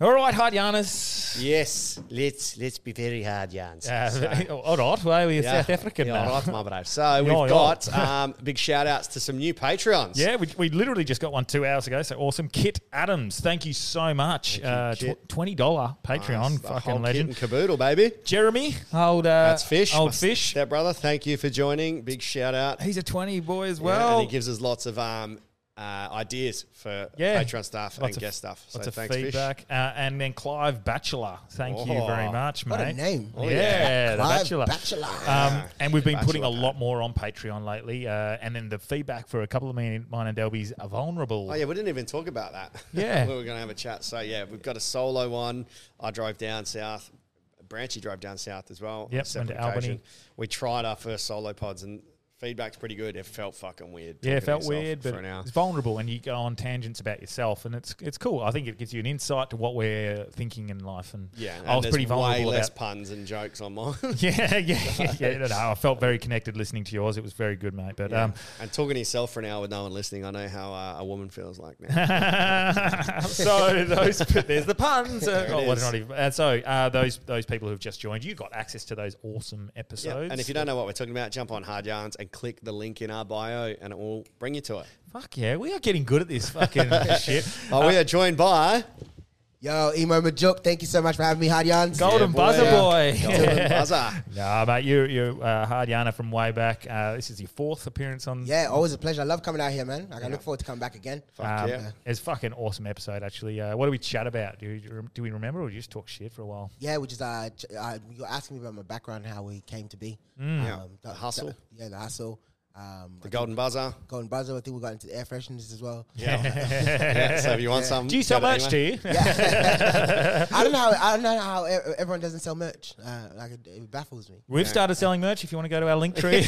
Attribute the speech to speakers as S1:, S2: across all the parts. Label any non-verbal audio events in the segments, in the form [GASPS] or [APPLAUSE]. S1: All right, hard yarners.
S2: Yes, let's let's be very hard yarns.
S1: [LAUGHS] Uh,
S2: [LAUGHS] So-
S1: all right, well, we're [LAUGHS] South African
S2: yeah,
S1: now.
S2: Right, my
S1: [LAUGHS]
S2: brave. So we've
S1: Yeah, yeah.
S2: got Um, big shout outs to some new Patreons.
S1: Yeah, we, we literally just got one two hours ago. So awesome. Kit Adams, thank you so much. uh,
S2: Kit.
S1: tw- $20 Patreon,
S2: Nice. The whole
S1: fucking
S2: kit
S1: legend.
S2: and caboodle, baby.
S1: Jeremy, old, uh,
S2: That's Fish.
S1: old
S2: my
S1: Fish.
S2: That brother, thank you for joining. Big shout out.
S1: He's a 20 boy as
S2: and
S1: well.
S2: he gives us lots of um, uh, ideas for
S1: Yeah.
S2: Patreon
S1: Lots
S2: stuff and
S1: of-
S2: guest stuff. So
S1: Lots of
S2: thanks, Fish.
S1: feedback. Uh, and then Clive Bachelor, thank you very
S2: Oh,
S1: much,
S3: What
S1: mate.
S3: a name.
S1: Yeah, the
S3: Clive
S1: Bachelor.
S3: Bachelor.
S1: Um, and we've been putting a
S2: Bachelor.
S1: lot more on Patreon lately. Uh, and then the feedback for a couple of me, mine and Delby's are vulnerable.
S2: Oh yeah, we didn't even talk about that.
S1: Yeah.
S2: [LAUGHS] we were going to have a chat. So yeah, we've got a solo one. I drove down south. Branchy drove down south as well. on a
S1: Yep,
S2: separate
S1: went to Albany.
S2: occasion. We tried our first solo pods and feedback's pretty good. It felt fucking weird.
S1: Yeah, it
S2: talking
S1: felt
S2: to yourself
S1: weird,
S2: for
S1: but
S2: an
S1: [LAUGHS]
S2: hour.
S1: it's vulnerable, and you go on tangents about yourself, and it's it's cool. I think it gives you an insight to what we're thinking in life, and
S2: yeah,
S1: I
S2: and
S1: was
S2: there's
S1: pretty
S2: Way
S1: vulnerable
S2: less
S1: about.
S2: puns and jokes on mine.
S1: yeah, yeah,
S2: [LAUGHS]
S1: yeah, yeah. No, no, I felt very connected listening to yours. It was very good, mate. But [LAUGHS]
S2: [LAUGHS]
S1: um, [LAUGHS]
S2: and talking to yourself for an hour with no one listening, I know how uh, a woman feels
S1: [LAUGHS]
S2: like now.
S1: so those there's the puns. Uh,
S2: [LAUGHS] There it
S1: oh, well,
S2: is.
S1: not even, uh, so uh, those those people who've just joined, you got access to those awesome
S2: Yeah,
S1: episodes.
S2: And if you don't know what we're talking about, jump on Hard Yarns and click the link in our bio, and it will bring you to it.
S1: fuck yeah, we are getting good at this
S2: [LAUGHS]
S1: fucking shit.
S2: Oh, we are joined
S1: [LAUGHS]
S2: by
S3: Yo, Emo Majuk, thank you so much for having me, Hard Yarns.
S1: Golden
S2: boy.
S1: buzzer boy. [LAUGHS]
S2: Golden Buzzer.
S1: No, mate, you you uh, hard yarner from way back. Uh, this is your fourth appearance on.
S3: Yeah, always a pleasure. I love coming out here, man. Like, I look forward to coming back again.
S2: Fuck
S1: Um,
S2: yeah.
S1: It's fucking awesome episode actually. Uh, what do we chat about? Do you, do we remember or do you just talk shit for a while?
S3: Yeah, which is uh, ch- uh, you were asking me about my background, and how we came to be.
S1: Mm.
S2: Yeah. The hustle.
S3: yeah, the hustle. Um,
S2: The Golden Buzzer.
S3: Golden Buzzer. I think we got into the air fresheners as well.
S2: Yeah, [LAUGHS] so if you want
S1: [LAUGHS]
S2: some,
S1: Do you sell
S2: go to
S1: merch? Do
S2: Emo.
S1: you?
S3: I don't know. How, I don't know how e- everyone doesn't sell merch. Uh, like it, it baffles me.
S1: [LAUGHS] We've started selling merch. If you want to go to our link
S2: [LAUGHS]
S1: tree,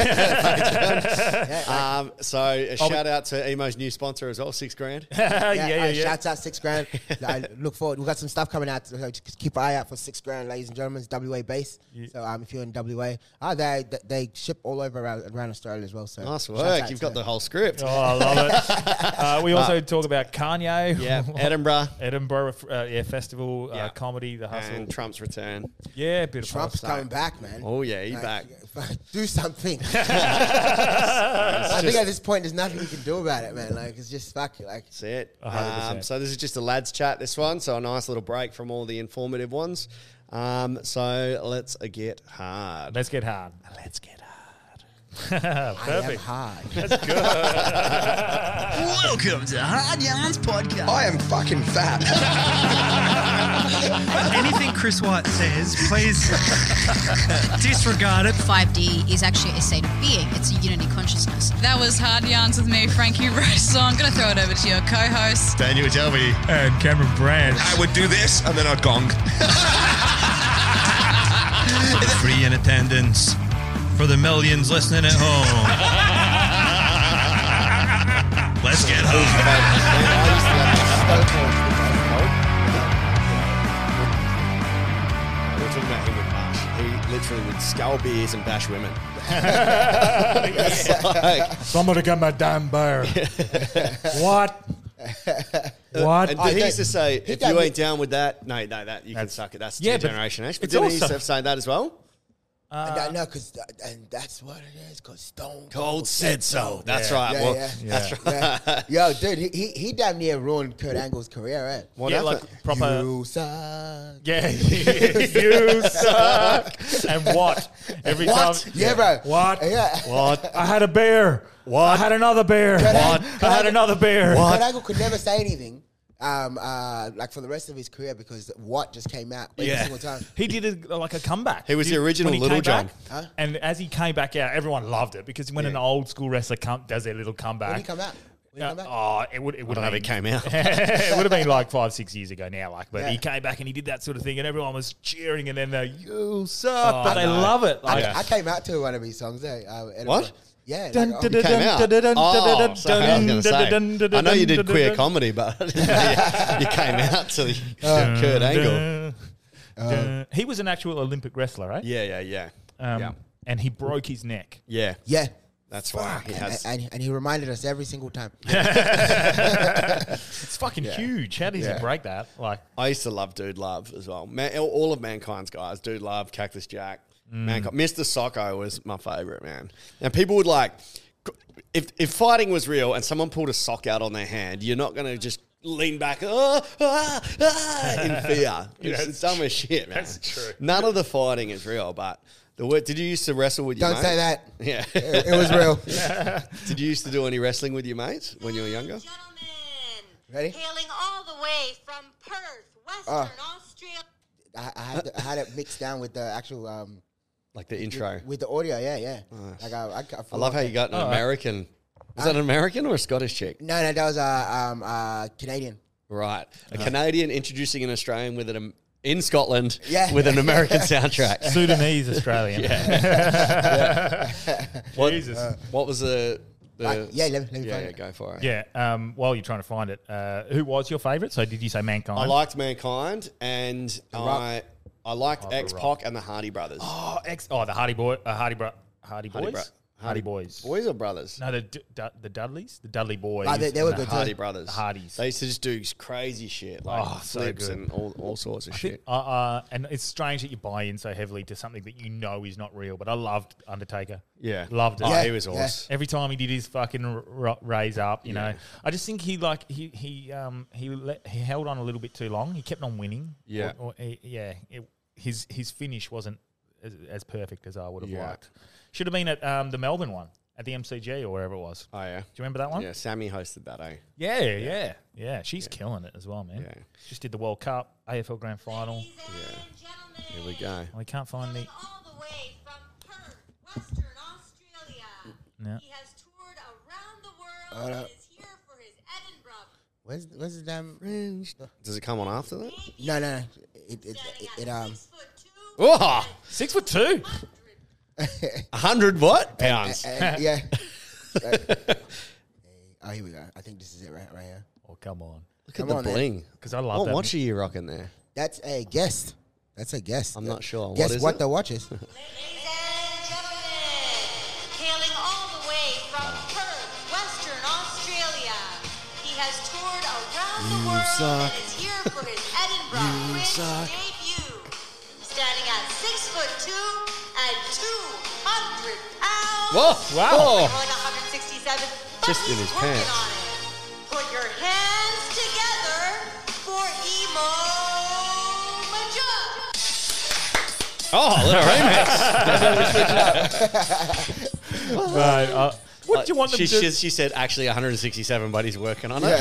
S2: Um, so
S1: Oh,
S2: a
S1: we-
S2: shout out to Emo's new sponsor as well, six grand.
S1: [LAUGHS] yeah,
S3: Yeah,
S1: yeah, yeah.
S3: uh, Shouts out
S2: [LAUGHS]
S3: six grand. I look forward. We got some stuff coming out. So just keep an eye out for six grand, ladies and gentlemen. It's WA base. So um, if you're in WA, uh, they they- they ship all over around, around Australia as well. So
S2: Nice
S3: shout
S2: work.
S3: out
S2: You've
S3: to
S2: got the
S3: them.
S2: whole script.
S1: Oh, I love it. Uh, we also talk about Kanye,
S2: [LAUGHS] Yeah, Edinburgh
S1: [LAUGHS] Edinburgh uh, yeah, Festival,
S2: Yeah.
S1: Uh, comedy, the hustle.
S2: and Trump's return.
S1: yeah, bit of
S3: Trump's
S1: hustle.
S3: coming back, man.
S2: Oh yeah, he's
S3: Like, [LAUGHS]
S2: back. [LAUGHS]
S3: Do something. I think at this point, there's nothing you can do about it, man. Like it's just fuck. Like
S2: That's it.
S1: A hundred
S2: Um,
S1: percent.
S2: so this is just a lads chat. This one, so a nice little break from all the informative ones. Um, so let's uh, get hard.
S1: Let's get hard.
S2: Let's get hard.
S3: I am
S1: Perfect.
S2: [LAUGHS]
S3: high.
S4: Welcome to Hard Yarns Podcast.
S5: I am fucking fat.
S6: Anything Chris White says, please disregard it.
S7: 5D is actually a state of being. It's a unity consciousness. That was Hard Yarns with me, Frankie Rose. So I'm going to throw it over to your co-host.
S5: Daniel, tell me.
S6: And Cameron Brand.
S5: I would do this and then I'd gong.
S6: Free in attendance for the millions listening at home. Let's get home.
S2: We're talking about him with Bash. He literally would scowl beers and bash [LAUGHS] women. It's like-
S6: Somebody get my damn bear.
S2: [LAUGHS]
S6: what? What?
S2: And
S3: I
S2: he
S3: don't-
S2: used to say,
S3: he
S2: if you
S3: don't-
S2: ain't down with that, no, no, that you can suck it. That's
S1: Yeah,
S2: yeah,
S1: but
S2: generation X. But
S1: it's
S2: didn't he
S1: also-
S2: used to say that as well?
S3: [LAUGHS] no, no, because uh, and that's what it is. Cause Stone
S2: Uh, Cold said so. That's
S1: Yeah.
S2: right.
S3: Yeah,
S2: well,
S3: yeah.
S2: That's right.
S3: Yeah.
S2: [LAUGHS]
S3: Yo, dude, he, he he damn near ruined Kurt Angle's career, eh? right?
S2: What
S1: Yeah,
S2: happened?
S1: like proper. [LAUGHS]
S3: You suck.
S1: Yeah, you suck. And what? Every
S3: What?
S1: time.
S3: Yeah, bro.
S6: What?
S3: Yeah.
S1: What?
S6: I had a bear. What? I had another bear.
S3: What?
S6: I had another bear.
S3: Kurt Angle could never say anything, um, uh, like for the rest of his career because what just came out every
S1: Yeah.
S3: single time.
S1: He did a, like a comeback.
S2: He was the
S1: Did-
S2: original
S1: when he
S2: Little
S1: came
S2: John.
S1: back,
S3: Huh?
S1: And as he came back out, everyone loved it because when an old school wrestler come, does their little comeback.
S3: When he come out, when he
S1: uh,
S3: come out.
S1: oh, it would it would
S2: don't know
S1: have [LAUGHS]
S2: if it came out.
S1: it would have been like five six years ago now. Like, but he
S3: Yeah.
S1: came back and he did that sort of thing, and everyone was cheering, and then they you suck,
S3: Oh,
S1: but they
S2: no.
S1: love it. Like,
S3: I came out to one of his songs. Eh? Uh, and it
S2: What?
S3: was- Yeah.
S1: Dun,
S3: like,
S1: dun,
S3: oh,
S1: dun.
S2: Came out. Oh, sorry, I was gonna say. I know you did queer comedy,
S1: [LAUGHS]
S2: but [LAUGHS] you came out to the Kurt Angle.
S1: Dun, dun. he was an actual Olympic wrestler, right?
S2: Yeah, yeah, yeah.
S1: Um,
S2: yeah.
S1: And he broke his neck.
S2: Yeah.
S3: yeah.
S2: That's why he
S3: And,
S2: has.
S3: and, and he reminded us every single time.
S1: It's fucking huge. How does he break that? Like,
S2: I used to love Dude Love as well. Man, all- all of mankind's guys, Dude Love, Cactus Jack, Mankind. Mr. Socko was my favorite man. And people would like, if if fighting was real and someone pulled a sock out on their hand, you're not gonna just lean back oh, ah, ah, in fear. it's, it's dumb as shit, man.
S1: that's true.
S2: None of the fighting is real, but. The word, did you used to wrestle with your
S3: Don't say
S2: mates?
S3: that.
S2: [LAUGHS] Yeah.
S3: It, it was real.
S2: did you used to do any wrestling with your mates when you were younger?
S8: Gentlemen,
S3: Ready?
S8: hailing all the way from Perth, Western
S2: Ah.
S8: Australia.
S3: I, I, had to, I had it mixed down with the actual um,
S2: Like the intro.
S3: with the audio. Yeah, yeah. Like I, I, I
S2: I love how you got an American. Was that an American or a Scottish chick?
S3: No, no, that was a uh, um, uh, Canadian.
S2: Right. A Canadian introducing an Australian with an Am- in Scotland
S3: Yeah.
S2: with an [LAUGHS] American soundtrack.
S1: Sudanese Australian.
S2: What,
S1: Jesus.
S2: what was the, the
S3: Like, yeah, let me- let me
S2: yeah,
S3: find
S2: yeah,
S3: it.
S2: go for
S1: [LAUGHS]
S2: it.
S1: Yeah. Um, while you're trying to find it, uh, who was your favourite? So did you say Mankind?
S2: I liked Mankind and
S3: Rock.
S2: I I liked X Pac and the Hardy Brothers.
S1: oh, ex- oh, the Hardy Boy, uh, Hardy Bro, Hardy Boys,
S2: Hardy
S1: Hardy,
S2: Bro- Hardy
S1: Boys.
S2: Boys or brothers?
S1: No, the D- Du- the Dudleys, the Dudley Boys.
S3: Ah, they- they were
S1: and the
S3: good
S2: Hardy
S3: too.
S2: Brothers.
S1: The Hardys.
S2: They used to just do crazy shit like
S1: Oh, so
S2: flips
S1: good.
S2: and all, all sorts of shit.
S1: Uh, uh, and it's strange that you buy in so heavily to something that you know is not real. But I loved Undertaker.
S2: Yeah.
S1: loved it.
S2: Oh,
S3: Yeah,
S2: he was
S3: yeah.
S2: awesome.
S1: Every time he did his fucking r- r- raise up, you know, I just think he like he he um he let, he held on a little bit too long. He kept on winning.
S2: Yeah.
S1: Or- or he- yeah. It, his his finish wasn't as, as perfect as I would have
S2: Yeah.
S1: liked. Should have been at um the Melbourne one at the MCG or wherever it was.
S2: Oh yeah.
S1: Do you remember that one?
S2: Yeah, Sammy hosted that, eh?
S1: Yeah, yeah, yeah. She's killing it as well, man.
S2: Yeah.
S1: Just did the World Cup, AFL Grand Final.
S8: Ladies and gentlemen,
S2: Here we go.
S1: I can't find the.
S8: hailing all the way from Perth, Western Australia.
S1: Yeah.
S8: He has toured around the world and is here for his Edinburgh.
S3: Where's where's the damn?
S2: Does it come on after that?
S3: No, no, no. It, it, it,
S8: Standing
S3: it
S8: at
S3: um.
S8: six foot two,
S2: Oh,
S1: Six foot two.
S8: 100
S2: hundred what pounds?
S3: and- uh, yeah. Uh, oh, here we go. I think this is it right, right here.
S1: Oh, come on.
S2: Look
S3: Come
S2: at the
S3: on, man.
S2: bling.
S1: 'Cause I love
S2: what
S1: that.
S2: watch are you rocking there?
S3: That's a guest. That's a guest.
S2: I'm not sure. What
S3: Guess
S2: is
S3: what
S2: it?
S3: the
S2: [LAUGHS]
S3: watch is?
S8: Ladies and gentlemen, hailing all the way from Perth, Western Australia, he has toured around the
S2: You
S8: world
S2: suck.
S8: and is here for
S2: [LAUGHS]
S8: his Edinburgh
S2: You
S8: Fringe
S2: suck.
S8: debut. Standing at six foot two and two hundred pounds.
S2: Whoa! Wow!
S8: Only 167, but
S2: Just in
S8: he's
S2: his
S8: working
S2: pants.
S8: on it. Put your hands together for Emo Major.
S1: [LAUGHS]
S2: Oh, little remix.
S1: Right, uh, what do you want them
S2: she,
S1: to
S2: she, she said actually 167, but he's working on [LAUGHS]
S1: did,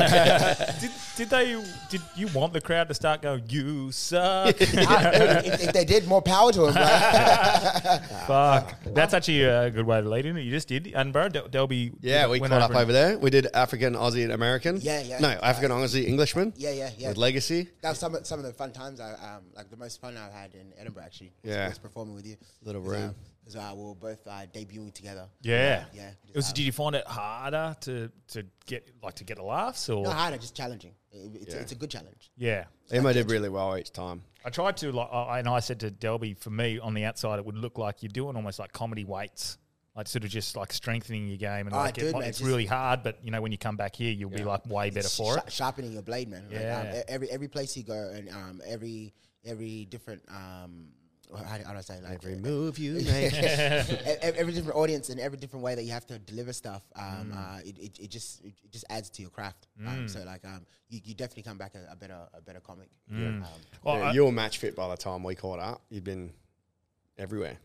S1: did they did you want the crowd to start going you
S2: [LAUGHS]
S1: suck
S3: Ah, if, if they did, more power to him. Bro.
S1: fuck that's actually a good way to lead in you just did and bro Del- Delby
S2: it. yeah, we
S1: went
S2: caught up
S1: and-
S2: over there. We did African, Aussie, and American.
S3: Yeah, yeah.
S2: No, African, Aussie, Englishman.
S3: Yeah, yeah, yeah.
S2: With Legacy.
S3: That was some of, some of the fun times I um like the most fun I've had in Edinburgh actually. was-
S2: Yeah.
S3: was performing with you.
S2: Little room.
S3: because uh, we were both uh, debuting together.
S1: yeah
S3: Yeah.
S1: it was did you find it harder to to get like to get the laughs or
S3: Not harder, just challenging. It- it's,
S2: Yeah.
S3: it's a good challenge.
S1: yeah
S2: Emo did really well each time.
S1: I tried to like, I, and I said to Delby, for me on the outside, it would look like you're doing almost like comedy weights, like sort of just like strengthening your game, and
S3: Oh,
S1: like, it,
S3: dude,
S1: like,
S3: mate,
S1: it's
S3: just-
S1: really hard. But you know, when you come back here, you'll be like way better for
S3: Sha-
S1: it.
S3: Sharpening your blade, man. Like, um,
S1: Yeah.
S3: e- every every place you go and um, every every different um, how, do- how do I say like every
S2: Move
S3: [LAUGHS]
S2: you, mate.
S3: every different audience and every different way that you have to deliver stuff. Um,
S1: Mm.
S3: uh, it, it, it just it it just adds to your craft. Um, so like um, you, you definitely come back a, a better a better comic.
S1: Mm.
S3: Um,
S1: Well, I-
S2: you were match fit by the time we caught up. You'd been everywhere,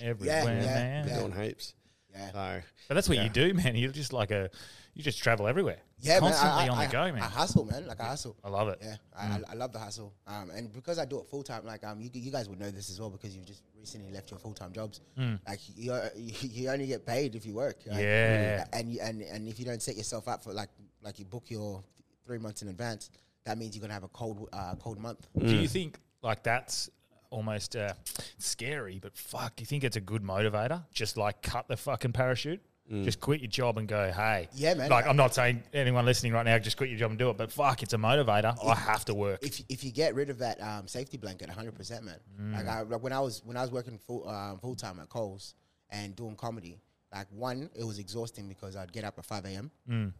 S1: everywhere,
S3: yeah,
S1: man.
S3: yeah.
S2: doing heaps.
S3: yeah.
S2: So,
S1: But that's what you do, man. You're just like a, you just travel everywhere,
S3: Yeah,
S1: constantly
S3: man, I, I,
S1: on the
S3: I,
S1: go, man.
S3: I hustle, man. Like I hustle.
S1: I love it.
S3: Yeah, I, I, I love the hustle. Um, and because I do it full time, like um, you, you guys would know this as well because you've just recently left your full time jobs. Like you, [LAUGHS] you only get paid if you work. Like,
S1: Yeah.
S3: And you, and and if you don't set yourself up for like like you book your three months in advance, that means you're gonna have a cold uh, cold month.
S1: Do
S2: Mm.
S1: you think like that's almost uh, scary, but fuck, you think it's a good motivator? Just like cut the fucking parachute.
S2: Mm.
S1: Just quit your job and go, hey.
S3: Yeah, man.
S1: Like, I'm not saying anyone listening right now, just quit your job and do it, but fuck, it's a motivator. I have to work.
S3: if if you get rid of that um, safety blanket, hundred percent, man. Like, I, like when I was when I was working full um, full time at Coles and doing comedy, like one, it was exhausting because I'd get up at five a.m. Mm.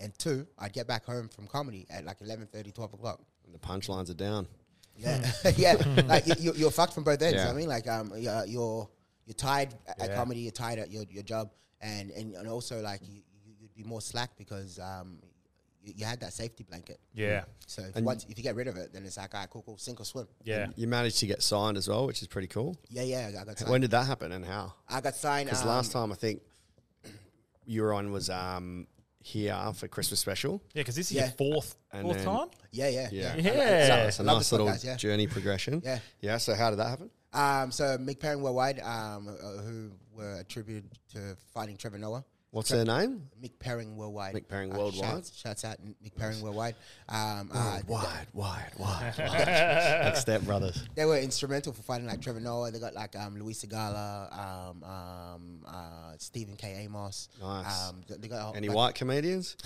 S3: and two, I'd get back home from comedy at like 11.30, 12 o'clock.
S2: The punchlines are down.
S3: Yeah, [LAUGHS] yeah. Like you, you're fucked from both ends.
S2: Yeah.
S3: You know what I mean, like um, you're you're, you're tied at at
S1: Yeah.
S3: comedy, you're tied at your, your job, and, and, and also like you, you- you'd be more slack because um, you, you had that safety blanket.
S1: Yeah.
S3: So if once if you get rid of it, then it's like, all right, cool, cool, sink or swim.
S1: Yeah.
S2: You managed to get signed as well, which is pretty cool.
S3: yeah, yeah. I got signed.
S2: When did that happen and how?
S3: I got signed
S2: Because
S3: um,
S2: last time I think you were on was um, here for Christmas special.
S1: Yeah, because this is
S3: Yeah.
S1: your fourth
S2: And
S1: fourth
S2: then-
S1: time.
S3: Yeah, yeah, yeah.
S2: Yeah.
S1: Yeah.
S2: It's a
S3: Love
S2: nice
S3: this
S2: little
S3: podcast, yeah.
S2: journey progression.
S3: Yeah.
S2: Yeah. So how did that happen?
S3: Um, so Mick Perrin worldwide, um, uh, who were attributed to finding Trevor Noah.
S2: What's their name?
S3: Mick Perrin worldwide. Uh,
S2: Mick Perrin Worldwide.
S3: Shouts, shouts out Mick Perrin worldwide. Um, uh,
S2: Wide, wide, wide,
S3: [LAUGHS]
S2: wide. That's Step Brothers.
S3: they were instrumental for finding like Trevor Noah. They got like um, Luis Segala, um, um, uh, Stephen K. Amos.
S2: Nice.
S3: Um, th- they got a whole-
S2: Any
S3: like-
S2: white
S3: [LAUGHS]
S2: comedians?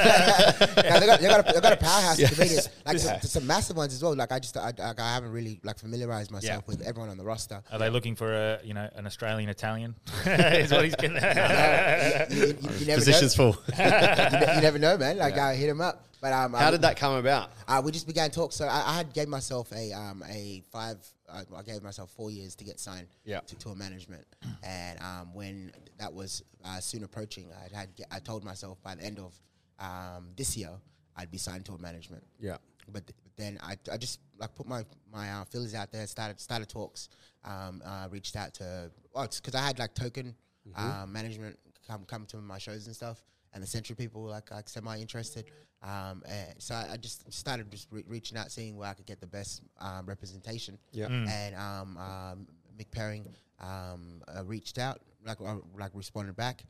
S3: Now, they, got, they, got a, they got a powerhouse
S2: [LAUGHS]
S3: of
S2: Yes.
S3: comedians. Like some, some massive ones as well. Like I just I, I, I haven't really like familiarized myself
S1: Yeah.
S3: with everyone on the roster.
S1: Are they looking for a you know an Australian Italian? [LAUGHS] is what he's been. yeah,
S3: You, you- you never know.
S2: Uh, Positions
S3: [LAUGHS]
S2: full.
S3: Um, you, ne- you never know, man. Like I hit him up, but um,
S2: How
S3: I-
S2: did that come about?
S3: Uh, we just began talk. So I, I had gave myself a um a five. Uh, I gave myself four years to get signed
S2: Yeah.
S3: to, to a management, and um, when that was uh, soon approaching, I had ge- I told myself by the end of um, this year I'd be signed to a management.
S2: Yeah.
S3: But th- then I, I just like put my my uh, feelers out there. Started started talks. Um, uh, reached out to well, because I had like token uh, management come come to my shows and stuff, and the Century people were like like semi interested. Um, and so I, I just started just re- reaching out, seeing where I could get the best um, representation.
S2: Yeah.
S3: And um, um, Mick Perring um, uh, reached out, like uh, like responded back,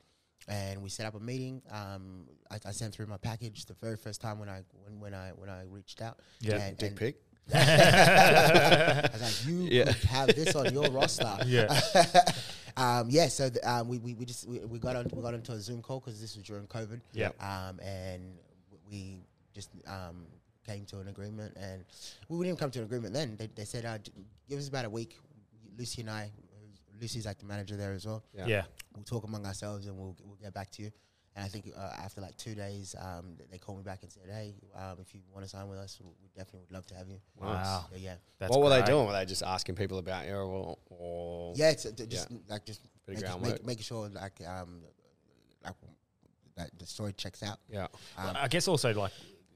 S3: and we set up a meeting. Um, I, I sent through my package the very first time when I when, when I when I reached out.
S1: Yeah.
S3: and,
S2: Dick
S3: and
S2: pic.
S1: [LAUGHS]
S3: I was like, you
S2: Yeah.
S3: could have this on your roster.
S1: [LAUGHS] Yeah.
S3: um, yeah. So th- um, we, we, we just we, we got on we got onto a Zoom call because this was during COVID.
S1: Yeah.
S3: Um, and w- we just um, came to an agreement, and we didn't come to an agreement then. They, they said, uh, d- "Give us about a week." Lucy and I, Lucy's like the manager there as well
S1: yeah,
S3: we'll talk among ourselves and we'll, we'll get back to you. And I think uh, after like two days, um, th- they called me back and said, hey, um, if you want to sign with us, we we definitely would love to have you.
S1: Wow.
S3: Yeah, yeah.
S1: That's
S2: what were
S1: great.
S2: they doing? Were they just asking people about you or, or
S3: Yeah, it's, uh, d- just
S2: Yeah.
S3: like just
S2: Bit of
S3: making,
S2: groundwork.
S3: make, making sure like um, like that the story checks out.
S2: yeah.
S1: Well, Um, I guess also like,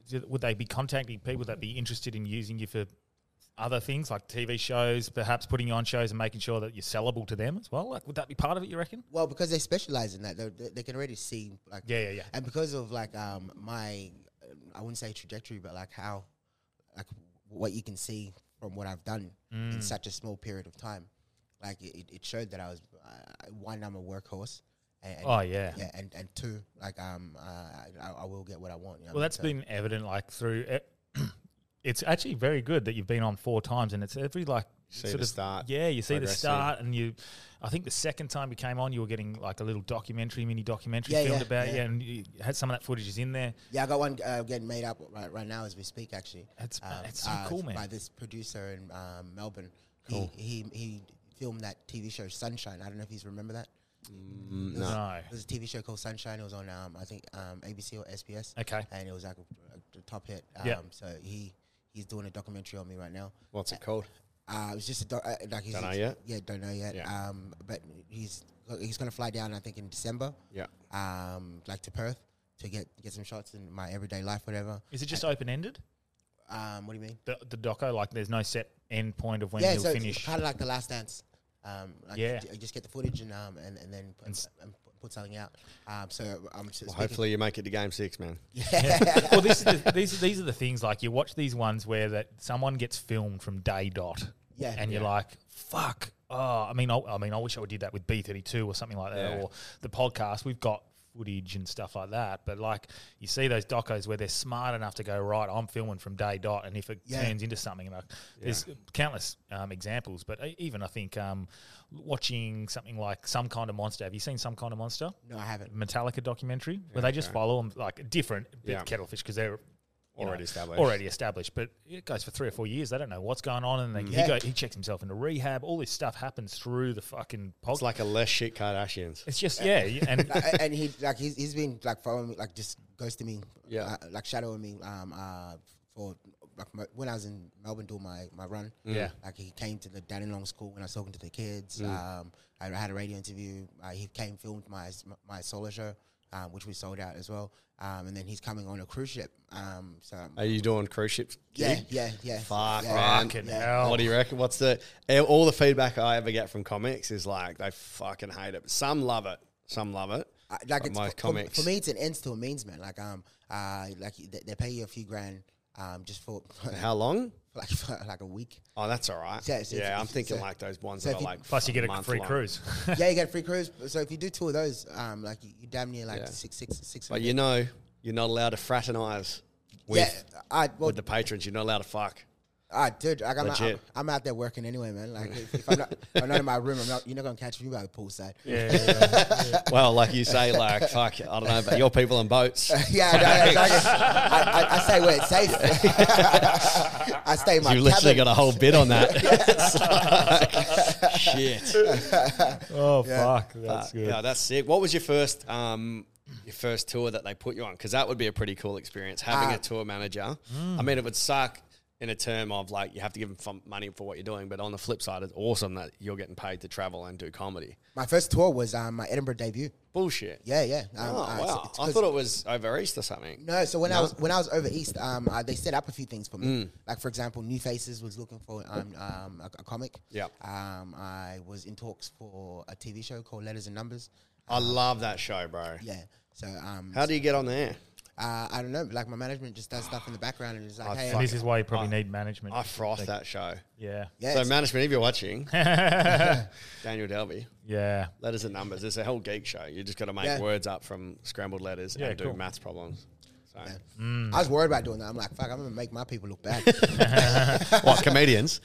S1: d- would they be contacting people that be interested in using you for other things like TV shows, perhaps putting you on shows and making sure that you're sellable to them as well? Like, would that be part of it? You reckon?
S3: Well, because they specialize in that, they're- they they can already see like
S1: Yeah, yeah, yeah.
S3: And because of like um my, um, I wouldn't say trajectory, but like how, like what you can see from what I've done
S1: Mm.
S3: in such a small period of time, like it, it showed that I was uh, one, I'm a workhorse. And, and-
S1: Oh, yeah.
S3: yeah, and and two, like um, uh, I, I will get what I want. You know
S1: Well,
S3: that's
S1: that's been evident like through. e- [CLEARS THROAT] It's actually very good that you've been on four times, and it's every like
S2: See the start,
S1: Yeah, you see the
S2: progressing.
S1: start, and you. I think the second time you came on, you were getting like a little documentary, mini documentary
S3: Yeah,
S1: filmed
S3: yeah,
S1: about
S3: yeah.
S1: you, and you had some of that footage is in there.
S3: yeah, I got one uh, getting made up right, right now as we speak. Actually, Um, uh,
S1: That's- that's so cool, man.
S3: By this producer in um, Melbourne, he, he he filmed that TV show Sunshine. I don't know if he's remember that.
S1: No,
S3: There's a TV show called Sunshine. It was on, um, I think, um, ABC or SBS.
S1: Okay.
S3: And it was like a, a top hit. Um,
S1: Yeah.
S3: So he he's doing a documentary on me right now.
S2: What's it called?
S3: Uh, it was just a doc- uh, like he's
S2: Don't know yet?
S3: Yeah, don't know yet.
S2: Yeah.
S3: Um, but he's he's gonna fly down. I think in December.
S2: Yeah.
S3: Um, like to Perth to get get some shots in my everyday life, whatever.
S1: is it just open ended?
S3: Um, what do you mean?
S1: The, the doco, like, there's no set end point of when
S3: yeah,
S1: you'll
S3: so
S1: finish.
S3: kind of like the last dance. Um, like
S1: Yeah.
S3: j- just get the footage and um and, and then put,
S1: And s-
S3: and put something out. Um, so I'm just
S2: Well,
S3: speaking-
S2: hopefully you make it to game six, man.
S1: [LAUGHS] well, this is the, these are- these are the things like you watch these ones where that someone gets filmed from day dot,
S3: Yeah.
S1: and you're like, fuck. Oh, I mean, I, I mean, I wish I did that with B32 or something like that,
S2: Yeah.
S1: or the podcast. We've got footage and stuff like that, but like you see those docos where they're smart enough to go right. I'm filming from day dot, and if it
S3: Yeah.
S1: turns into something, and like, there's countless um, examples. But e- even I think um, watching something like some kind of monster. Have you seen some kind of monster?
S3: No, I haven't.
S1: Metallica documentary where they just follow them like different bit
S2: Yeah.
S1: kettlefish because they're you
S2: Already
S1: know,
S2: established.
S1: Already established, but it goes for three or four years. They don't know what's going on, and then
S2: Yeah.
S1: he, go, he checks himself into rehab. All this stuff happens through the fucking podcast.
S2: It's like a less shit Kardashians.
S1: it's just yeah, you- and
S2: [LAUGHS]
S3: Like, a- and he like he's, he's been like following me, like just ghosting me,
S2: Yeah.
S3: uh, like shadowing me. Um, uh, for like my, when I was in Melbourne doing my my run,
S2: Mm.
S1: Yeah.
S3: like he came to the Danny Long School when I was talking to the kids. Um, I had a radio interview. Uh, he came filmed my s- my solo show, um, which we sold out as well. Um, and then he's coming on a cruise ship. Um, so
S2: Are you doing cruise ships?
S3: yeah,
S2: gig?
S3: yeah, yeah.
S2: Fuck,
S3: yeah.
S2: man.
S1: fucking
S3: Yeah.
S1: hell.
S2: What do you reckon? What's the eh, all the feedback I ever get from comics is like they fucking hate it. Some love it, some love it.
S3: I- Uh, like
S2: but
S3: it's,
S2: most
S3: for,
S2: comics,
S3: for me, it's an ends to a means, man. Like um, uh, like they, they pay you a few grand, um, just for [LAUGHS]
S2: how long?
S3: like for like a week.
S2: Oh, that's all right.
S3: So it's-
S2: yeah,
S3: it's-
S2: I'm thinking
S3: so-
S2: like those ones
S3: so
S2: that
S3: if
S2: are
S3: you-
S2: like
S1: Plus, you get a
S2: month
S1: free
S2: long. [LAUGHS]
S1: cruise.
S3: yeah, you get free cruise. So if you do two of those, um, like you, you damn near like
S2: Yeah.
S3: six, six, six.
S2: But you know, you're not allowed to fraternize with
S3: yeah, I well,
S2: with the patrons. You're not allowed to fuck.
S3: I dude, like I'm, not, I'm,
S2: Legit.
S3: I'm out there working anyway, man. Like if, if I'm,
S2: [LAUGHS]
S3: not, if I'm not in my room, I'm not. You're not gonna catch me by the poolside. Yeah,
S2: well, like you say, like fuck, I don't know, but your people on
S3: [LAUGHS]
S2: boats.
S3: [LAUGHS] yeah. No, exactly.
S2: [LAUGHS]
S3: I, I, I stay where it's safe. [LAUGHS] I stay in my.
S2: You literally
S3: cabin.
S2: got a whole bit on
S3: [LAUGHS]
S2: that. [LAUGHS] It's like, shit.
S1: [LAUGHS] oh fuck,
S2: But, Uh, Yeah, that's sick. What was your first um your first tour that they put you on? Because that would be a pretty cool experience
S3: Ah.
S2: having a tour manager.
S3: Mm.
S2: I mean, it would suck in a term of like you have to give them fun- money for what you're doing, but on the flip side, it's awesome that you're getting paid to travel and do comedy.
S3: My first tour was um, my Edinburgh debut.
S2: Bullshit.
S3: Yeah, yeah. Um,
S2: Oh,
S3: uh, it's-
S2: wow.
S3: it's
S2: I
S3: 'cause-
S2: thought it was over east or something.
S3: No, so when I was when I was over east, um, uh, they set up a few things for me. Like for example, New Faces was looking for um, um a, a comic.
S2: Yep.
S3: Um, I was in talks for a TV show called Letters and Numbers.
S2: I love that show, bro.
S3: Yeah. So um,
S2: How do you get on there?
S3: uh, I don't know. Like my management just does stuff in the background and is like,
S2: Oh,
S3: hey,
S2: fuck.
S1: This is why you probably need management.
S2: I froth that show.
S1: yeah,
S3: yeah,
S2: so,
S3: it's-
S2: management, if you're
S3: [LAUGHS]
S2: watching, Daniel Delby,
S1: yeah.
S2: letters and numbers. It's a whole geek show. You just got to make
S3: Yeah.
S2: words up from scrambled letters
S1: Yeah,
S2: and do
S1: cool.
S2: maths problems. So.
S3: I was worried about doing that. I'm like, fuck, I'm gonna make my people look bad.
S2: [LAUGHS] What
S3: [LAUGHS]
S2: comedians?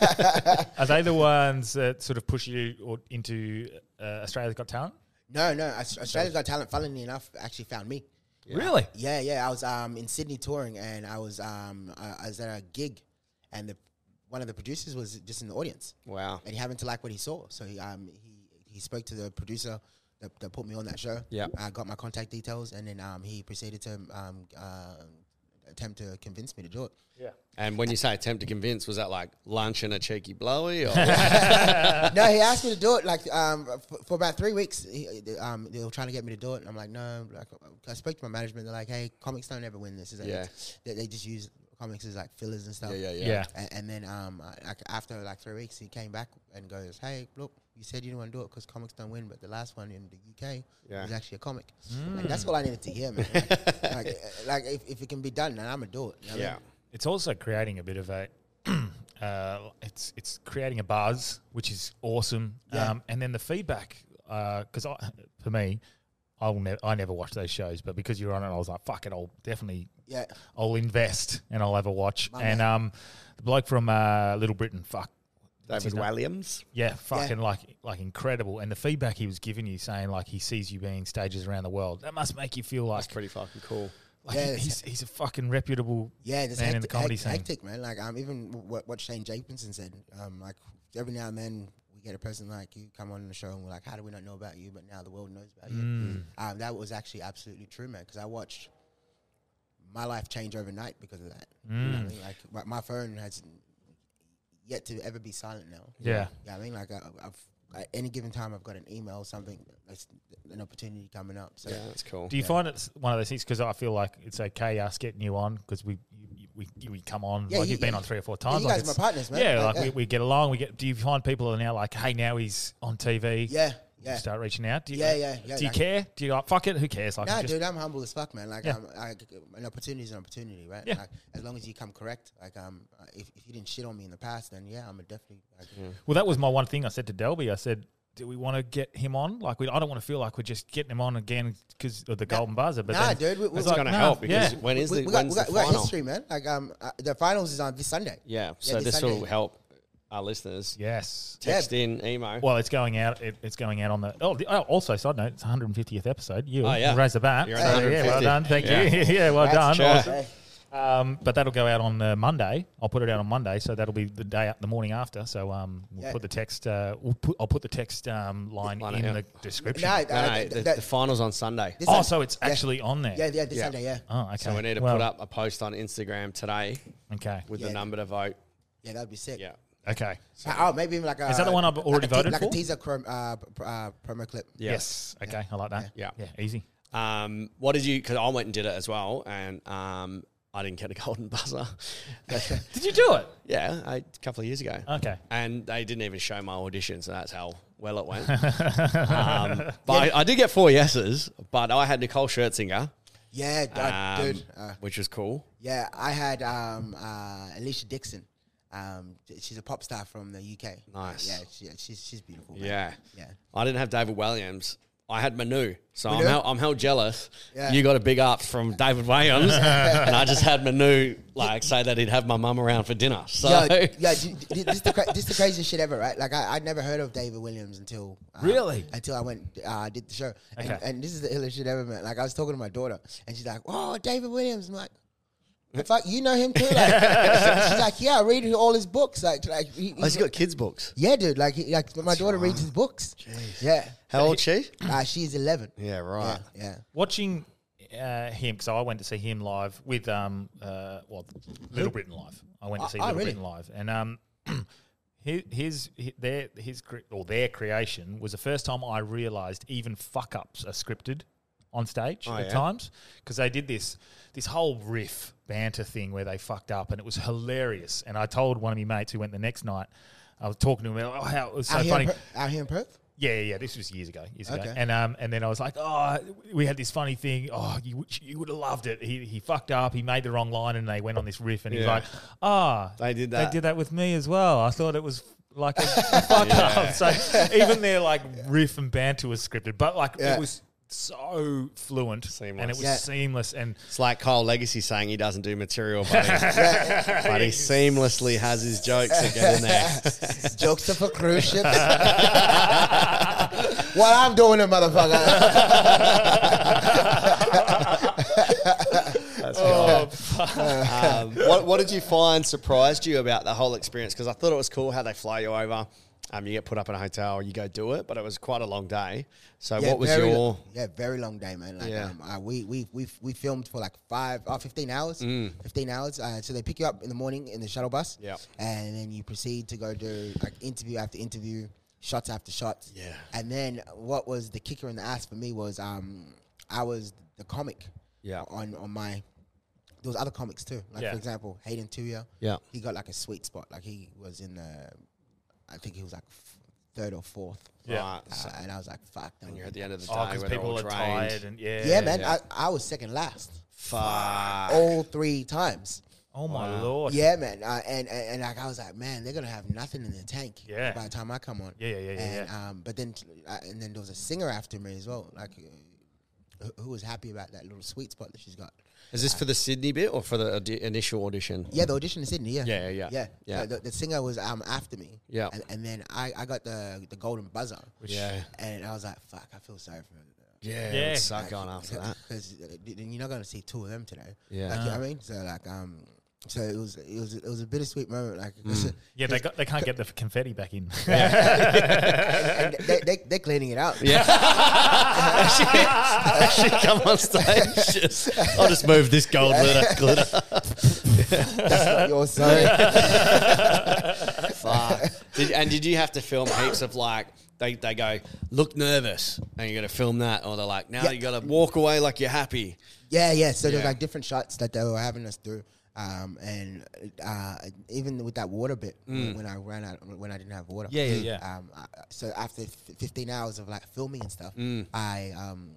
S1: Are they the [LAUGHS] ones that sort of push you or into uh, Australia's Got Talent?
S3: no, no. Aus- Australia's Got Talent. Funnily enough, actually found me.
S1: Really?
S3: Yeah, yeah. I was um, in Sydney touring, and I was um, I, I was at a gig, and the one of the producers was just in the audience.
S2: Wow.
S3: And he happened to like what he saw, so he um, he, he spoke to the producer that, that put me on that show.
S2: Yeah.
S3: I got my contact details, and then um, he proceeded to um, uh, attempt to convince me to do it.
S2: And when you say attempt to convince, was that like lunch and a
S1: [LAUGHS]
S2: cheeky blowy? Or
S3: no, he asked me to do it like um, for, for about three weeks. He, um, they were trying to get me to do it, and I'm like, no. Like, I spoke to my management. They're like, hey, comics don't ever win this. Is that
S2: Yeah.
S3: they, they just use comics as like fillers and stuff.
S2: Yeah, yeah, yeah.
S1: Yeah.
S3: A- And, then um, I- like after like three weeks, he came back and goes, hey, look, you said you didn't want to do it because comics don't win, but the last one in the UK
S2: Yeah. Mm.
S3: was actually a comic. Like, that's all I needed to hear, man. like, [LAUGHS] like if, if it can be done, then I'm gonna do it. you know what I
S2: yeah.
S3: mean?
S1: It's also creating a bit of a. [CLEARS THROAT] Uh, it's it's creating a buzz, which is awesome.
S3: Yeah.
S1: Um, and then the feedback, because I for me, I'll ne- I never watch those shows, but because you're on it, I was like, fuck it, I'll definitely
S3: yeah.
S1: I'll invest and I'll have a watch.
S3: My
S1: and
S3: man.
S1: um, the bloke from uh, Little Britain, fuck,
S2: David Williams.
S1: yeah, fucking like like incredible. And the feedback he was giving you, saying like he sees you being stages around the world, that must make you feel like,
S2: That's pretty fucking cool.
S1: like
S3: Yeah,
S1: he-
S3: it's-
S1: he's he's a fucking reputable
S3: Yeah, there's
S1: man
S3: hectic,
S1: in the comedy
S3: hec-
S1: scene.
S3: hectic, man. Like um, even what, what Shane Jacobson said, um, like every now and then we get a person like you come on the show and we're like, how do we not know about you? But now the world knows about you.
S1: Mm.
S3: Um, that was actually absolutely true, man. Because I watched my life change overnight because of that. You know what
S1: Mm.
S3: I mean? Like my, my phone has yet to ever be silent now.
S1: Yeah.
S3: yeah. I mean, like I, I've at any given time, I've got an email, something, that's an opportunity coming up. So
S2: Yeah, that's cool.
S1: Do you find it's one of those things? Because I feel like it's okay us getting you on because we you- we, you- we come on
S3: Yeah,
S1: like
S3: you-
S1: you've been
S3: yeah.
S1: on three or four
S3: Yeah,
S1: times.
S3: you
S1: like
S3: guys are my
S1: it's-
S3: partners, man.
S1: Yeah, like
S3: Like, yeah.
S1: We, we get along. We get. Do you find people are now like, hey, now he's on TV?
S3: yeah,
S1: You
S3: yeah.
S1: start reaching out. Do you,
S3: Yeah, yeah, yeah,
S1: Do you
S3: like-
S1: care? Do you like fuck it? Who cares? Like,
S3: No,
S1: I just,
S3: dude, I'm humble as fuck, man. Like,
S1: Yeah.
S3: um, I, an opportunity is an opportunity, right?
S1: Yeah.
S3: Like, as long as you come correct, like, um, uh, if, if you didn't shit on me in the past, then yeah, I'm a definitely. Like,
S1: Well, that was my one thing I said to Delby. I said, "Do we want to get him on? Like, we I don't want to feel like we're just getting him on again because of the golden buzzer." But
S3: Nah,
S1: then
S3: dude, we- we-
S1: it's
S3: It's
S1: like,
S2: gonna
S1: nah,
S2: help because
S1: yeah.
S2: when is
S3: we,
S2: the
S3: we got,
S2: when's
S3: we got,
S2: the
S3: we got
S2: final?
S3: history, man. Like, um, uh, the finals is on this Sunday.
S2: Yeah, so
S3: this
S2: this will
S3: Sunday.
S2: help our listeners.
S1: yes.
S2: Text in emo.
S1: Well, it's going out. It, it's going out on the. Oh, the, oh, also, side note, it's 150th episode. You
S2: Oh, yeah.
S1: raise the bat.
S2: You're on
S1: So, yeah, well
S2: 150.
S1: done. Thank
S2: Yeah.
S1: you. [LAUGHS] yeah, well
S3: That's
S1: done.
S2: Sure.
S1: Awesome.
S3: Hey,
S1: Um, but that'll go out on uh, Monday. I'll put it out on Monday, so that'll be the day, the morning after. So um, we'll
S3: Yeah.
S1: put the text. Uh, we'll put, I'll put the text um, line
S2: Line
S1: in
S2: out.
S1: the description.
S3: No, uh,
S2: No, no,
S3: th-
S2: the,
S3: that-
S2: the finals on Sunday.
S3: this
S1: oh,
S3: Sun-
S1: so it's
S3: yeah.
S1: actually on there.
S3: yeah, yeah, this
S2: Yeah. Uh,
S3: Sunday, yeah,
S1: Oh, okay.
S2: So we need to
S1: Well,
S2: put up a post on Instagram today
S1: Okay.
S2: with
S3: Yeah.
S2: the number to vote.
S3: yeah, that'd be sick.
S2: Yeah.
S1: Okay.
S3: Oh, maybe even like a,
S1: Is that the one I've already
S3: like a te-
S1: voted
S3: like
S1: for?
S3: a teaser crom- uh, pr- uh, promo clip.
S2: Yeah.
S1: Yes. Okay. I like that.
S2: Yeah.
S1: Yeah. Easy.
S2: Um, what did you? Because I went and did it as well, and um, I didn't get a [LAUGHS] golden buzzer.
S1: Did you do it?
S2: yeah, I, a couple of years ago.
S1: Okay.
S2: And they didn't even show my audition, so that's how well it went. um, but I, I did get four yeses, but I had Nicole Schertzinger,
S3: Yeah, d- uh,
S2: um,
S3: dude. Uh,
S2: which was cool.
S3: yeah, I had um, uh, Alicia Dixon. Um, j- she's a pop star from the UK.
S2: Nice.
S3: Yeah, she, she's she's beautiful. man.
S2: Yeah.
S3: Yeah.
S2: I didn't have David Williams. I had Manu. So I'm
S3: Manu?
S2: hell, I'm hell jealous.
S3: Yeah.
S2: You got a big up from David
S3: [LAUGHS]
S2: Williams. and I just had Manu like say that he'd have my mum around for dinner. So [LAUGHS]
S3: Yeah, yeah. d- d- This is the, cra- this the craziest shit ever, right? Like I, I'd never heard of David Williams until um,
S1: Really?
S3: until I went uh, did the show. And,
S1: Okay.
S3: and this is the illest shit ever, man. Like I was talking to my daughter, and she's like, "Oh, David Williams." I'm like. "The Fuck, you know him too. Like,
S2: [LAUGHS]
S3: she's like, yeah, I read all his books. Like, like he,
S2: Oh, he's got kids' books.
S3: yeah, dude. Like, he, like my daughter reads his books. Yeah,
S2: How old she?
S3: uh, she's eleven.
S2: Yeah, right.
S3: Yeah, yeah.
S1: Watching uh, him, because I went to see him live with, um, uh, well, Little Britain Live. I went to see
S3: oh,
S1: Little
S3: really?
S1: Britain Live. And um, [CLEARS THROAT] his, his, hi- their, his, cre- or their creation was the first time I realized even fuck ups are scripted on stage
S3: Oh,
S1: at
S2: yeah?
S1: times because they did this this whole riff banter thing where they fucked up and it was hilarious and I told one of my mates who went the next night I was talking to him oh how it was so
S3: out,
S1: funny
S3: Here in per- out here in Perth.
S1: yeah, yeah, yeah. This was years ago. Years ago.
S3: Okay.
S1: And um, and then I was like, oh, we had this funny thing. Oh, you would- you would have loved it. He, he fucked up. He made the wrong line, and they went on this riff, and he's
S2: Yeah.
S1: like, ah,
S2: They did that.
S1: They did that with me as well. I thought it was.
S2: [LAUGHS]
S1: Like a fuck up. So even their like riff and banter was scripted, but like
S3: Yeah.
S1: it was so fluent and it
S2: Seamless.
S1: was
S3: Yeah.
S1: seamless and
S2: It's like Kyle Legacy saying he doesn't do material, but [LAUGHS] he, but he seamlessly has his jokes to get in there.
S3: Jokes are for cruise
S2: [LAUGHS]
S3: ships. [LAUGHS] what I'm doing, it,
S2: [LAUGHS]
S3: motherfucker.
S1: oh, fuck.
S2: um, what, what did you find surprised you about the whole experience? Because I thought it was cool how they fly you over. Um, you get put up in a hotel, you go do it, but it was quite a long day. So what was
S3: very,
S2: your
S3: Yeah, very long day, man. Like,
S2: Yeah.
S3: um, uh, we we we we filmed for like five, oh, 15 hours. Fifteen hours. Uh, so they pick you up in the morning in the shuttle bus.
S2: Mm. Yeah.
S3: and then you proceed to go do like interview after interview, shots after shots.
S2: Yeah.
S3: and then what was the kicker in the ass for me was um I was the comic.
S2: Yeah.
S3: on on my. There was other comics too, like
S1: Yeah.
S3: for example Hayden Tuya.
S2: Yeah.
S3: he got like a sweet spot. Like he was in the, I think he was like f- third or fourth.
S1: Yeah.
S2: Right,
S3: Uh,
S2: so-
S3: and I was like, fuck. no.
S2: you're at the end of the day
S1: Oh,
S2: when
S1: because
S2: they're all
S1: people are
S2: drained.
S1: tired and yeah,
S3: yeah, man.
S2: yeah.
S3: I, I was second last
S2: Fuck.
S3: all three times.
S1: Oh my lord.
S3: Yeah, man. Uh, and, and and like I was like, man, they're gonna have nothing in the tank.
S1: Yeah.
S3: By the time I come on.
S1: Yeah, yeah, yeah, yeah,
S3: And
S1: yeah.
S3: um, but then uh, and then there was a singer after me as well. Like, uh, who- who was happy about that little sweet spot that she's got?
S2: Is this for the Sydney bit or for the audi- initial audition?
S3: Yeah, the audition in Sydney. Yeah,
S2: Yeah, yeah, yeah.
S3: yeah.
S2: Yeah.
S3: So the, the singer was um after me.
S2: Yeah.
S3: and, and then I, I got the the golden buzzer.
S2: Yeah.
S3: and I was like, fuck, I feel sorry for. Her.
S2: Yeah,
S1: Yeah.
S2: it would suck going after that.
S3: because you're not going to see two of them today.
S2: Yeah.
S3: like, you know what I mean, so like, um, so it was, it was, it was a bittersweet moment. Like,
S2: Hmm.
S1: Yeah, they got, they can't get the confetti back in.
S3: [LAUGHS]
S1: [LAUGHS]
S3: and they, they, they're cleaning it out.
S2: [LAUGHS] Yeah. she, she come on stage. Just, I'll just move this gold glitter. glitter.
S3: [LAUGHS] That's
S2: [LAUGHS]
S3: not yours, sorry.
S2: Fuck. Did, and did you have to film heaps of like they, they go look nervous and you got to film that or they're like now
S3: Yeah.
S2: you got to walk away like you're happy.
S3: yeah, yeah. So there's
S2: Yeah.
S3: like different shots that they were having us do. Um, and uh, even with that water bit, when I ran out, when I didn't have water.
S1: Mm. Yeah, yeah, yeah.
S3: Um, I, so after f- 15 hours of like filming and stuff,
S1: Mm.
S3: I um,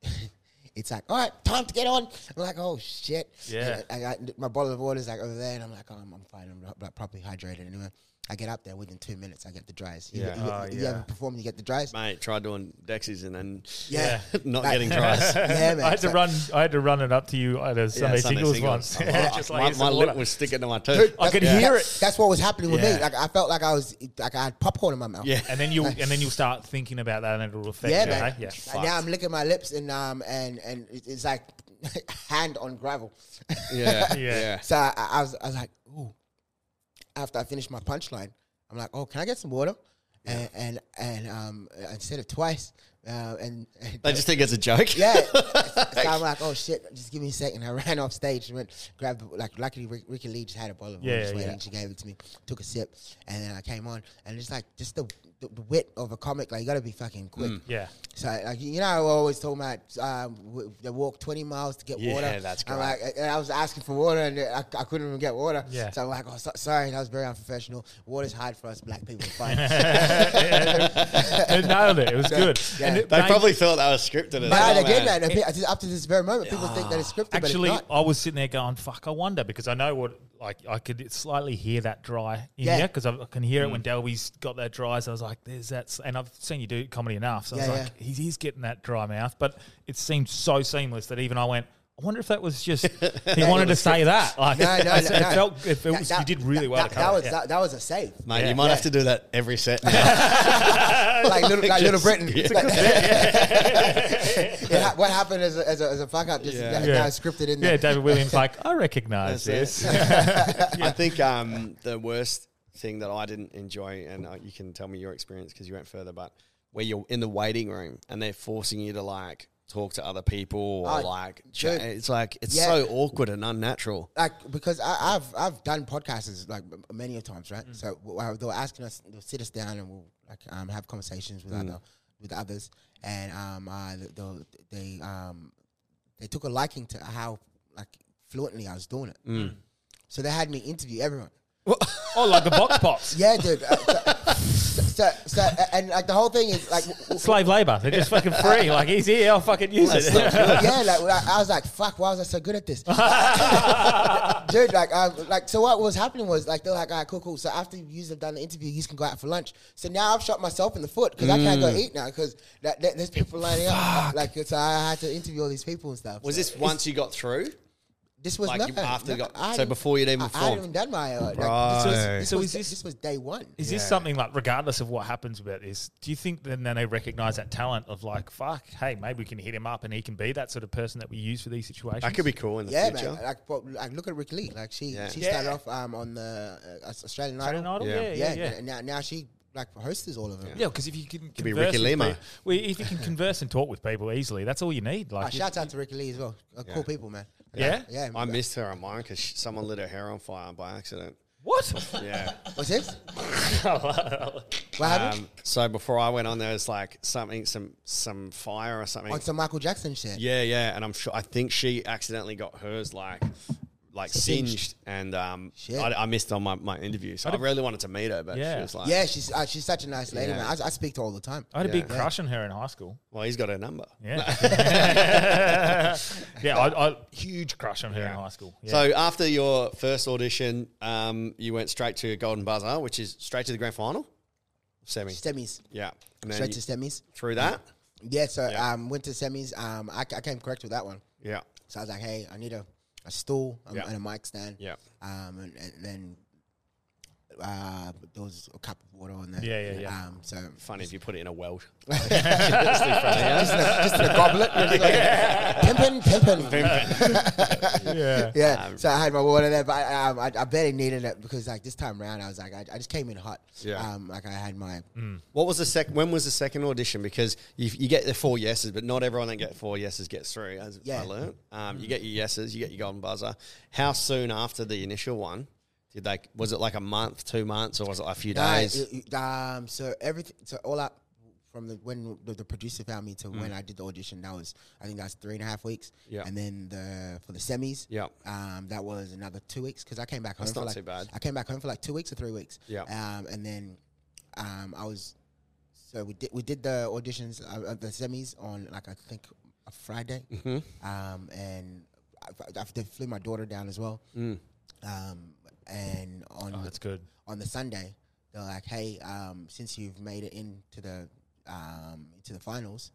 S3: [LAUGHS] it's like, all right, time to get on. I'm like, oh shit.
S1: Yeah.
S3: I, I, my bottle of water's like over there, and I'm like, oh, I'm, I'm fine. I'm like, properly hydrated anyway. I get up there within two minutes. I get the dries. You,
S2: Yeah.
S3: you,
S1: Oh,
S3: you
S1: yeah.
S3: haven't performed. You get the dries.
S2: Mate, try doing dexies and then
S3: Yeah.
S2: [LAUGHS] not
S3: Like-
S2: getting
S1: [LAUGHS]
S2: tries.
S3: yeah, man.
S1: I had to
S3: So-
S1: run. I had to run it up to you at a Sunday,
S2: Sunday
S1: singles,
S2: singles.
S1: once.
S2: [LAUGHS] Oh,
S1: [LAUGHS] Just like
S2: my
S1: it's
S2: my
S1: the
S2: lip
S1: water.
S2: was sticking to my tooth.
S1: I could
S3: Yeah.
S1: hear
S3: That-
S1: it.
S3: That's what was happening with
S1: Yeah.
S3: me. Like I felt like I was like I had popcorn in my
S2: [LAUGHS]
S3: mouth.
S2: Yeah.
S1: And then you and then you'll start thinking about that, and it'll affect
S3: Yeah,
S1: you. eh?
S3: man.
S1: hey? Yeah.
S3: Like, [LAUGHS] now I'm licking my lips and um and and it- it's like hand on gravel. [LAUGHS]
S2: Yeah.
S1: Yeah.
S3: So I, I was, I was like, ooh. After I finished my punchline, I'm like, oh, can I get some water? And and and um, instead of twice, uh, and, and
S2: They just think it's a
S1: [LAUGHS]
S2: joke.
S3: yeah. so I'm like, oh shit, just give me a second. I ran off stage and went, grabbed, like, luckily Rick, Ricky Lee just had a bottle of
S1: Yeah,
S3: orange sweat
S1: yeah.
S3: and she gave it to me, took a sip, and then I came on. And it's like, just the, the, the wit of a comic, like, you gotta be fucking quick.
S1: Mm. Yeah.
S3: So, like, you know, I always talking about um, w- they walk 20 miles to get
S2: Yeah,
S3: water.
S2: that's
S3: I'm
S2: great.
S3: like, and I was asking for water and I, I couldn't even get water.
S1: Yeah.
S3: So I'm like, oh, so, sorry, that was very unprofessional. Water's hard for us black people
S1: [LAUGHS]
S3: to find.
S1: They nailed it. It was [LAUGHS] good.
S3: Yeah.
S1: And it-
S2: They
S1: mate,
S2: probably thought that was scripted. as
S3: no,
S2: well,
S3: they did,
S2: man.
S3: man. And pe- Up to this very moment, people think that it's scripted,
S1: Actually,
S3: but it's not.
S1: I was sitting there going, "Fuck, I wonder," because I know what, like, I could slightly hear that dry in
S3: Yeah.
S1: yeah. because I, I can hear it when Delby's got that dry. So I was like, "There's that," s- and I've seen you do comedy enough, so I
S3: Yeah,
S1: was like,
S3: yeah.
S1: he's, "He's getting that dry mouth," but it seemed so seamless that even I went. I wonder if that was just
S3: [LAUGHS]
S1: he wanted to say that. Like,
S3: No, no,
S1: [LAUGHS]
S3: no,
S1: it
S3: no.
S1: felt it
S3: That-
S1: felt
S3: that-
S1: you did really
S3: that-
S1: well.
S3: That,
S1: to
S3: that
S1: cover
S3: was
S1: it. Yeah.
S3: that, that was
S1: [LAUGHS]
S3: a save,
S2: Mate,
S1: Yeah.
S2: you might have to do that every set [LAUGHS] now.
S3: like little, like little [LAUGHS]
S1: [LAUGHS]
S3: Britain. Like- It ha- what happened as a, as a, as a fuck up? Just
S2: Yeah.
S3: that,
S1: Yeah.
S3: that was scripted in
S1: yeah,
S3: there.
S1: David Williams, like I recognize
S2: That's
S1: this.
S2: I think um, the worst thing that I didn't enjoy, and uh, you can tell me your experience because you went further, but where you're in the waiting room and they're forcing you to like talk to other people or
S3: Oh,
S2: like ch-
S3: dude.
S2: it's like it's
S3: Yeah.
S2: so awkward and unnatural.
S3: like because I, I've I've done podcasts like m- many a times,
S1: Mm.
S3: right? So w- they were asking us, they'll sit us down and we'll like um, have conversations with
S1: Mm.
S3: other with others, and um, uh, they'll, they um, they took a liking to how like fluently I was doing it. So they had me interview everyone.
S1: oh, like the box pops,
S3: [LAUGHS] Yeah, dude. Uh, so, so, so, and like the whole thing is like, w- w-
S1: slave labor. They're just fucking free. Like he's here, I'll fucking use it.
S3: yeah, like I I was like, fuck, why was I so good at
S2: [LAUGHS]
S3: this? dude, like, I, like, so what was happening was like they're like, all right, cool, cool. So after you have done the interview, you can go out for lunch. So now I've shot myself in the foot because I can't go
S2: Mm.
S3: eat now because that, that, there's people lining up. Like, so I had to interview all these people and stuff.
S2: Was
S3: So
S2: this once you got through?
S3: This was
S2: like,
S3: not
S2: you- after you got-
S3: I
S2: so
S3: hadn't-
S2: before you'd even
S3: I, I hadn't
S2: performed?
S3: even done my. Uh, like,
S2: Right.
S3: this was, this
S1: So
S3: was,
S1: is this-
S3: this was day one.
S1: Is this something like, regardless of what happens about this, do you think then, then they recognize that talent of like, fuck, hey, maybe we can hit him up and he can be that sort of person that we use for these situations?
S2: That could be cool in the
S3: Yeah,
S2: future.
S3: man. Like, well, like, look at Rick Lee. Like, she
S2: Yeah.
S3: she
S1: Yeah.
S3: started off um, on the uh, Australian,
S1: Australian Idol?
S2: Yeah.
S1: Yeah, yeah, yeah.
S3: and Now, now she like hosts all of them.
S1: Yeah, because if you can
S2: be
S1: converse
S2: Ricky
S1: with
S2: Lima.
S1: pe- well, if you can converse and talk with people easily, that's all you need.
S3: Ah,
S1: Like, you-
S3: shout out to Ricky Lee as well. Uh, Cool people, man.
S1: yeah,
S3: Yeah.
S2: I missed her on mine because someone lit her hair on fire by accident. [LAUGHS]
S1: what?
S2: Yeah.
S3: What's this? what happened?
S2: um, so before I went on, there was like something, some some fire or something.
S3: On some Michael Jackson shit.
S2: Yeah, yeah, and I'm sure. I think she accidentally got hers like, like
S3: Singed.
S2: singed, and um,
S3: Shit.
S2: I, I missed on my, my interview, so I, really wanted to meet her, but she
S1: Yeah.
S2: was like,
S3: Yeah, she's uh, she's such a nice lady,
S2: Yeah.
S3: man. I, I speak to her all the time.
S1: I had a big
S2: Yeah.
S1: crush on her in high school.
S2: well, he's got her number."
S1: Yeah, yeah, I, I huge crush on her in high school. Yeah.
S2: So after your first audition, um, you went straight to Golden Buzzer, which is straight to the grand final, semi.
S3: Semis,
S2: Yeah, and then
S3: straight
S2: you-
S3: to semis.
S2: through that.
S3: Yeah, so um, went to semis. Um, I, I came correct with that one.
S2: Yeah,
S3: So I was like, hey, I need a, a stool um,
S2: Yeah.
S3: and a mic stand.
S2: Yeah.
S3: Um, and, and then uh, there was a cup of water on there.
S1: Yeah, yeah, yeah.
S3: Um, so [LAUGHS]
S2: funny if you put it in a weld.
S3: just, in a, just in a goblet. Just like, pimpin', pimpin'.
S1: yeah.
S3: Yeah, so I had my water there, but I, um, I, I barely needed it because like this time round, I was like, I, I just came in hot.
S2: Yeah.
S3: Um, like I had my
S2: What was the sec? When was the second audition? Because you, you get the four yeses, but not everyone that get four yeses gets through. As
S3: Yeah. Mm.
S2: I learned, um, you get your yeses, you get your golden buzzer. How soon after the initial one did they? Was it like a month, two months, or was it like a few days?
S3: Uh, it- it- um, so everything, so all up from the when the, the producer found me to when I did the audition, that was I think that's three and a half weeks.
S2: Mm. Yeah.
S3: And then the for the semis.
S2: Yeah.
S3: Um, that was another two weeks because I came back home.
S2: That's
S3: for
S2: not
S3: like,
S2: too bad.
S3: I came back home for like two weeks or three weeks.
S2: Yeah.
S3: Um, and then, um, I was, so we did we did the auditions uh, uh, the semis on like I think a Friday.
S2: Mm-hmm.
S3: Um, and I, I, I flew my daughter down as well.
S2: Mm.
S3: Um, and on
S1: Oh, that's good.
S3: on the Sunday, they're like, "Hey, um, since you've made it into the um, into the finals,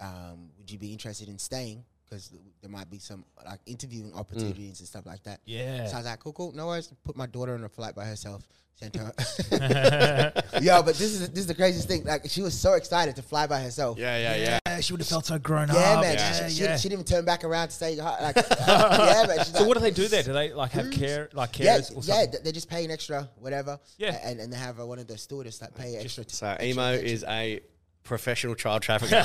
S3: um, would you be interested in staying because there might be some like interviewing opportunities and stuff like that.
S1: Mm. Yeah.
S3: So I was like, cool, cool. No worries. Put my daughter on a flight by herself. Sent
S1: [LAUGHS]
S3: her. Yo, but this is this is the craziest thing. Like she was so excited to fly by herself.
S2: Yeah, yeah, yeah.
S1: she would have felt so grown
S3: Yeah, man. She, she, she didn't even turn back around to say,
S1: [LAUGHS]
S3: hi, like, yeah, man. She's
S1: So
S3: like-
S1: what do they do there? Do they like have care like carers
S3: yeah,
S1: or something?
S3: yeah, they- they just pay an extra whatever.
S1: Yeah.
S3: a- and and they have uh, one of the stewardess like pay extra. T-
S2: So emo is a professional child
S3: [LAUGHS]
S2: trafficker. [LAUGHS]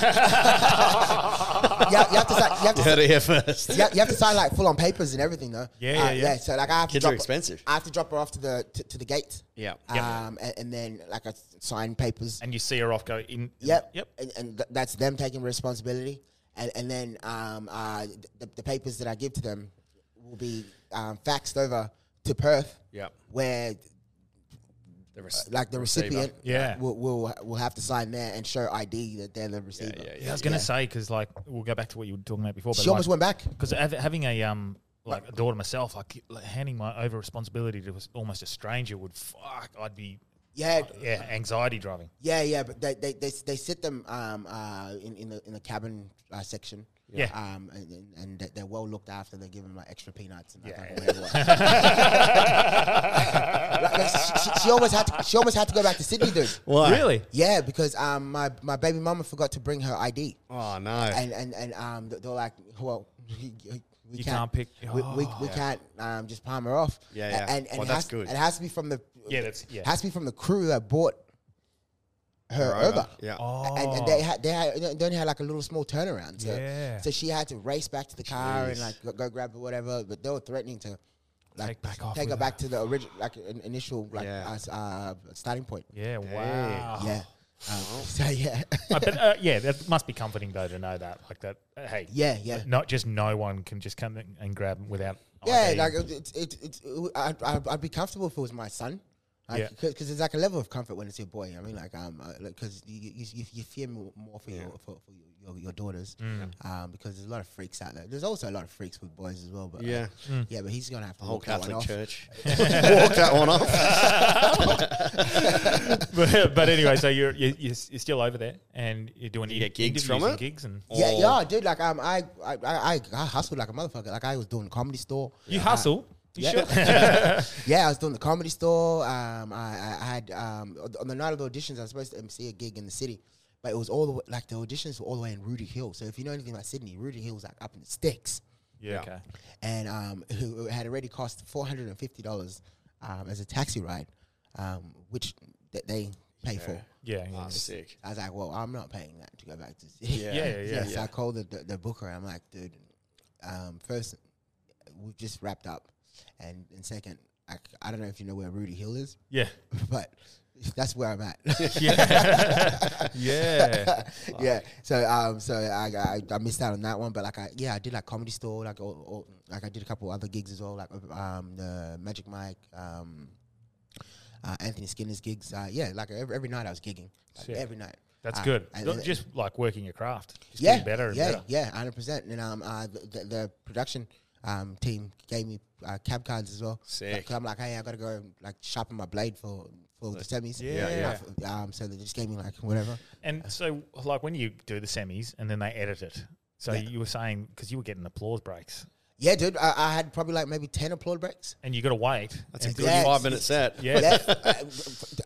S3: you, have, you have to sign, you have to
S2: Heard it here first.
S3: you have, you have to sign like full on papers and everything though. Uh,
S1: Yeah, yeah, yeah.
S3: So like I have to
S2: Kids are
S3: drop,
S2: expensive.
S3: I have to drop her off to the to, to the gate.
S2: Yeah. Yep.
S3: Um, and, and then like I s- sign papers.
S1: And you see her off go in
S3: Yep.
S1: Yep.
S3: And, and th- that's them taking responsibility. And, and then um, uh, the, the papers that I give to them will be um, faxed over to Perth.
S2: Yep.
S3: Where
S2: The res-
S3: like [LAUGHS] the
S2: receiver.
S3: recipient
S1: Yeah.
S3: will, will will have to sign there and show ID that they're the receiver.
S2: yeah,
S1: Yeah, I was going to 'cause say because like we'll go back to what you were talking about before. But
S3: She almost went back.
S1: because having a um like a daughter myself, like like, handing my over responsibility to almost a stranger would fuck. I'd be
S3: Yeah,
S1: yeah anxiety driving.
S3: yeah, yeah. But they they, they, they sit them um uh in, in the in the cabin uh, section.
S1: Yeah.
S3: Um and, and- and they- they're well looked after. They give them like extra peanuts and like,
S1: Yeah.
S3: whatever. Like, like, she, she- she almost had to she almost had to go back to Sydney, dude.
S1: Really?
S3: Yeah, because um my, my baby mama forgot to bring her ID.
S2: Oh no.
S3: and and and um, th- they're like, well, we
S1: You can't pick-
S3: we, we, we
S2: Yeah.
S3: can't um, just palm her off.
S2: Yeah,
S3: A-
S2: yeah.
S3: And, and
S2: Well,
S3: it
S2: that's
S3: has,
S2: good.
S3: It has to be from the
S1: Yeah, that's- yeah.
S3: Has to be from the crew that bought her
S2: Right,
S3: over.
S2: right. Yeah.
S1: Oh,
S3: And, and they had they had they only had like a little small turnaround. So,
S1: Yeah.
S3: so she had to race back to the car and
S2: Jeez.
S3: like go, go grab whatever. But they were threatening to like
S1: Take back off
S3: take her
S1: with
S3: back to the original like in, initial like
S2: Yeah.
S3: us- uh, starting point.
S1: yeah. Wow.
S3: Yeah. Um, [LAUGHS] so yeah.
S1: Uh, but uh, yeah, that must be comforting though to know that like that. uh, hey.
S3: Yeah, yeah.
S1: Not just no one can just come in and grab 'em without.
S3: Yeah,
S1: ID.
S3: like it, it, it, it, I'd, I'd, I'd be comfortable if it was my son.
S1: Yeah.
S3: Because there's like a level of comfort when it's your boy. I mean, like um, because like 'cause you, you you you fear more, more for your for, for your, your your daughters,
S1: Mm.
S3: um, because there's a lot of freaks out there. There's also a lot of freaks with boys as well, but uh,
S2: Yeah.
S1: Mm.
S3: yeah, but he's gonna have to
S2: Whole
S3: [LAUGHS] walk that one
S2: Catholic
S3: off.
S2: Church. Walk that one off.
S1: [LAUGHS] but, but anyway, so you're, you're you're s- you're still over there and you're doing
S2: you get
S1: interviews
S2: gigs from
S1: and
S2: it?
S1: gigs and
S3: Yeah,
S2: Or-
S3: yeah, dude. Like um, I I, I I hustled like a motherfucker. Like I was doing comedy store.
S1: you hustle. You
S3: Yeah.
S1: sure?
S3: Yeah, I was doing the comedy store. Um, I, I had um, on- on the night of the auditions, I was supposed to MC a gig in the city, but it was all the way, like the auditions were all the way in Rudy Hill. So if you know anything about Sydney, Rudy Hill's like up in the sticks,
S1: yeah. Okay.
S3: and um, [LAUGHS] it had already cost four hundred and fifty dollars um, as a taxi ride, um, which that they pay for.
S1: Yeah. yeah.
S2: [LAUGHS]
S3: Um,
S2: Oh, sick.
S3: I was like, well, I'm not paying that to go back to the city.
S2: Yeah.
S1: Yeah, yeah,
S3: So I called the, the, the booker. I'm like, dude, um, first, we've just wrapped up. And, and second, I, I don't know if you know where Rudy Hill is, [LAUGHS]
S1: Yeah.
S3: but that's where I'm at. [LAUGHS]
S1: Yeah. [LAUGHS] yeah.
S3: yeah. So um, so I, I I missed out on that one, but like I yeah I did like comedy store like or, or, like I did a couple other gigs as well like um the Magic Mike um. Uh, Anthony Skinner's gigs, uh, yeah, like every, every night I was gigging, like,
S1: Sick.
S3: every night.
S1: That's
S3: Uh,
S1: good.
S3: and-
S1: Not
S3: and-
S1: just like working your craft. Just
S3: yeah,
S1: getting better and
S3: yeah,
S1: better.
S3: yeah, hundred percent. And um, uh, the, the, the production um team gave me uh, cab cards as well.
S2: Sick.
S3: i I'm like, hey, I gotta go like sharpen my blade for for the semis.
S1: Yeah, yeah.
S3: yeah. Um, so they just gave me like whatever.
S1: And so, like, when you do the semis and then they edit it. So you were saying because you were getting applause breaks,
S3: Yeah, dude, I, I had probably like maybe ten applaud
S2: [LAUGHS]
S3: breaks.
S1: and you got to wait. That's
S2: Good
S3: Yeah.
S2: five minute set.
S1: yeah,
S3: Yeah,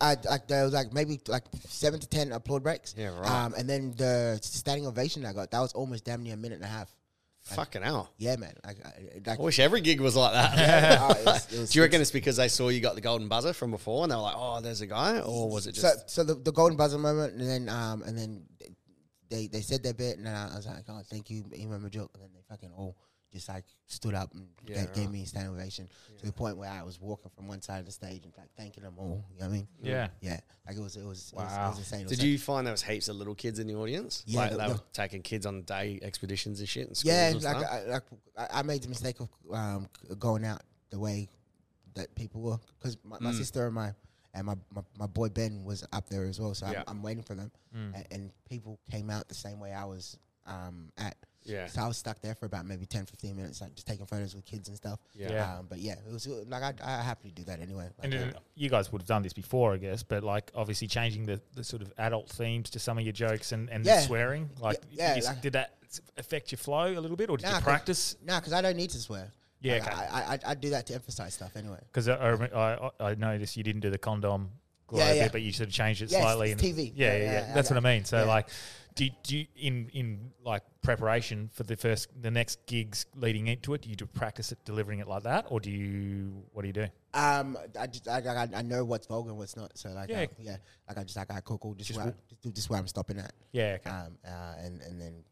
S3: I, I- like there was like maybe like seven to ten applaud breaks.
S2: Yeah, right.
S3: Um, and then the standing ovation I got that was almost damn near a minute and a half.
S2: Fucking hell.
S3: Yeah, man. Like, I- like
S2: I wish every gig was like
S3: [LAUGHS]
S2: that.
S3: uh, [LAUGHS] it was- it was-
S2: [LAUGHS] Do you reckon it's because they saw you got the golden buzzer from before and they were like, oh, there's a guy? Or was it
S3: so?
S2: just.
S3: So the, the golden buzzer moment, and then um, and then they they said their bit, and then I was like, oh, thank you, Imam Majuk, and then they fucking all just like stood up and ga- gave, me a standing ovation to the point where I was walking from one side of the stage and like thanking them all. You know what I mean?
S1: Yeah.
S3: yeah. Like it was it was it was, it
S1: Wow.
S3: was insane. It was
S2: did
S3: like-
S2: you find there was heaps of little kids in the audience?
S3: Yeah,
S2: like
S3: the-
S2: they
S3: the-
S2: were taking kids on day expeditions and shit. And schools
S3: Yeah,
S2: and
S3: like
S2: stuff?
S3: I, like I- I made the mistake of um, c- going out the way that people were because my,
S2: Mm.
S3: my sister and my and my, my, my boy Ben was up there as well. So
S2: Yeah. Mm.
S3: I'm, I'm waiting for them, A- and, people came out the same way I was um, at.
S2: Yeah.
S3: So I was stuck there for about maybe 10, 15 minutes, like just taking photos with kids and stuff.
S2: Yeah.
S1: Yeah.
S3: Um, but yeah, it was like I, I happily do that anyway. Like,
S1: And
S3: uh,
S1: then you guys would have done this before, I guess, but like obviously changing the, the sort of adult themes to some of your jokes and, and
S3: Yeah.
S1: the swearing. Like,
S3: yeah,
S1: you s-
S3: like-
S1: did that s- affect your flow a little bit, or did
S3: Nah,
S1: you
S3: 'cause-
S1: practice?
S3: nah, because I don't need to swear.
S1: Yeah,
S3: Like,
S1: okay.
S3: I, I I do that to emphasize stuff anyway.
S1: Because I, I, rem- I, I noticed you didn't do the condom glow
S3: Yeah, yeah.
S1: bit, but you sort of changed it
S3: Yeah, it's-
S1: slightly.
S3: it's
S1: and-
S3: TV.
S1: Yeah,
S3: Yeah,
S1: yeah, yeah.
S3: yeah,
S1: That's
S3: yeah.
S1: what I mean. So
S3: Yeah.
S1: like, do you, do you in in like preparation for the first the next gigs leading into it? Do you do practice it delivering it like that, or do you what do you do?
S3: Um, I just I, I, I know what's vulgar and what's not. So like
S1: Yeah.
S3: yeah, yeah like I just like I cool cool just,
S1: Just
S3: where I,
S1: w-
S3: just do just where I'm stopping at.
S1: Yeah, okay.
S3: Um, uh, and and then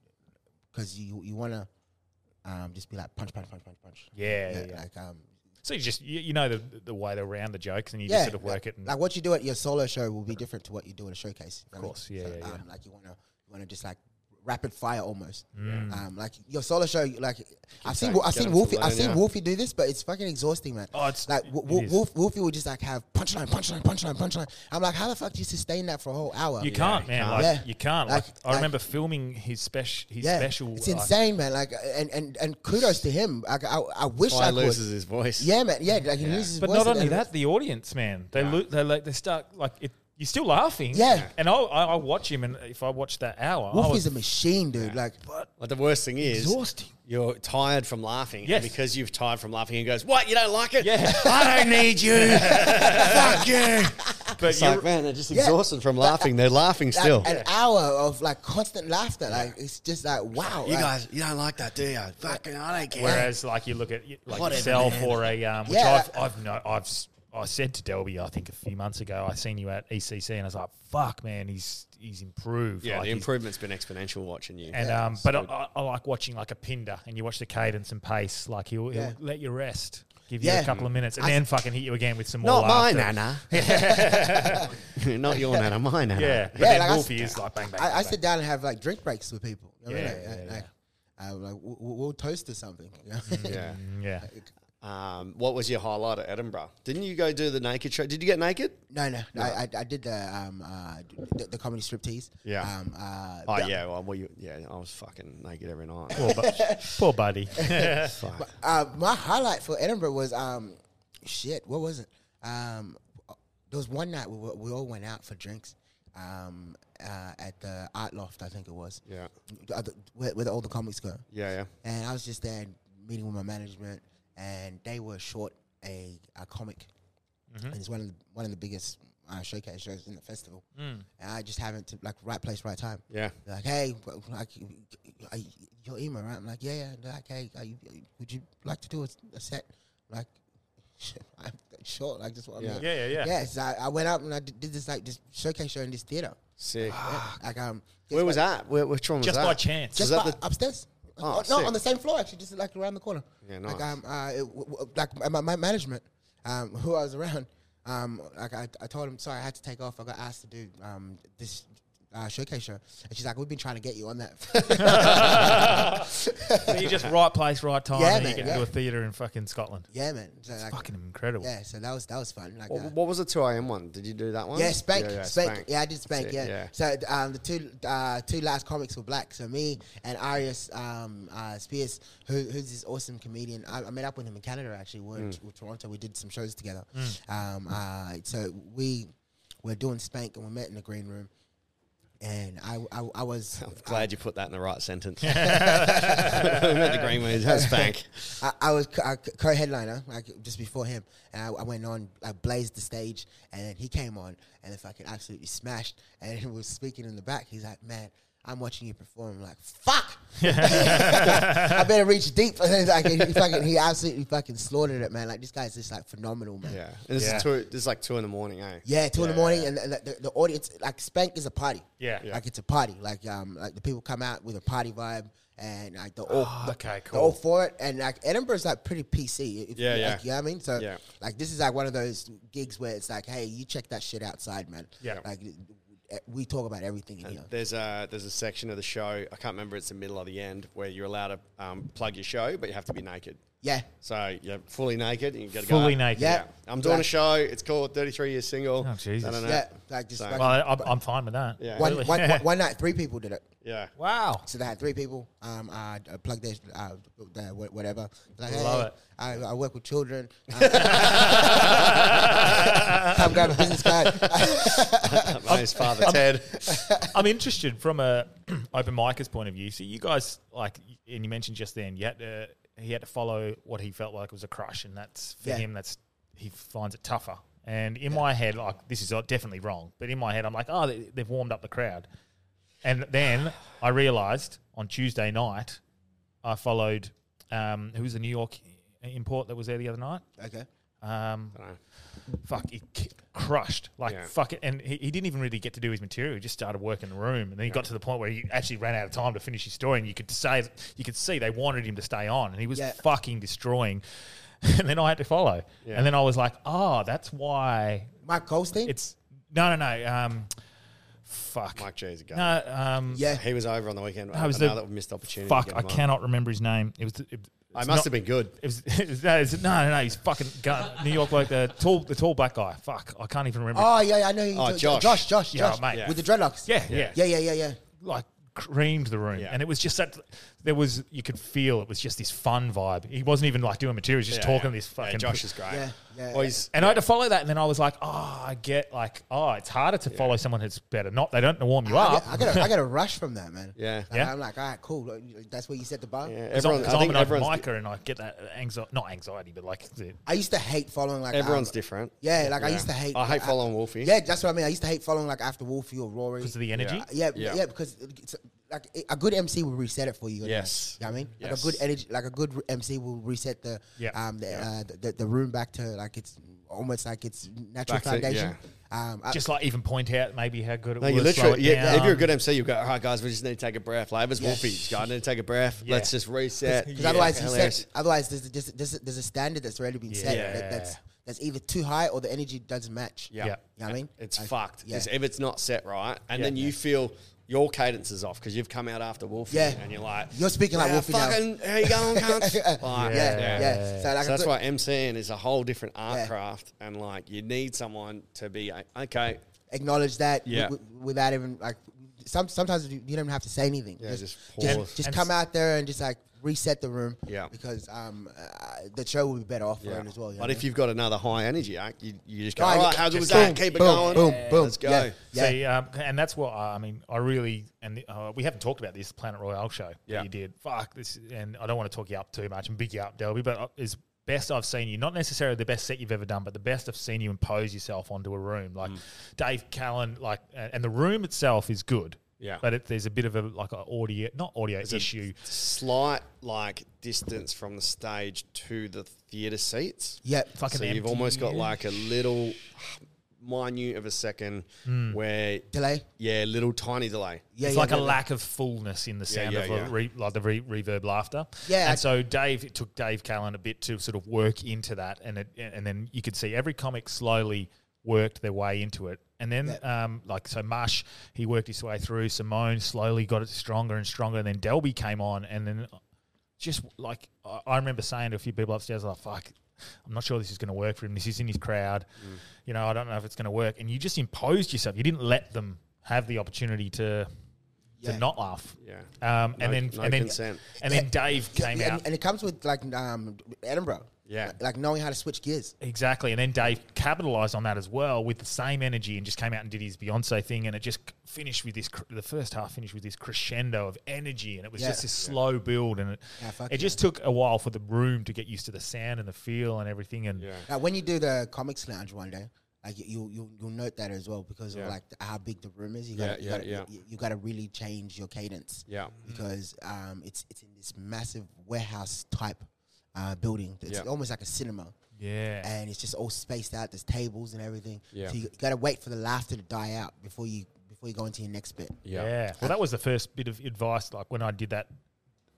S3: because you you wanna um just be like punch punch punch punch punch.
S1: Yeah, yeah. yeah.
S3: Like um
S1: So you just you, you know the the way around the jokes, and you
S3: yeah,
S1: just sort of work
S3: like,
S1: it. And,
S3: like what you do at your solo show will be different to what you do at a showcase. Of
S1: course, yeah, yeah, yeah.
S3: Um, like you wanna you wanna just like rapid fire almost.
S1: Mm.
S3: Um, like your solo show, like I've seen
S2: saying,
S3: I've
S2: get
S3: seen
S2: him to
S3: Wolfie I've
S2: learn,
S3: seen
S2: yeah.
S3: Wolfie do this, but it's fucking exhausting, man.
S1: Oh, it's-
S3: like
S1: it-
S3: Wo-
S1: it is.
S3: Wolf, Wolfie would just like have punchline, punchline, punchline, punchline. I'm like, how the fuck do you sustain that for a whole hour?
S1: you can't, man. Like,
S3: Yeah.
S1: You can't. Like,
S3: Like-
S1: I
S3: like-
S1: remember filming his special. His special.
S3: It's
S1: like-
S3: insane, man. Like, and and and kudos to him. Like, I, I wish I
S2: Fly
S3: could.
S2: Oh, loses his voice.
S3: Yeah, man. Yeah, like he loses. his
S1: But
S3: voice
S1: not
S3: at the
S1: only
S3: end of it.
S1: that, the audience, man, they lo- they like they start like it. You're still laughing,
S3: Yeah.
S1: And I, I I watch him, and if I watch that hour, I
S3: Wolfie's
S1: was
S3: a machine, dude. Like,
S2: But the worst thing is,
S1: exhausting.
S2: you're tired from laughing. and
S1: Yes.
S2: because you've tired from laughing, he goes, What? You don't like it?
S1: Yeah.
S2: [LAUGHS] I don't need you.
S1: [LAUGHS]
S2: Fuck you.
S1: But
S2: It's
S1: you're,
S2: like, man, they're just
S3: Yeah.
S2: exhausted from laughing. They're laughing
S3: like,
S2: still.
S3: an hour of like constant laughter. Like, it's just like wow.
S2: You
S3: like,
S2: guys, you don't like that, do you? Fucking, I don't
S1: [LAUGHS]
S2: care.
S1: whereas like you look at y- like
S2: Whatever,
S1: yourself
S2: man.
S1: or a um, which
S3: Yeah.
S1: I've I've no I've s- I said to Delby, I think a few months ago, I seen you at ECC, and I was like, fuck, man, he's he's improved.
S2: yeah,
S1: like,
S2: the
S1: he's-
S2: improvement's been exponential watching you.
S1: And um, but I, I, I like watching like a pinder, and you watch the cadence and pace. Like he'll, he'll
S3: Yeah.
S1: let you rest, give you
S3: Yeah.
S1: a couple of minutes, and
S3: I-
S1: then fucking hit you again with some more.
S2: Not mine,
S1: laughter.
S2: Anna. [LAUGHS] Not your Nana, mine, Anna.
S1: Yeah, but
S3: Yeah,
S1: then
S3: like I s-
S1: Wolfie is like bang bang.
S3: I, I
S1: bang,
S3: sit down and have like drink breaks with people. You know what I mean?
S1: Yeah, yeah,
S3: Like,
S1: Mm-hmm.
S3: like, uh, like, we'll, we'll toast to something. you know?
S2: Yeah.
S1: bang. Mm, yeah.
S2: Um, what was your highlight at Edinburgh? Didn't you go do the naked show? Did you get naked?
S3: [LAUGHS] no, no, no. I, I I did the um uh, the, the comedy striptease.
S2: Yeah.
S3: Um. Uh,
S2: Oh
S3: the-
S2: yeah, well, well you, yeah, I was fucking naked every night.
S1: Poor, bu- [LAUGHS] poor buddy.
S2: Fuck.
S3: uh, my highlight for Edinburgh was um, shit. What was it? Um, there was one night we, were- we all went out for drinks, um, uh, at the Art Loft, I think it was.
S2: Yeah.
S3: The other- where, where all the comics go.
S2: Yeah, yeah.
S3: And I was just there meeting with my management, and they were short a, a comic,
S1: Mm-hmm.
S3: and it's one of the, one of the biggest uh, showcase shows in the festival.
S1: Mm.
S3: And I just haven't to, like right place, right time.
S2: Yeah.
S3: They're like, hey, w- like are you, your emo, right? I'm like, yeah, yeah. They're like, hey, are you, would you like to do a, a set? I'm like, [LAUGHS] I'm short. Like just what
S2: Yeah.
S3: I mean.
S1: Yeah, yeah, yeah.
S3: so I, I went out and I did, did this like this showcase show in this theater.
S2: Sick.
S3: Like um,
S2: Where was that? Where, which one was
S1: Just
S2: that?
S1: by chance. [LAUGHS]
S3: just [LAUGHS]
S2: was that
S3: by-
S2: the-
S3: upstairs.
S2: Oh,
S3: Oh, no,
S2: sick.
S3: on the same floor actually, just like around the corner.
S2: Yeah, nice.
S3: Like um, uh, it, w- w- like my, my management, um, [LAUGHS] who I was around, um, like I, I told him, sorry, I had to take off. I got asked to do um this. Uh, showcase show, and she's like, "We've been trying to get you on that." [LAUGHS]
S2: [LAUGHS]
S1: so you just right place, right time,
S3: Yeah,
S1: and you
S3: mate,
S1: get
S3: yeah.
S1: into a theatre in fucking Scotland.
S3: yeah, man. So like,
S1: Fucking incredible.
S3: yeah, so that was that was fun. Like,
S2: What,
S3: uh,
S2: what was the 2 a.m. one? Did you do that one?
S3: yeah, spank, spank,
S2: Spank.
S3: Yeah, I did spank.
S2: Sick,
S3: Yeah.
S2: yeah.
S3: So um, the two uh, two last comics were black. So me and Arius um, uh, Spears, who, who's this awesome comedian, I, I met up with him in Canada actually. We're
S2: Mm.
S3: in T- Toronto. We did some shows together. Um, uh, so we were doing spank and we met in the green room. And I, I, I was
S2: I'm glad you put that in the right [LAUGHS] sentence. We met the green room. That's spank.
S3: I, I was co- I co- co-headliner like just before him, and I, I went on, I blazed the stage, and then he came on, and then fucking absolutely smashed, and he was speaking in the back. He's like, "Man, I'm watching you perform." I'm like, "Fuck, [LAUGHS] I better reach deep." And then like, he fucking, he absolutely fucking slaughtered it, man. Like this guy's just like phenomenal, man.
S2: Yeah. And this
S1: Yeah.
S2: is two. This is like two in the morning, eh?
S3: Yeah, two in the morning, and the, the, the audience like Spank is a party.
S1: Yeah. Yeah.
S3: like it's a party. Like um, like the people come out with a party vibe, and like the all
S1: Ah, okay,
S3: they're
S1: cool.
S3: all for it. And like Edinburgh's like pretty PC. If,
S2: Yeah,
S3: like,
S2: yeah.
S3: You know what I mean? So
S2: Yeah.
S3: like this is like one of those gigs where it's like, hey, you check that shit outside, man.
S1: Yeah.
S3: like eh, we talk about everything in
S2: And
S3: here.
S2: There's a there's a section of the show I can't remember. It's the middle or the end where you're allowed to um, plug your show, but you have to be naked.
S3: Yeah.
S2: So you're fully naked and you got to go.
S1: Fully naked.
S3: Yeah.
S2: I'm doing
S3: Yeah.
S2: a show. It's called 33 Years Single.
S1: Oh, Jesus.
S2: I don't know.
S3: Yeah. Like just
S2: So-
S3: like
S1: Well, I, I'm- I'm fine with that.
S2: Yeah.
S3: one,
S1: Really. [LAUGHS]
S3: one, one, one night, three people did it.
S2: Yeah.
S3: [LAUGHS]
S1: wow. [LAUGHS]
S3: So they had three people. Um, I uh, plugged their, uh, their wha- whatever. Like,
S1: Love
S3: hey,
S1: it.
S3: I, I work
S1: [LAUGHS]
S3: with children. Um, [LAUGHS] I'm got a business card.
S2: My
S3: [LAUGHS]
S2: name's Father Ted.
S1: [LAUGHS] I'm interested from a [CLEARS THROAT] open micer's point of view. So you guys like, and you mentioned just then, you had to he had to follow what he felt like was a crush, and that's for
S3: Yeah.
S1: him. That's he finds it tougher. And in my head, like this is uh, definitely wrong, but in my head, I'm like, oh, they, they've warmed up the crowd. And then I realized on Tuesday night, I followed um, who was the New York import that was there the other night.
S3: okay.
S1: Um, fuck, he k- crushed. Like,
S2: Yeah.
S1: fuck it. And he, he didn't even really get to do his material. He just started working the room. And then he got to the point where he actually ran out of time to finish his story. And you could say, you could see they wanted him to stay on. And he was
S3: Yeah.
S1: fucking destroying. [LAUGHS] and then I had to follow. And then I was like, oh, that's why
S3: Mike Colstein?
S1: it's. No, no, no. Um, fuck.
S2: Mike G's a guy.
S1: No, um,
S3: yeah.
S2: He was over on the weekend.
S1: I was the-
S2: Another missed opportunity. to
S1: Fuck,
S2: get
S1: I
S2: him on.
S1: cannot remember his name. It was. It, it's
S2: I must
S1: not-
S2: have been good.
S1: It was, [LAUGHS] it was, no, it was- no, no, no, he's fucking gun, New York like the tall, the tall black guy. Fuck, I can't even remember.
S3: Oh, yeah, yeah, I know. who
S2: Oh,
S3: you're talking-
S2: Josh.
S3: Josh, Josh,
S1: Yeah,
S3: Josh.
S1: mate.
S3: With the dreadlocks.
S1: Yeah, yeah,
S3: Yeah, yeah, yeah, yeah.
S1: Like creamed the room,
S2: Yeah.
S1: and it was just that there was you could feel it was just this fun vibe. He wasn't even like doing material, he was just
S2: Yeah,
S1: talking
S2: yeah.
S1: this
S2: Yeah,
S1: fucking.
S2: Josh is great.
S3: Yeah, yeah.
S2: Well, he's,
S1: And I had to follow that, and then I was like, oh, I get like, oh, it's harder to follow someone who's better. Not they don't warm you
S3: I
S1: up.
S3: get, I, get a, I get a rush from that, man.
S2: Yeah.
S3: Like,
S1: Yeah.
S3: I'm like, all right, cool. That's where you set the bar.
S2: yeah,
S1: Because I'm-
S2: everyone,
S1: because
S2: I think
S1: I'm an open
S2: everyone's, di-
S1: micer and I get that anxiety, not anxiety, but like the,
S3: I used to hate following like
S2: everyone's
S3: um,
S2: different.
S3: Yeah, like I
S2: Yeah.
S3: used to hate.
S2: I hate
S3: like,
S2: following Wolfie.
S3: Yeah, that's what I mean. I used to hate following like after Wolfie or Rory.
S1: because of the energy.
S3: Yeah,
S2: Yeah.
S3: yeah, because it's, like a good MC will reset it for you. you know?
S2: Yes.
S3: you know what I mean, like
S2: Yes.
S3: a good energy, like a good MC will reset the
S1: Yeah.
S3: um the, uh, the the room back to like it's almost like it's natural
S2: Back to-
S3: foundation. Um, I-
S1: Just like even point out maybe how good it
S2: No,
S1: was.
S2: you
S1: slow it
S2: literally. Yeah,
S1: down.
S2: if you're a good MC, you go. All right, guys, we just need to take a breath. Like, it's
S3: Yeah.
S2: Wolfie. Just go, I need to take a breath. Let's just
S3: [LAUGHS]
S2: reset.
S3: Because otherwise, he
S2: Hilarious.
S3: set, otherwise there's, there's, there's, there's a standard that's already been set
S1: Yeah.
S3: that, that's that's either too high or the energy doesn't match.
S2: Yeah.
S1: Yeah.
S3: you know what I mean,
S2: It's
S3: Like,
S2: fucked.
S3: Yeah,
S2: 'Cause if it's not set right, and
S1: Yeah.
S2: then you
S1: Yeah.
S2: feel your cadence is off because you've come out after Wolfie,
S3: Yeah.
S2: and you're like,
S3: You're speaking like
S2: "Yeah,
S3: Wolfie now."
S2: fucking, how you
S3: [LAUGHS]
S2: going, cunt?
S3: yeah,
S2: Like,
S3: yeah, yeah. So, like
S2: So
S3: a
S2: that's
S3: good-
S2: why MCing is a whole different art
S3: Yeah.
S2: craft, and like you need someone to be like, okay.
S3: acknowledge that
S2: Yeah.
S3: w- w- without even like some sometimes you, you don't even have to say anything.
S2: Yeah, just pause.
S3: Just, just
S1: And
S3: come
S1: s-
S3: out there and just like reset the room.
S2: Yeah.
S3: because um uh, the show will be better off for it as well. you
S2: but
S3: know?
S2: if you've got another high energy act, you, you just go,
S3: Oh,
S2: all
S3: yeah.
S2: right, how good was
S3: Boom,
S2: that? Keep it
S3: boom,
S2: going.
S3: boom, boom.
S2: Let's go.
S3: Yeah.
S1: Yeah. See, um, and that's what I I mean. I really and uh, we haven't talked about this Planet Royale show
S2: Yeah.
S1: that you did. Fuck this, and I don't want to talk you up too much and big you up, Delby. But uh, it's best I've seen you. Not necessarily the best set you've ever done, but the best I've seen you impose yourself onto a room. Like
S2: Mm.
S1: Dave Callan, like and, and the room itself is good.
S2: Yeah.
S1: but it, there's a bit of a like an audio, not audio issue.
S2: Slight like distance from the stage to the theater seats.
S3: yeah,
S1: fucking
S2: so you've
S1: empty.
S2: almost got like a little minute of a second where
S3: Delay?
S2: Yeah, little tiny delay.
S3: yeah,
S1: it's
S3: yeah,
S1: like a
S3: yeah, yeah.
S1: lack of fullness in the sound
S2: yeah,
S1: of like,
S2: yeah.
S1: Re, like the re, reverb laughter.
S3: Yeah.
S1: and so Dave it took Dave Callan a bit to sort of work into that, and it, and then you could see every comic slowly worked their way into it, and then um, like so Marsh he worked his way through. Simone slowly got it stronger and stronger, and then Delby came on, and then just like I I remember saying to a few people upstairs, like, "Fuck, I'm not sure this is going to work for him. This is in his crowd.
S2: Mm.
S1: You know, I don't know if it's going to work." And you just imposed yourself. You didn't let them have the opportunity to
S3: Yeah.
S1: to not laugh.
S2: Yeah.
S1: Um, and
S2: No-
S1: then
S2: no
S1: and then
S2: consent.
S1: and then Dave came
S3: and,
S1: out
S3: and it comes with like um Edinburgh.
S2: Yeah.
S3: like, like knowing how to switch gears.
S1: exactly, and then Dave capitalized on that as well with the same energy and just came out and did his Beyonce thing, and it just finished with this. cr- The first half finished with this crescendo of energy, and it was
S3: Yeah.
S1: just this slow build, and it
S3: Yeah, fuck
S1: it just took a while for the room to get used to the sound and the feel and everything, and.
S3: Now, when you do the comics lounge one day, like you you you'll- you'll note that as well because
S2: Yeah.
S3: of like how big the room is. You
S2: Yeah, yeah,
S3: got yeah, you
S2: yeah.
S3: got you got to really change your cadence.
S2: Yeah. Mm-hmm.
S3: because um, it's it's in this massive warehouse type uh, building. It's
S2: Yeah.
S3: almost like a cinema.
S1: Yeah.
S3: and it's just all spaced out. There's tables and everything.
S2: Yeah.
S3: so you got to wait for the laughter to die out before you before you go into your next bit.
S1: Yeah. Well, that was the first bit of advice, like when I did that,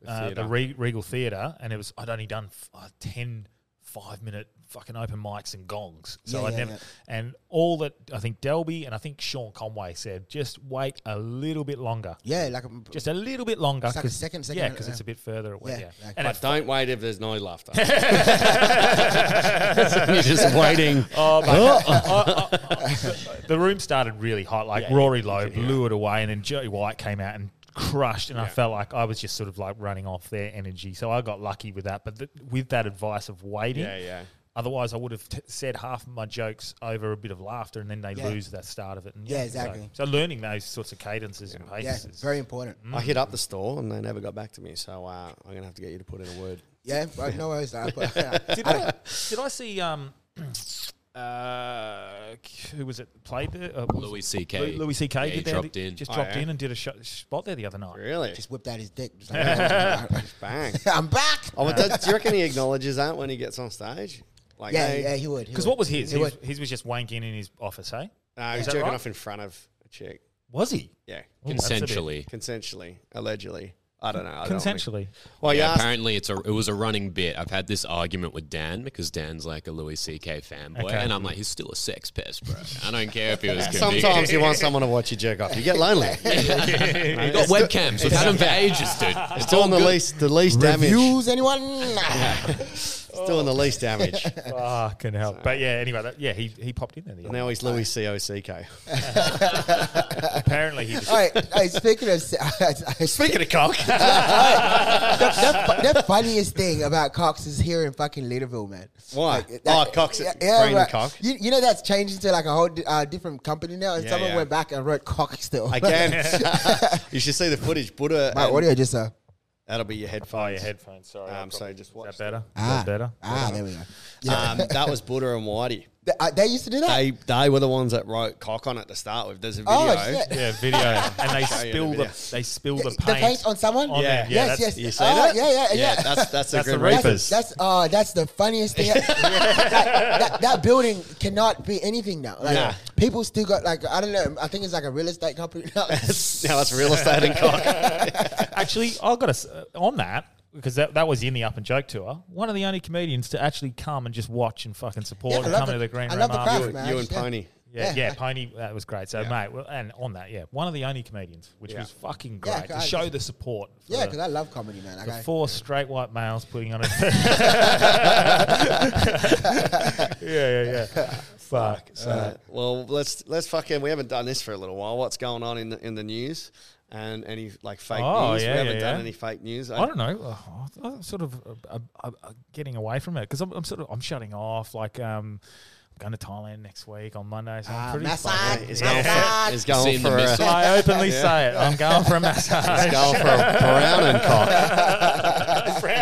S1: uh, the
S2: theatre.
S1: Re- Regal Theatre, and it was I'd only done f- uh, 10 five minute fucking open mics and gongs. So
S3: Yeah,
S1: I
S3: yeah,
S1: never
S3: yeah.
S1: and all that I think Delby and I think Sean Conway said just wait a little bit longer.
S3: Yeah, like um,
S1: Just a little bit longer.
S3: It's like a
S1: 'cause-
S3: second- second-
S1: yeah, because
S3: yeah.
S1: it's a bit further away.
S3: Yeah,
S1: Yeah.
S3: like-
S1: And
S2: But
S1: it-
S2: don't wait if there's no laughter. [LAUGHS] You're just waiting.
S1: oh, but- [LAUGHS] I- I- I- the room started really hot. Like
S2: Yeah,
S1: Rory
S2: yeah,
S1: Lowe
S2: yeah.
S1: blew it away, and then Joey White came out and crushed. And I felt like I was just sort of like running off their energy. So I got lucky with that. But th- with that advice of waiting,
S2: Yeah, yeah.
S1: Otherwise, I would have t- said half of my jokes over a bit of laughter, and then they
S3: Yeah.
S1: lose that start of it. And
S3: Yeah,
S1: so-
S3: exactly.
S1: So, learning those sorts of cadences and
S3: yeah,
S1: paces. is-
S3: very important.
S2: I hit up the store and they never got back to me, so uh, I'm gonna have to get you to put in a word.
S3: Yeah, well, no worries. [LAUGHS] I,
S1: [LAUGHS] Did I, did I see um, uh, who was it played there? Uh, was-
S9: Louis C.K.
S1: Lou- Louis C.K.
S9: Yeah,
S1: did
S9: he
S1: there,
S9: dropped in.
S1: Just
S2: Oh,
S1: dropped
S2: yeah.
S1: in and did a sh- spot there the other night.
S3: [LAUGHS]
S2: Really?
S3: just whipped out his
S2: [LAUGHS]
S3: dick. Just like,
S2: bang.
S3: I'm back.
S2: oh, but does, do you reckon he acknowledges that when he gets on stage? Like,
S3: Yeah,
S2: hey,
S3: yeah, he would. he
S1: Because
S3: would.
S1: what was his?
S3: He
S1: His,
S3: would.
S1: his was just wanking in his office, eh? hey?
S2: no, he's
S1: that
S2: jerking
S1: right?
S2: off in front of a chick.
S1: Was he?
S2: Yeah,
S1: Oh, that's a bit-
S9: Consensually.
S2: consensually, allegedly. I don't know. I don't wanna-
S3: [LAUGHS]
S1: Consensually.
S2: well,
S9: Yeah,
S2: yeah.
S9: apparently it's a it was a running bit. I've had this argument with Dan because Dan's like a Louis C.K. fanboy,
S1: Okay.
S9: and I'm like, he's still a sex pest, bro. I don't care if he was convicted.
S2: Sometimes you want someone to watch you jerk off. You get lonely.
S9: we got webcams. We've had them for ages, dude. It's
S2: It's doing the
S9: all good.
S2: least, the least damage.
S3: Reviews, anyone?
S2: [LAUGHS]
S3: Nah.
S2: It's doing the least damage.
S1: Fucking hell. Ah, But yeah, anyway, that, yeah, he, he popped in there. The other
S2: now he's Louis C O C K.
S1: Apparently, he [LAUGHS] was.
S3: All right. all right, speaking of, se- [LAUGHS] I, I,
S2: Speaking of
S3: [LAUGHS]
S2: cock,
S3: the, the, the funniest thing about Cox is here in fucking Leaderville, man.
S2: Why?
S3: Like,
S2: Oh, Cox, Brandon
S3: right.
S2: Cox.
S3: You, you know that's changed into like a whole di- uh, different company now, and
S2: Yeah,
S3: someone
S2: yeah.
S3: went back and wrote Cox still. [LAUGHS]
S2: again, you should see the footage. Buddha.
S3: My
S2: and-
S3: audio just uh,
S2: That'll be your headphones.
S1: Oh, your [LAUGHS] headphones. Sorry.
S2: Um,
S1: I've
S2: so
S1: got-
S2: just
S1: Is
S2: watch
S1: that better? Is
S3: ah
S1: that
S3: [LAUGHS]
S1: better?
S3: ah there we go. Yeah,
S2: Um, that was Buddha and Whitey.
S3: they, uh, they used to do that.
S2: They they were the ones that wrote cock on it to start with. There's a video.
S3: oh shit.
S1: Yeah, video. and they
S2: you the
S1: spill the,
S2: video.
S1: they spill the
S3: The
S1: paint.
S3: paint on someone?
S1: on
S2: Yeah.
S1: them.
S2: Yeah,
S3: yes,
S1: that's-
S3: yes.
S2: You see
S3: oh,
S2: that?
S3: Yeah, yeah, yeah.
S2: Yeah, that's that's a
S1: That's the
S2: good reference.
S1: Reapers.
S3: That's uh, that's the funniest thing. that, that, that building cannot be anything now. Like,
S2: Nah.
S3: People still got like I don't know. I think it's like a real estate company now.
S2: Now it's real estate and cock.
S1: Actually, I got to on that because that, that was in the Up and Joke tour. One of the only comedians to actually come and just watch and fucking support
S3: Yeah, I
S1: and
S3: love
S1: come
S3: the-
S1: to the green
S3: I
S1: room.
S3: love the
S1: after.
S3: crowd, man.
S2: you and
S3: Yeah.
S2: Pony.
S1: Yeah,
S3: Yeah.
S1: yeah, Pony, that was great. So, mate, well, and on that, yeah, one of the only comedians, which was fucking
S3: Yeah,
S1: great
S3: I-
S1: to show the support. For
S3: [LAUGHS] yeah,
S1: the-
S3: because I love comedy, man. Like,
S1: the
S3: I,
S1: four straight white males putting
S3: [LAUGHS]
S1: on a. [LAUGHS] yeah, yeah, yeah. Fuck.
S2: Uh, well, let's let's fucking. We haven't done this for a little while. What's going on in the, in the news and any like fake
S1: Oh,
S2: news?
S1: yeah,
S2: we haven't
S1: yeah,
S2: done
S1: yeah.
S2: any fake news.
S1: I don't know. Oh, I'm sort of uh, uh, uh, getting away from it because I'm, I'm sort of I'm shutting off. Like um, I'm going to Thailand next week on Monday, so I'm
S3: Ah,
S1: pretty.
S3: massage.
S1: fucking-
S2: Is
S3: Yeah.
S2: going for, is going
S9: Seen the
S2: for a,
S9: missile?
S1: So I
S3: [LAUGHS]
S1: openly say it. I'm going for a
S2: is
S1: massage.
S2: going for a brown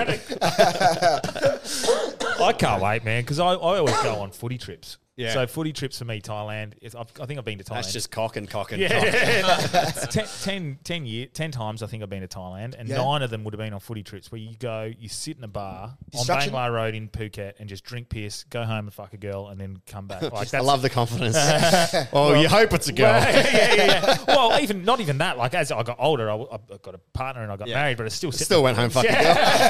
S2: and cock.
S1: Frowning. I can't wait, man, because I, I always go on footy trips.
S2: Yeah.
S1: So footy trips for me, Thailand. Is, I've, I think I've been to Thailand.
S2: That's just cock and cock and cock.
S1: [LAUGHS] Yeah,
S2: [LAUGHS]
S1: It's ten, ten, ten, year, ten times I think I've been to Thailand, and
S3: Yeah.
S1: nine of them would have been on footy trips where you go, you sit in a bar on
S3: Destruction?
S1: Bangla Road in Phuket and just drink piss, go home and fuck a girl, and then come
S2: [LAUGHS]
S1: back. Like
S2: I
S1: that's- [LAUGHS]
S2: love the [LAUGHS] confidence. oh, you hope it's a girl.
S1: Well, [LAUGHS] yeah, yeah, yeah. Well, even not even that. Like as I got older, I, w- I got a partner and I got
S2: Yeah.
S1: married, but I still sit
S2: Still went home fucking girl.
S1: but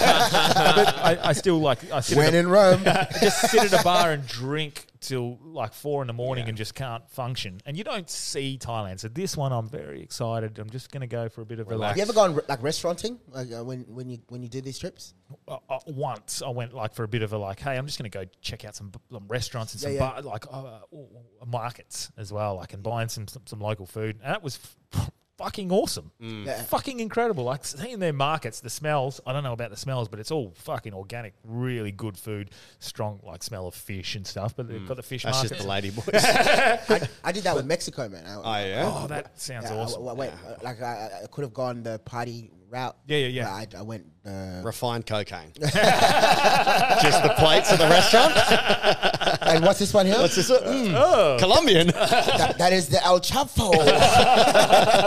S1: I, I still like I sit at
S3: when
S1: a-
S3: in [LAUGHS] Rome,
S1: I just sit at a bar and drink till like four in the morning and just can't function. And you don't see Thailand, so this one I'm very excited. I'm just going to go for a bit of a
S3: have
S1: like
S3: you ever gone like restauranting? Like uh, when when you when you do these trips?
S1: uh, uh, once I went like for a bit of a like, hey, I'm just going to go check out some, b- some restaurants and some
S3: Yeah,
S1: bar,
S3: yeah.
S1: like uh, uh, markets as well, like and buying some some, some local food, and that was. [LAUGHS] F- Fucking awesome,
S3: Yeah.
S1: fucking incredible! Like seeing their markets, the smells—I don't know about the smells, but it's all fucking organic, really good food, strong like smell of fish and stuff. But they've got the fish
S2: That's
S1: market.
S2: just the lady
S9: [LAUGHS]
S2: boys.
S3: I, I did that with Mexico, man. I,
S2: Oh yeah.
S1: Oh, that sounds
S3: I- I-
S1: awesome.
S3: I went, uh, like I, I could have gone the party route.
S1: Yeah, yeah, yeah.
S3: but I, I went. Uh,
S2: Refined cocaine. Just the plates of the restaurant.
S3: and what's this one here?
S2: What's this? Mm, Colombian.
S3: That, that is the
S2: [LAUGHS]
S3: El Chapo.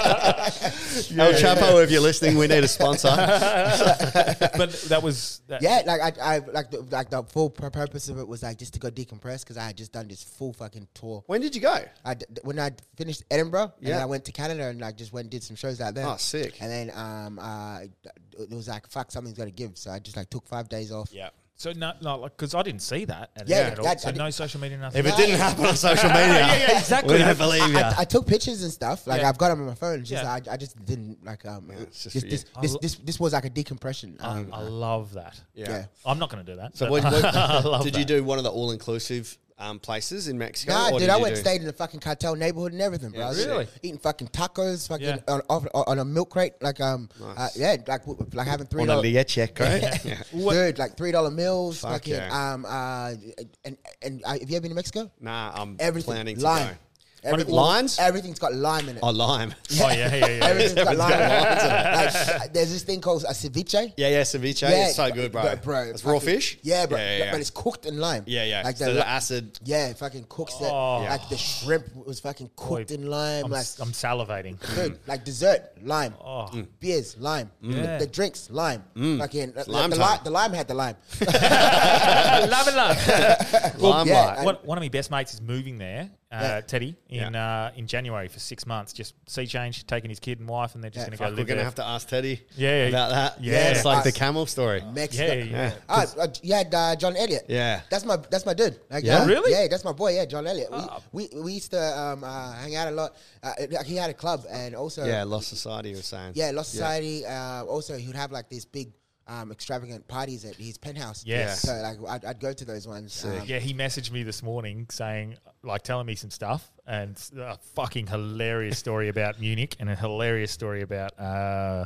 S2: El Chapo, if you're listening, we need a [LAUGHS] sponsor.
S1: but that was that,
S3: yeah, like I, I like the, like the full pur- purpose of it was like just to go decompress because I had just done this full fucking tour.
S2: when did you go?
S3: I d- when I finished Edinburgh, and then
S2: Yeah.
S3: I went to Canada and like just went and did some shows out there.
S2: Oh, sick.
S3: And then um, uh, it was like fuck, something's got to give, so I just like took five days off.
S2: Yeah.
S1: So no, no, like because I didn't see that. At
S3: Yeah,
S1: at all.
S3: that-
S1: so
S3: I
S1: no social media, nothing.
S2: If it didn't happen on [LAUGHS] social media,
S1: yeah, yeah, exactly.
S2: we
S1: I- I-
S2: don't believe you.
S3: I, I took pictures and stuff. Like
S1: Yeah.
S3: I've got them on my phone. It's Just
S1: Yeah.
S3: I, I just didn't like um.
S2: it's just
S3: this,
S2: for
S3: this,
S1: you.
S3: this,
S1: I'll-
S3: this this was like a decompression.
S1: I,
S3: Um,
S1: I love that.
S2: yeah.
S3: yeah.
S1: I'm not going to do that.
S2: So
S1: but
S2: what,
S1: [LAUGHS]
S2: what-
S1: I love
S2: did
S1: that.
S2: you do one of the all-inclusive um, places in Mexico?
S3: Nah,
S2: or
S3: dude,
S2: did
S3: I
S2: you
S3: went
S2: do-
S3: and stayed in the fucking cartel neighborhood and everything, bro. I was
S1: really?
S3: Eating fucking tacos, fucking
S1: Yeah.
S3: on, off, on a milk crate, like um, uh, yeah, like w- like having three
S2: On a
S3: [LAUGHS] dollar,
S2: Lia check, right? [LAUGHS] Yeah.
S3: dude, like three dollar meals,
S2: Fuck
S3: fucking
S2: yeah.
S3: um, uh, and and uh, have you ever been to Mexico?
S2: Nah, I'm
S3: Everything
S2: planning to
S3: lime,
S2: go.
S3: Everything-
S2: Lines?
S3: Everything's got lime in it.
S2: Oh, lime.
S1: Oh yeah, yeah, yeah.
S3: Everything's got lime. in
S2: lines in
S3: it. Like, uh, there's this thing called a ceviche.
S2: Yeah, yeah, ceviche. it's so good, bro.
S3: But, bro
S2: it's raw
S3: fucking-
S2: fish.
S3: Yeah, bro.
S2: Yeah, yeah, yeah.
S3: But it's cooked in lime.
S2: yeah, yeah.
S3: Like
S2: so
S3: the,
S2: the acid.
S3: yeah, it fucking cooks that.
S1: Oh.
S3: Like the shrimp was fucking cooked in lime.
S1: I'm,
S3: like
S1: s- I'm salivating.
S3: Dude, like dessert, lime.
S1: Oh.
S3: Beers, lime.
S1: Yeah.
S3: The, the drinks, lime. Fucking, like,
S2: lime
S3: the,
S2: time.
S3: li- the lime had the lime.
S1: [LAUGHS]
S3: [LAUGHS]
S1: love it, love. Well,
S2: Limelight.
S3: yeah,
S1: one, one of my best mates is moving there, uh,
S3: Yeah.
S1: Teddy, in uh, in January for six months. Just sea change, taking his kid and wife, and they're just
S3: Yeah,
S1: going to go live
S2: We're going to
S1: there.
S2: have to ask Teddy
S1: Yeah, yeah.
S2: about that.
S1: Yeah.
S2: It's like the
S3: Us.
S2: camel story.
S3: [LAUGHS] Mexico.
S1: Yeah, yeah.
S3: Ah, uh, you had uh, John Elliott.
S2: Yeah.
S3: that's my that's my dude. Like,
S2: Yeah?
S3: uh,
S1: Really?
S3: Yeah, that's my boy. Yeah, John Elliott. We, we we used to um, uh, hang out a lot. Uh, like, he had a club and also
S2: Yeah, Lost Society was saying.
S3: Yeah, Lost Society. Uh, also, he would have like these big um, extravagant parties at his penthouse.
S1: Yes.
S3: So like, I'd, I'd go to those ones. Um,
S1: Uh, Yeah, he messaged me this morning saying, like, telling me some stuff and s- a fucking hilarious story about Munich and a hilarious story about uh,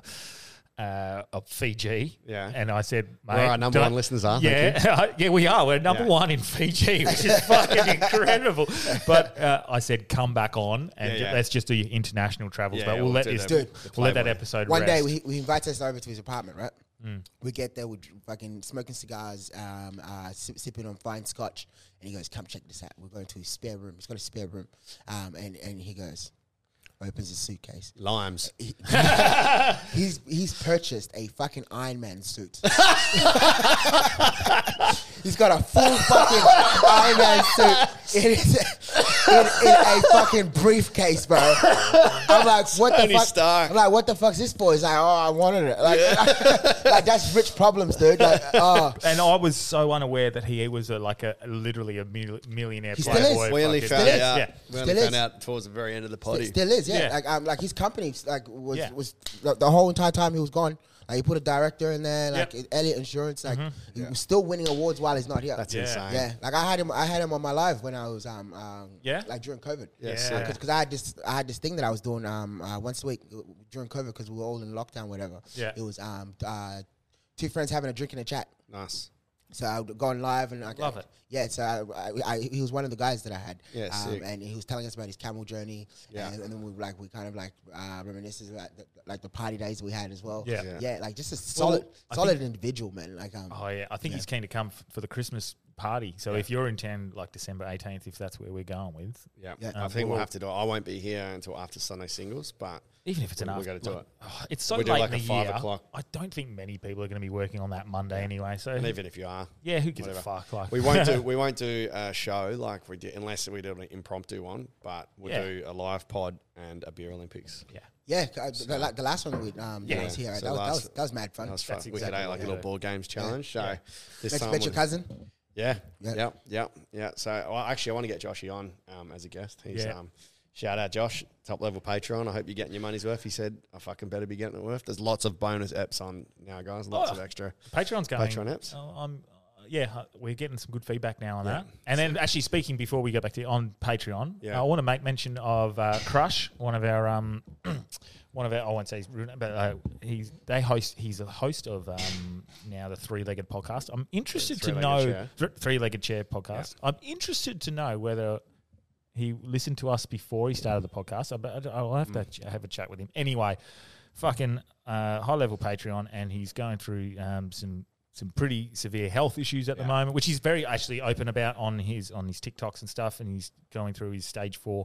S1: uh, of Fiji.
S2: Yeah.
S1: And I said, mate.
S2: We're our number
S1: don't-
S2: one listeners, aren't we?
S1: [LAUGHS] Yeah, yeah, we are. We're number
S2: Yeah.
S1: one in Fiji, which is
S2: [LAUGHS]
S1: fucking incredible. But uh, I said, come back on and
S2: Yeah,
S1: ju-
S2: yeah.
S1: let's just do your international travels.
S2: Yeah,
S1: but
S2: yeah,
S1: we'll,
S2: we'll
S1: let
S2: do
S1: this,
S2: the- Dude. the
S1: we'll let that
S2: Playboy.
S1: episode
S3: One day
S1: rest.
S3: we, we invite us over to his apartment, right? We get there, we dr- fucking smoking cigars, um, uh, sip, sipping on fine scotch, and he goes, "Come check this out." We're going to his spare room. He's got a spare room, um, and and he goes, opens his suitcase.
S2: Limes.
S3: He's he's purchased a fucking Iron
S2: [LAUGHS]
S3: Man suit. he's got a full fucking Iron Man suit in, his, in, in a fucking briefcase, bro. I'm like, what the
S2: Tony
S3: fuck?
S2: Stark.
S3: I'm like, what the fuck's this for? He's like, oh, I wanted it. Like, [LAUGHS] like that's rich problems, dude. Like, oh.
S1: and I was so unaware that he was a, like a literally a mil- millionaire
S3: He still is.
S1: playboy.
S2: We only
S1: fucking-
S2: found
S3: Still is.
S2: out.
S1: Yeah.
S2: We only
S3: Still
S2: found
S3: is.
S2: out towards the very end of the potty.
S3: It still is, yeah.
S1: Yeah.
S3: Like, um, like his company, like was
S1: Yeah.
S3: was the, the whole entire time he was gone. Like he put a director in there, like
S1: Yep.
S3: Elliot Insurance, like he was still winning awards while he's not here.
S2: Mm-hmm. That's
S1: Yeah.
S2: insane.
S3: Yeah, like I had him. I had him on my live when I was um, um
S1: Yeah?
S3: like during COVID.
S1: Yeah, sick.
S3: because I had this I had this thing that I was doing um uh, once a week uh, during COVID because we were all in lockdown, whatever.
S1: Yeah.
S3: it was um uh, two friends having a drink and a chat.
S2: Nice.
S3: So I would go on live and I
S1: Love it.
S3: Yeah, so I, I, I, he was one of the guys that I had.
S2: Yeah,
S3: um,
S2: sick.
S3: and he was telling us about his camel journey.
S2: Yeah.
S3: and, and then we were like we kind of like uh, reminisces about the, like the party days we had as well.
S1: Yeah.
S3: yeah,
S1: Yeah.
S3: like just a solid
S1: I
S3: solid
S1: think-
S3: individual, man. Like um,
S1: Oh yeah, I think he's keen to come f- for the Christmas party. So if you're in town, like December eighteenth, if that's where we're going with,
S2: Yeah.
S3: Yeah.
S2: I
S3: Um,
S2: think
S1: we'll-
S2: we'll have to do it. I won't be here until after Sunday singles, but
S1: even if it's an
S2: we
S1: after,
S2: gotta do
S1: like,
S2: it.
S1: oh, it's so
S2: We do
S1: late
S2: like
S1: in
S2: a
S1: the
S2: five
S1: year.
S2: o'clock.
S1: I don't think many people are going to be working on that Monday anyway. So
S2: And even if you are,
S1: yeah, who gives a
S2: whatever.
S1: fuck? Like
S2: we
S1: [LAUGHS]
S2: won't do we won't do a show like we did unless we do an impromptu one. But we'll
S1: Yeah.
S2: do a live pod and a beer Olympics.
S1: yeah,
S3: Yeah, c- uh, the, the, la- the last one we um,
S1: Yeah.
S3: yeah. was here.
S2: So
S3: that, was, that,
S2: last-
S3: was, that was mad fun.
S2: That was fun.
S1: That's
S2: we could
S1: exactly
S2: have like
S1: what
S2: a
S1: we do.
S2: little board games challenge. So this
S3: Bet,
S2: time,
S3: bet your
S2: we-
S3: cousin.
S2: yeah,
S3: Yeah.
S2: yeah, yeah, yeah, So well, actually, I want to get Joshy on um, as a guest. He's
S1: Yeah.
S2: um, shout out Josh, top level Patreon. I hope you're getting your money's worth. He said, "I fucking better be getting it worth." There's lots of bonus apps on now, guys. Lots
S1: Oh.
S2: of extra.
S1: Patreon's going.
S2: Patreon apps.
S1: Oh, I'm. uh, Yeah, uh, we're getting some good feedback now on that. And then, actually, speaking before we go back to on Patreon,
S2: Yeah.
S1: I want to make mention of uh, Crush, one of our, um, [CLEARS THROAT] one of our. I won't say he's, ruined it, but uh, he's they host. He's a host of um, now the Three Legged Podcast. I'm interested to
S2: Three-Legged
S1: know
S2: Chair.
S1: Three Legged Chair Podcast. I'm interested to know whether he listened to us before he started the podcast. I, but I- I'll
S2: Hmm.
S1: have to ch- have a chat with him. Anyway, fucking uh, high level Patreon, and he's going through um, some some pretty severe health issues at the moment, which he's very actually open about on his on his TikToks and stuff. And he's going through his stage four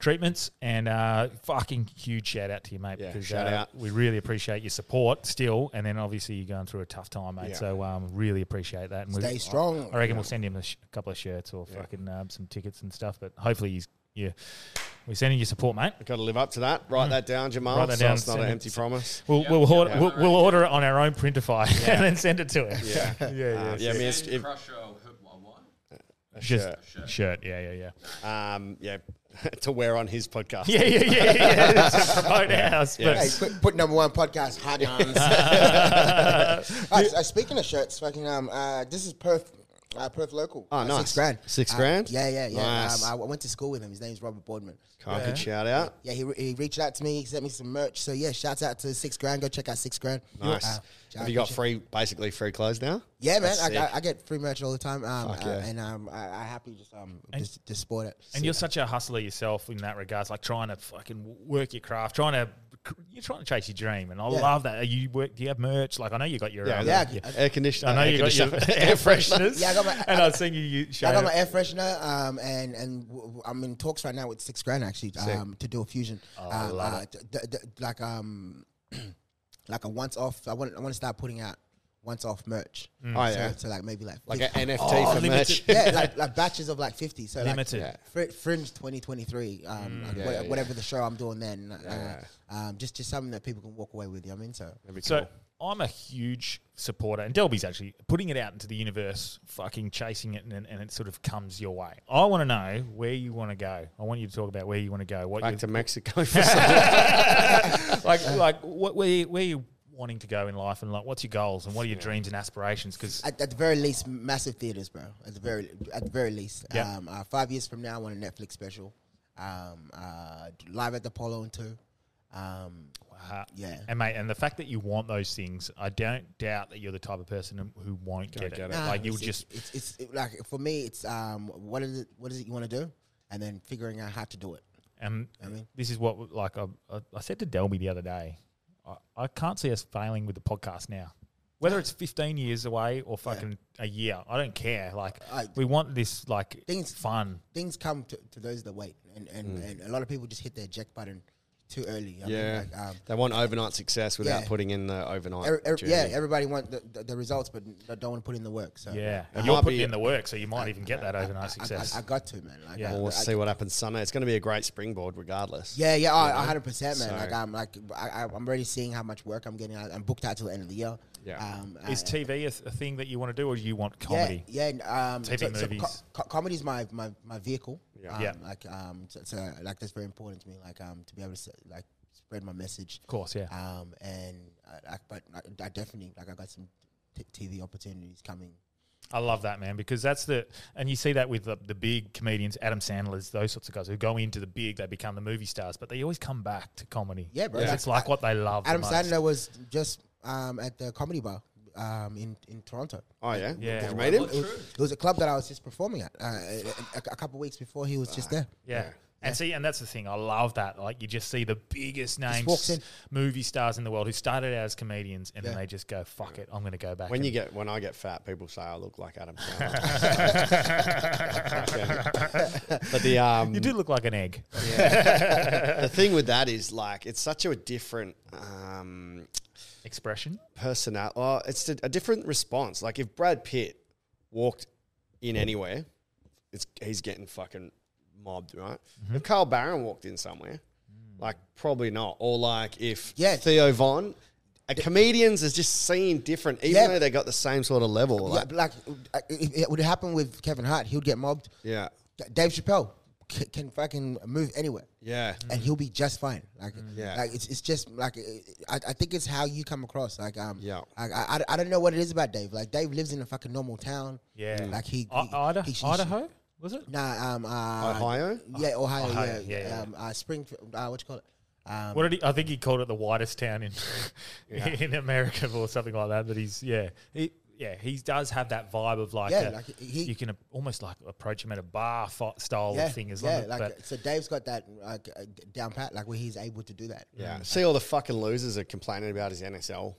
S1: treatments. And uh, fucking huge shout out to you, mate,
S2: Yeah,
S1: because
S2: shout
S1: uh,
S2: out.
S1: we really appreciate your support still. And then obviously you're going through a tough time, mate.
S2: Yeah.
S1: So um, really appreciate that. And we-
S3: Stay strong.
S1: um, I reckon we'll send him a, sh- couple of shirts or fucking uh, some tickets and stuff. But hopefully he's yeah, we're sending you support, mate.
S2: Got to live up to that. Write that down, Jamal.
S1: Mm. Write that
S2: so
S1: down,
S2: It's not
S1: send
S2: an
S1: it- [LAUGHS]
S2: empty promise.
S1: We'll, we'll, order, we'll, we'll order it on our own printify [LAUGHS] and then send it to her. [LAUGHS]
S2: Yeah.
S1: yeah, yeah.
S2: Uh, yeah, I mean, it's, if,
S1: Just
S2: shirt.
S1: shirt. yeah, yeah, yeah,
S2: um, yeah, [LAUGHS] to wear on his podcast.
S1: yeah, yeah, yeah, yeah. [LAUGHS] Just promote ours, but
S3: Hey, put, put number one
S2: [LAUGHS]
S3: podcast hard yarns. Uh, so, uh, speaking of shirts, fucking um, uh, this is Perth, uh, Perth local.
S2: Oh,
S3: uh,
S2: nice.
S3: Six grand.
S2: Six
S3: Uh,
S2: grand?
S3: yeah, yeah, yeah.
S2: Nice.
S3: Um, I went to school with him. His name's Robert Boardman.
S2: I could shout out.
S3: Yeah, he, re- he reached out to me. He sent me some merch. So yeah, shouts out to Six Grand. Go check out Six Grand.
S2: Nice.
S3: Uh,
S2: Have you got
S3: shout-
S2: free, basically free clothes now?
S3: Yeah, man.
S2: That's
S3: I, I,
S2: sick.
S3: I get free merch all the time. Um,
S2: Fuck
S3: uh,
S2: yeah.
S3: and um, I, I happy just um just, just sport it.
S1: And you're such a hustler yourself in that regards, like trying to fucking w- work your craft, trying to you're trying to chase your dream, and I love that. Are you work? Do you have merch? Like I know you got your um,
S3: Yeah, I-
S2: Air conditioner.
S1: I know
S2: air
S1: you got your [LAUGHS]
S2: conditioner.
S1: air fresheners.
S3: Yeah, I got my-
S1: and I've seen you. you show
S3: I got my air freshener, um, and and w- w- I'm in talks right now with Six Grand actually um, to do a fusion,
S2: Oh,
S3: um, uh, d- d- d- like um, [CLEARS THROAT] like a once off. I want I want to start putting out once off merch.
S2: Oh, yeah.
S3: so, so like maybe like
S2: like an
S3: [LAUGHS] 50
S2: NFT for merch.
S1: Oh, limited-
S3: yeah, like, like batches of like fifty. So
S1: Limited.
S3: like fr- Fringe twenty twenty three, um, like wha-
S2: Mm, yeah.
S3: whatever the show I'm doing then, uh, um, just just something that people can walk away with. You know what I mean, so
S1: So I'm a huge supporter, and Delby's actually putting it out into the universe, fucking chasing it, and, and it sort of comes your way. I want to know where you want to go. I want you to talk about where you want to go. What
S2: Back
S1: you-
S2: to Mexico for some.
S1: [LAUGHS] like like what where you, where you wanting to go in life, and like what's your goals and what are your dreams and aspirations? Because
S3: at, at the very least, massive theaters, bro. At the very at the very least,
S1: Yeah.
S3: um, uh, five years from now, I want a Netflix special, um, uh, live at the Polo and two. Um,
S1: Uh,
S3: Yeah.
S1: And mate, and the fact that you want those things, I don't doubt that you're the type of person who won't get, it.
S3: Nah,
S1: Like you'll
S3: it's-
S1: just
S3: it's, it's, it- like for me, it's um, what is it? What is it you want to do, and then figuring out how to do it.
S1: and
S3: mean-
S1: this is what like I, I, I said to Delby the other day. I, I can't see us failing with the podcast now. Whether it's 15 years away or fucking a year, I don't care. Like
S3: I-
S1: we want this like
S3: Things-
S1: fun.
S3: Things come to, to those that wait, and and, and a lot of people just hit their eject button too early. I mean,
S2: Yeah.
S3: like, um,
S2: [LAUGHS] They want overnight success without
S3: Yeah.
S2: putting in the overnight.
S3: every, every- yeah,
S2: journey.
S3: everybody want the, the, the results, but n- don't want to put in the work. So
S1: Yeah,
S2: It
S1: and you're
S2: might
S1: putting
S2: be-
S1: in the work, so you might even get that
S3: I-
S1: overnight
S3: I,
S1: success.
S3: I, got to man. Like,
S1: Yeah.
S3: I-
S1: Well,
S2: We'll
S3: I-
S2: see what happens Sunday. It's going to be a great springboard, regardless.
S3: Yeah, yeah, oh, a hundred percent, man.
S2: So-
S3: Like I'm like I, I- I'm already seeing how much work I'm getting. I, I'm booked out till the end of the year.
S2: Yeah.
S3: um,
S1: is
S3: uh,
S1: TV a, th- a thing that you want to do, or do you want
S3: yeah,
S1: comedy?
S3: Yeah, and, um,
S1: TV
S3: so, so co-
S1: movies.
S3: co- comedy's my, my my vehicle.
S2: Yeah.
S3: um,
S1: Yeah.
S3: Like um, so, so, like that's very important to me. Like um, to be able to s- like spread my message.
S1: Of course, yeah.
S3: Um, and I, I, but I, I definitely like I got some t- TV opportunities coming.
S1: I love that man because that's the and you see that with the, the big comedians, Adam Sandler's, those sorts of guys who go into the big, they become the movie stars, but they always come back to comedy.
S3: Yeah, bro.
S1: 'Cause
S3: Yeah.
S1: It's like what they love. the
S3: Adam
S1: most.
S3: Sandler was just um at the comedy bar um in in Toronto.
S2: Oh yeah.
S1: Yeah.
S2: Did you meet him?
S3: It was, it was a club that I was just performing at uh, a, a- a couple weeks before he was just there.
S1: Yeah. And see, and that's the thing. I love that. Like, you just see the biggest names,
S3: walks in.
S1: movie stars in the world who started out as comedians, and then
S3: Yeah.
S1: they just go, "Fuck it, I'm going to go back."
S2: When
S1: and-
S2: you get when I get fat, people say I look like Adam Sandler.
S1: [LAUGHS]
S2: but the um,
S1: you do look like an egg.
S2: the thing with that is like it's such a different um,
S1: Expression.
S2: personality. Well, it's a, a different response. Like if Brad Pitt walked in anywhere, it's he's getting fucking mobbed, right?
S1: Mm-hmm.
S2: If Carl Barron walked in somewhere,
S1: Mm.
S2: like probably not. Or like if
S3: Yeah.
S2: Theo Von. A comedians is just seen different, even
S3: Yeah.
S2: though they got the same sort of level.
S3: Yeah,
S2: Like,
S3: but like uh, it, it would happen with Kevin Hart, he would get mobbed.
S2: yeah,
S3: D- Dave Chappelle c- can fucking move anywhere,
S2: yeah,
S3: and he'll be just fine. Like,
S2: Yeah.
S3: like it's, it's just like I, I think it's how you come across. Like, um,
S2: Yeah.
S3: like, I, I, I don't know what it is about Dave. Like, Dave lives in a fucking normal town. Mm.
S1: Yeah.
S3: like he, he,
S1: I- Ida-
S3: he- he-
S1: Idaho was it?
S3: Nah, um, uh,
S2: Ohio?
S3: Yeah, Ohio.
S1: Ohio,
S3: yeah,
S1: yeah, yeah.
S3: Um, uh, Springfield. Uh, what you call it? Um,
S1: What did he? I think he called it the widest town
S3: [LAUGHS]
S1: in [LAUGHS] in America or something like that. But he's yeah, he yeah he does have that vibe of like,
S3: Yeah,
S1: a-
S3: like, he-
S1: you can a- almost like approach him at a bar fi- style thing as long. as-
S3: like
S1: but
S3: so Dave's got that like uh, d- down pat, like where he's able to do that. Mm.
S2: Yeah. See, all the fucking losers are complaining about his NSL.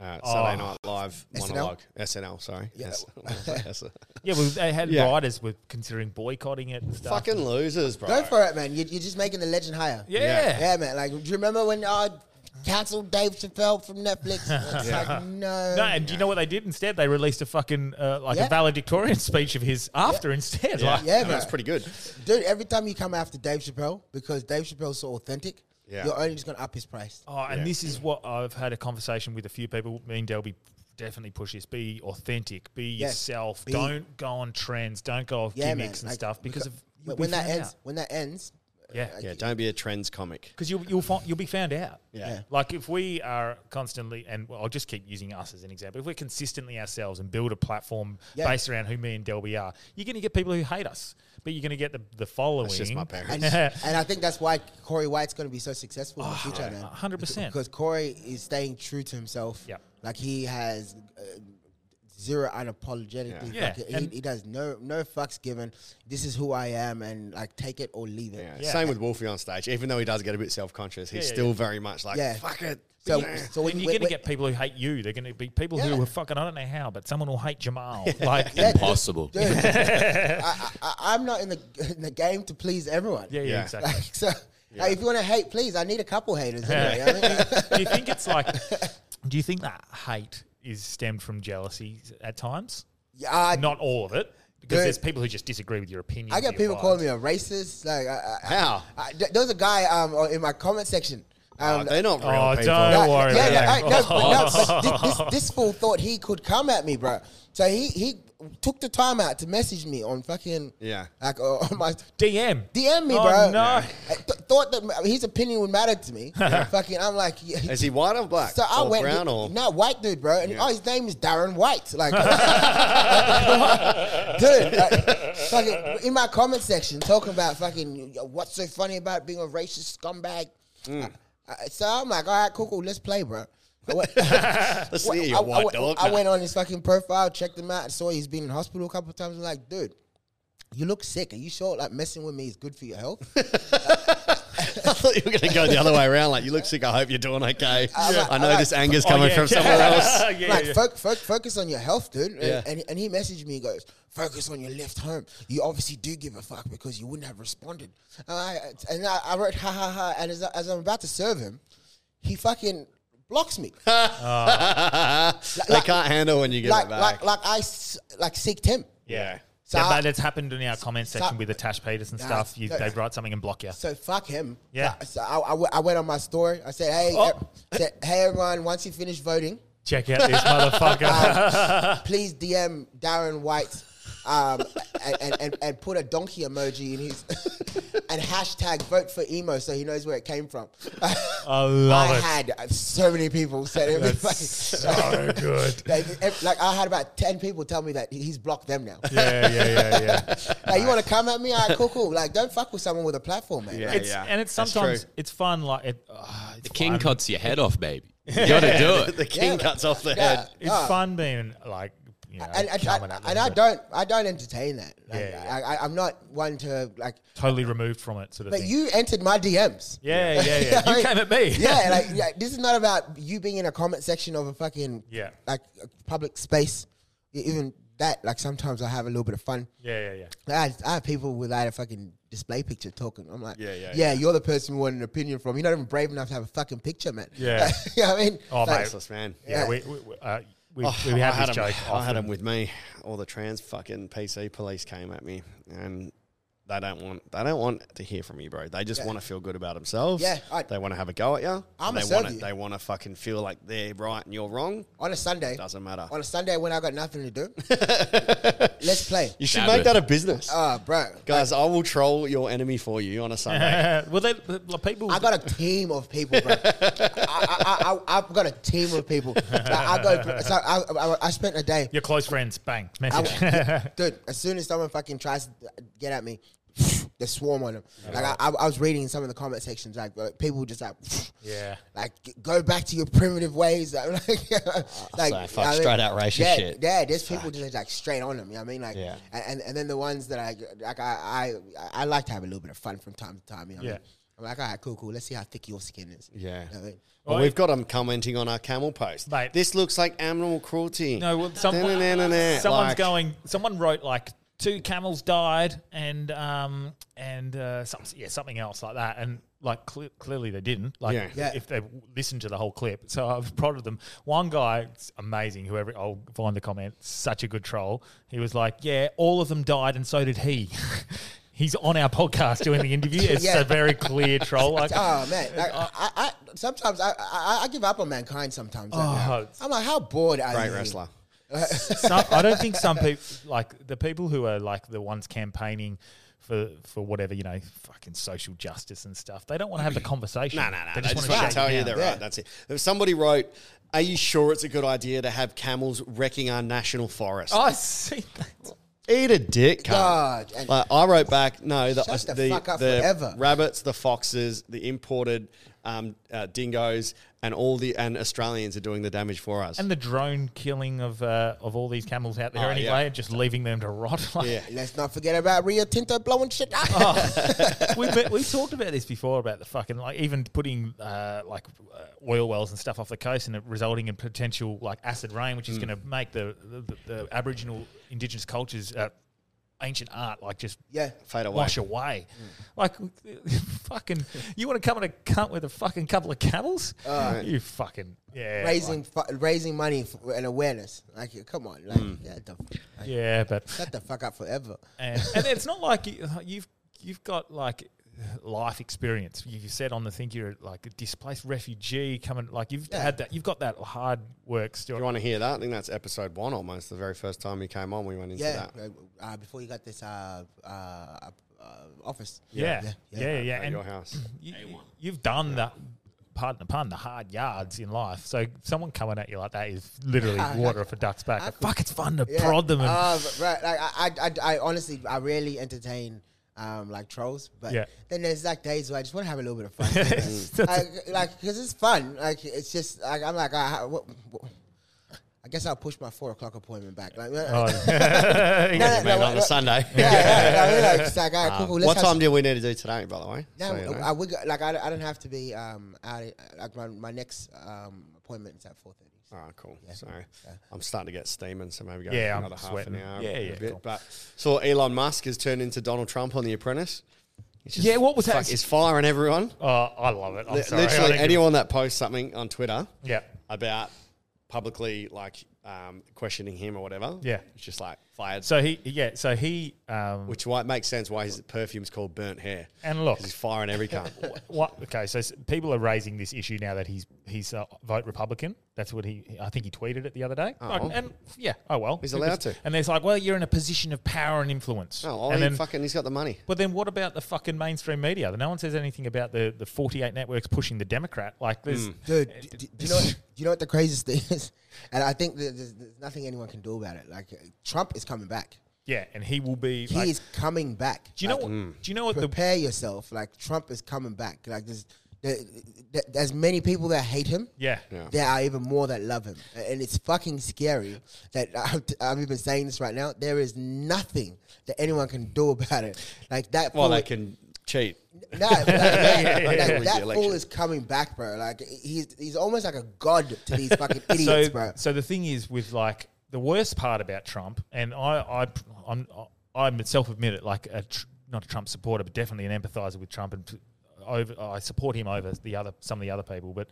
S2: Uh, Saturday
S3: Oh.
S2: Night Live
S3: SNL?
S2: monologue. SNL, sorry.
S3: Yeah.
S2: Yes. Yes.
S1: yeah, well, they had
S2: Yeah.
S1: writers were considering boycotting it
S3: [LAUGHS]
S1: and stuff.
S2: [LAUGHS] fucking losers, bro.
S3: Go for it, man. You're, you're just making the legend higher.
S1: yeah.
S3: yeah, man. Like, do you remember when uh, cancel Dave Chappelle from
S1: [LAUGHS]
S3: Netflix. It's like, no.
S1: No, and do you know what they did instead? They released a fucking uh, like
S3: Yeah.
S1: a valedictorian [LAUGHS] speech of his after instead. Like,
S3: yeah,
S2: That's
S3: man.
S2: pretty good.
S3: Dude, every time you come after Dave Chappelle, because Dave Chappelle's so authentic,
S2: Yeah.
S3: you're only just going to up his price.
S1: Oh, and this is what I've had a conversation with a few people. Me and Delby definitely push this: be authentic, be
S3: Yes.
S1: yourself.
S3: Be-
S1: don't go on trends. Don't go off
S3: Yeah, man.
S1: gimmicks and
S3: Like,
S1: stuff because of
S3: But
S1: you'll
S3: when
S1: be
S3: that
S1: found
S3: ends,
S1: out.
S3: when that ends,
S1: yeah,
S2: Yeah, don't be a trends comic.
S1: because you'll you'll find, you'll be found out.
S2: Yeah.
S1: Like if we are constantly, and well, I'll just keep using us as an example. If we're consistently ourselves and build a platform
S3: Yeah.
S1: based around who me and Delby are, you're going to get people who hate us, but you're going to get the the following.
S2: just
S1: [LAUGHS]
S2: my parents.
S3: and I think that's why Corey White's going to be so successful in the future,
S1: Ah,
S3: man.
S1: 100%.
S3: Because Corey is staying true to himself.
S1: Yep.
S3: Like he has uh, zero unapologetically.
S1: Yeah.
S3: like,
S1: Yeah,
S3: he,
S1: and-
S3: he does no no fucks given. This is who I am, and like take it or leave it.
S2: Yeah.
S1: Yeah.
S2: Same with Wolfie on stage. Even though he does get a bit self conscious, he's
S1: Yeah, yeah,
S2: still
S1: yeah.
S2: very much like,
S3: Yeah.
S2: fuck it.
S3: So,
S2: Yeah.
S3: so when
S1: And
S3: you-
S1: you're
S3: when-
S1: going to get people who hate you. They're going to be people
S3: Yeah.
S1: who are fucking, I don't know how, but someone will hate Jamal. Like,
S3: [LAUGHS] Yeah,
S1: yeah,
S3: dude,
S9: Impossible.
S3: dude, I, I, I'm not in the [LAUGHS] in the game to please everyone.
S1: yeah,
S2: Yeah.
S1: exactly.
S3: [LAUGHS] Like, so, like, if you want to hate, please. I need a couple haters. anyway,
S1: Yeah.
S3: I mean, [LAUGHS]
S1: [LAUGHS]
S3: like,
S1: do you think it's like, do you think that hate is stemmed from jealousy at times?
S3: yeah, I,
S1: Not all of it, because
S3: Dude.
S1: there's people who just disagree with your opinion.
S3: I get people calling me a racist. Like, I, I,
S2: How?
S3: I, th- there was a guy um, in my comment section. Um,
S2: Oh, they're not real
S1: Oh,
S2: people.
S1: don't worry
S3: yeah,
S1: about
S3: yeah,
S1: that.
S3: I- no, but no, but thi- this, this fool thought he could come at me, bro. So he he took the time out to message me on fucking
S2: Yeah.
S3: like uh, [LAUGHS] on my
S1: DM.
S3: DM me,
S1: Oh,
S3: bro.
S1: no.
S3: I th- thought that his opinion would matter to
S1: [LAUGHS]
S3: me. fucking, I'm like, yeah.
S2: Is he white or black?
S3: so I
S2: or
S3: went
S2: brown or.
S3: no white dude, bro, and
S2: Yeah.
S3: oh, his name is Darren White, like. [LAUGHS] Dude, like, fucking in my comment section talking about fucking what's so funny about being a racist scumbag.
S2: Mm.
S3: Uh, so I'm like, all right, cool, cool, let's play, bro. I
S2: [LAUGHS]
S3: went-
S2: Let's [LAUGHS]
S3: I-
S2: see you,
S3: I-
S2: white
S3: I went-
S2: dog.
S3: I
S2: Nah.
S3: went on his fucking profile, checked him out, and saw he's been in hospital a couple of times. I'm like, dude, you look sick. Are you sure like messing with me is good for your health?
S2: I [LAUGHS] thought you were going to go the other way around. Like, you look sick. I hope you're doing okay. I know
S3: I'm
S2: this
S3: like-
S2: anger's coming
S1: [LAUGHS]
S2: from somewhere else.
S1: yeah,
S3: like,
S1: yeah.
S3: foc- foc- focus on your health, dude. And,
S2: Yeah.
S3: and, and he messaged me, he goes, focus on your left home. You obviously do give a fuck because you wouldn't have responded. And I, and I, I wrote, ha ha ha. And as, I- as I'm about to serve him, he fucking
S1: [LAUGHS]
S3: blocks me.
S2: [LAUGHS] they can't handle when you get
S3: like,
S2: it
S3: like,
S2: back.
S3: like I s- like seeked him.
S1: yeah.
S3: So
S1: yeah,
S3: I-
S1: but it's happened in our comment
S3: so-
S1: section with the Tash Peters and
S3: Nah,
S1: stuff. You,
S3: so-
S1: they write something and block you.
S3: So fuck him.
S1: Yeah.
S3: So, so I, I, w- I went on my story. I said, hey,
S1: Oh.
S3: e- said, hey everyone, once you finish voting,
S1: Check out this
S3: [LAUGHS]
S1: motherfucker.
S3: Um,
S1: [LAUGHS]
S3: please DM Darren White um, and, and, and, and put a donkey emoji in his [LAUGHS] and hashtag vote for emo so he knows where it came from. [LAUGHS]
S1: I love
S3: I
S1: it.
S3: had uh, so many people say it.
S1: That's so good.
S3: Like, ev- like I had about ten people tell me that he's blocked them now.
S1: Yeah, yeah, yeah,
S3: [LAUGHS]
S1: yeah.
S3: Like you want to come at me? All right, cool, cool. Like don't fuck with someone with a platform, man.
S2: Yeah,
S1: It's,
S2: yeah.
S1: And it's
S2: That's
S1: sometimes
S2: true.
S1: it's fun. Like it, ah, it's
S9: The king
S1: fun.
S9: cuts your head off, baby. You gotta
S2: [LAUGHS]
S9: do
S2: the
S9: it.
S2: king
S3: Yeah,
S2: cuts off the
S3: Yeah.
S2: head.
S1: It's
S3: Ah.
S1: fun being like, you know,
S3: and, and,
S1: coming
S3: and,
S1: at
S3: and
S1: them,
S3: I
S1: but
S3: don't I don't entertain that. Like,
S1: Yeah,
S3: I, I, I'm not one to like.
S1: totally removed from it. Sort of
S3: But
S1: thing.
S3: you entered my DMs.
S1: yeah, yeah, yeah.
S3: I
S1: you
S3: mean,
S1: came at me.
S3: [LAUGHS] yeah, like yeah, this is not about you being in a comment section of a fucking
S1: Yeah.
S3: like a public space. E- Even that, like sometimes I have a little bit of fun.
S1: yeah, yeah, yeah.
S3: I, I have people without a fucking display picture talking. I'm like,
S2: Yeah, yeah,
S3: yeah. You're the person we want an opinion from. You're not even brave enough to have a fucking picture, man.
S1: Yeah.
S3: [LAUGHS] you know what I mean,
S1: Oh,
S3: Like,
S1: mate.
S2: Useless man.
S1: Yeah,
S3: Yeah.
S1: we we, we, uh, we,
S2: Oh,
S1: we
S2: I
S1: have this
S2: had him-
S1: joke.
S2: I had
S1: often.
S2: him with me. All the trans fucking PC police came at me, and they don't want they don't want to hear from you, bro. They just want to feel good about themselves.
S3: Yeah, I-
S2: they want to have a go at you.
S3: I'ma
S2: they
S3: serve
S2: want
S3: you.
S2: they want to fucking feel like they're right and you're wrong.
S3: on a Sunday,
S2: Doesn't matter.
S3: On a Sunday when I got nothing to do,
S2: [LAUGHS]
S3: let's play.
S2: You should
S9: Nah,
S2: make
S9: bro.
S2: that a business,
S3: Oh, bro,
S2: guys. I will troll your enemy for you on a Sunday.
S1: well, they, the, the people.
S3: I got a team of
S2: [LAUGHS]
S3: people, bro. I, I, I, I, I've got a team of people. Like, I go, so I, I, I spent a day.
S1: your close friends. Bang.
S2: [LAUGHS]
S3: I,
S1: Message.
S3: w- dude, as soon as someone fucking tries to get at me, [SNIFFS] they swarm on them. Like I, I, I was reading in some of the comment sections, like uh, people just like, [SNIFFS]
S1: Yeah.
S3: like g- go back to your primitive ways. Like, [LAUGHS] like,
S2: So, Oh, fuck,
S3: you know what I mean?
S2: straight out racist
S3: yeah,
S2: shit.
S3: Yeah, there's people just like straight on them. You know what I mean? Like,
S2: Yeah.
S3: and, and and then the ones that I like, I, I I like to have a little bit of fun from time to time. You know what I
S1: Yeah.
S3: mean? I'm like, all right, cool, cool. Let's see how thick your skin is.
S2: Yeah.
S3: You know what I mean?
S2: Well, we've got them commenting on our camel post.
S1: Mate.
S2: This looks like animal cruelty.
S1: No, well, someone,
S2: [LAUGHS] Da-na-na-na-na.
S1: someone's
S2: Like-
S1: going. Someone wrote like two camels died and um and uh, some, yeah something else like that and like cle clearly they didn't like
S2: Yeah.
S3: Yeah.
S1: if they listened to the whole clip so I was proud of them one guy it's amazing whoever I'll find the comment such a good troll he was like yeah all of them died and so did he [LAUGHS] he's on our podcast doing the
S2: [LAUGHS]
S1: interview it's
S3: Yeah.
S1: a very clear troll like
S2: Ah.
S3: Oh man, like,
S2: uh,
S3: I, I, I sometimes I, I I give up on mankind. Sometimes like,
S1: Oh.
S3: I'm like, how bored are
S2: Great
S3: you?
S2: wrestler.
S1: some, I don't think some people like the people who are like the ones campaigning for for whatever you know, fucking social justice and stuff. They don't want to
S2: [CLEARS THROAT]
S1: have the conversation.
S2: No, no, no.
S1: They
S2: They
S1: just
S2: just
S1: wanna
S2: want
S1: shake
S2: to tell
S1: it
S2: you
S1: down.
S2: they're
S3: Yeah.
S2: right. That's it. If somebody wrote, "Are you sure it's a good idea to have camels wrecking our
S1: [LAUGHS]
S2: national forest?"
S1: I see. That.
S2: Eat a dick, cunt.
S3: God, and-
S2: Like, I wrote back, no, the, the,
S3: Shut the
S2: the,
S3: fuck up forever.
S2: rabbits, the foxes, the imported um, uh, dingoes, and all the and Australians are doing the damage for us.
S1: And the drone killing of uh, of all these camels out there
S2: Oh,
S1: anyway,
S2: yeah.
S1: and just leaving them to rot. [LAUGHS] Like,
S2: yeah,
S3: Let's not forget about Rio Tinto blowing shit up.
S2: Oh.
S1: we we talked about this before about the fucking like even putting uh, like uh, oil wells and stuff off the coast and it resulting in potential like acid rain, which is
S2: Mm.
S1: going to make the, the, the Aboriginal indigenous cultures. Uh, Ancient art, like just
S3: [LAUGHS] Yeah.
S2: Fade away.
S1: wash away. Like, [LAUGHS] fucking, you want to come and a cunt with a fucking couple of camels? you fucking, yeah,
S3: raising fu- raising money for, and awareness. Like, come on, like,
S2: Mm.
S3: yeah, the,
S1: like,
S3: like
S1: yeah, but
S3: shut the fuck up forever.
S1: and, and it's not like you, uh, you've you've got like life experience. You, you said on the thing you're like a displaced refugee coming. Like you've
S3: Yeah.
S1: had that. You've got that hard work
S2: you
S1: story.
S2: want to hear that? I think that's episode one almost. The very first time you came on, we went into
S3: Yeah,
S2: that.
S3: uh, before you got this uh, uh, uh, office.
S1: Yeah, yeah, yeah. yeah,
S2: At
S1: And [LAUGHS]
S2: your house.
S1: you, you've done that. Pardon the pun, the hard yards in life. So someone coming at you like that is literally water off a duck's back. Fuck, it's fun to
S3: Yeah.
S1: prod them. And,
S3: Uh, but, right, like, I, I, I, I honestly, I rarely entertain um, like trolls, but
S1: Yeah.
S3: then there's like days where I just want to have a little bit of
S1: [LAUGHS]
S3: fun, Mm. like, like because it's fun. Like it's just like I'm like I, what, what- I guess I'll push my four o'clock appointment back. [LAUGHS] Like,
S1: Oh, [LAUGHS]
S3: no,
S2: You made it on a
S3: no,
S2: Sunday.
S3: yeah, yeah, yeah, like, it's like, all right, cool, cool, let's
S2: Um, what
S3: have
S2: time do we need to do today, by the way?
S3: No,
S2: So you know.
S3: I would go, like I, I don't have to be um out at- like my, my next um appointment is at four thirty.
S2: All right, cool. So I'm starting to get steaming, so maybe go
S1: Yeah, I'm
S2: another half
S1: sweating.
S2: an hour.
S1: Yeah,
S2: a
S1: yeah,
S2: bit.
S1: cool.
S2: But so Elon Musk has turned into Donald Trump on The Apprentice. He's just
S1: Yeah, what was that?
S2: fuck- He's firing everyone.
S1: oh, I love it. I'm
S2: Li-
S1: sorry. I
S2: Literally
S1: don't give a-
S2: anyone that posts something on Twitter
S1: Yeah.
S2: about publicly like um, questioning him or whatever.
S1: Yeah.
S2: it's just like fired.
S1: So he, yeah. So he, um,
S2: which why it makes sense why his perfume's called burnt hair.
S1: And look-
S2: 'Cause he's firing every
S1: [LAUGHS]
S2: cunt.
S3: Oh,
S1: what? Okay. So s- people are raising this issue now that he's he's uh, vote Republican. That's what he. I think he tweeted it the other day. Like, and yeah. Oh well.
S2: He's
S1: It
S2: allowed
S1: was-
S2: to.
S1: And there's like, well, you're in a position of power and influence.
S2: oh, well,
S1: and
S2: he
S1: then,
S2: fucking he's got the money.
S1: But then what about the fucking mainstream media? No one says anything about the, the 48 networks pushing the Democrat. Like there's
S2: Hmm.
S3: Dude, d- d- do you know what, do [LAUGHS] you know what the craziest thing is? And I think that there's, there's nothing anyone can do about it. Like Trump is coming back.
S1: yeah, and he will be.
S3: He
S1: like,
S3: is coming back.
S1: do you know?
S3: Like,
S1: what, Do you know what the
S3: prepare yourself. Like Trump is coming back. Like there's there, there- there's many people that hate him.
S1: Yeah. Yeah.
S3: There are even more that love him, A- and it's fucking scary that [LAUGHS] I'm, t- I'm even saying this right now. There is nothing that anyone can do about it. Like that.
S2: Well,
S3: fool-
S2: they can cheat.
S3: No, like, [LAUGHS] that,
S1: yeah,
S3: like,
S1: yeah.
S3: that
S2: With the
S3: fool
S2: election.
S3: is coming back, bro. Like he's he's almost like a god to these fucking idiots,
S1: so,
S3: bro.
S1: so the thing is with like the worst part about Trump, and I, I I'm, I'm self admit it, like a tr- not a Trump supporter, but definitely an empathizer with Trump, and p- over I support him over the other some of the other people, but.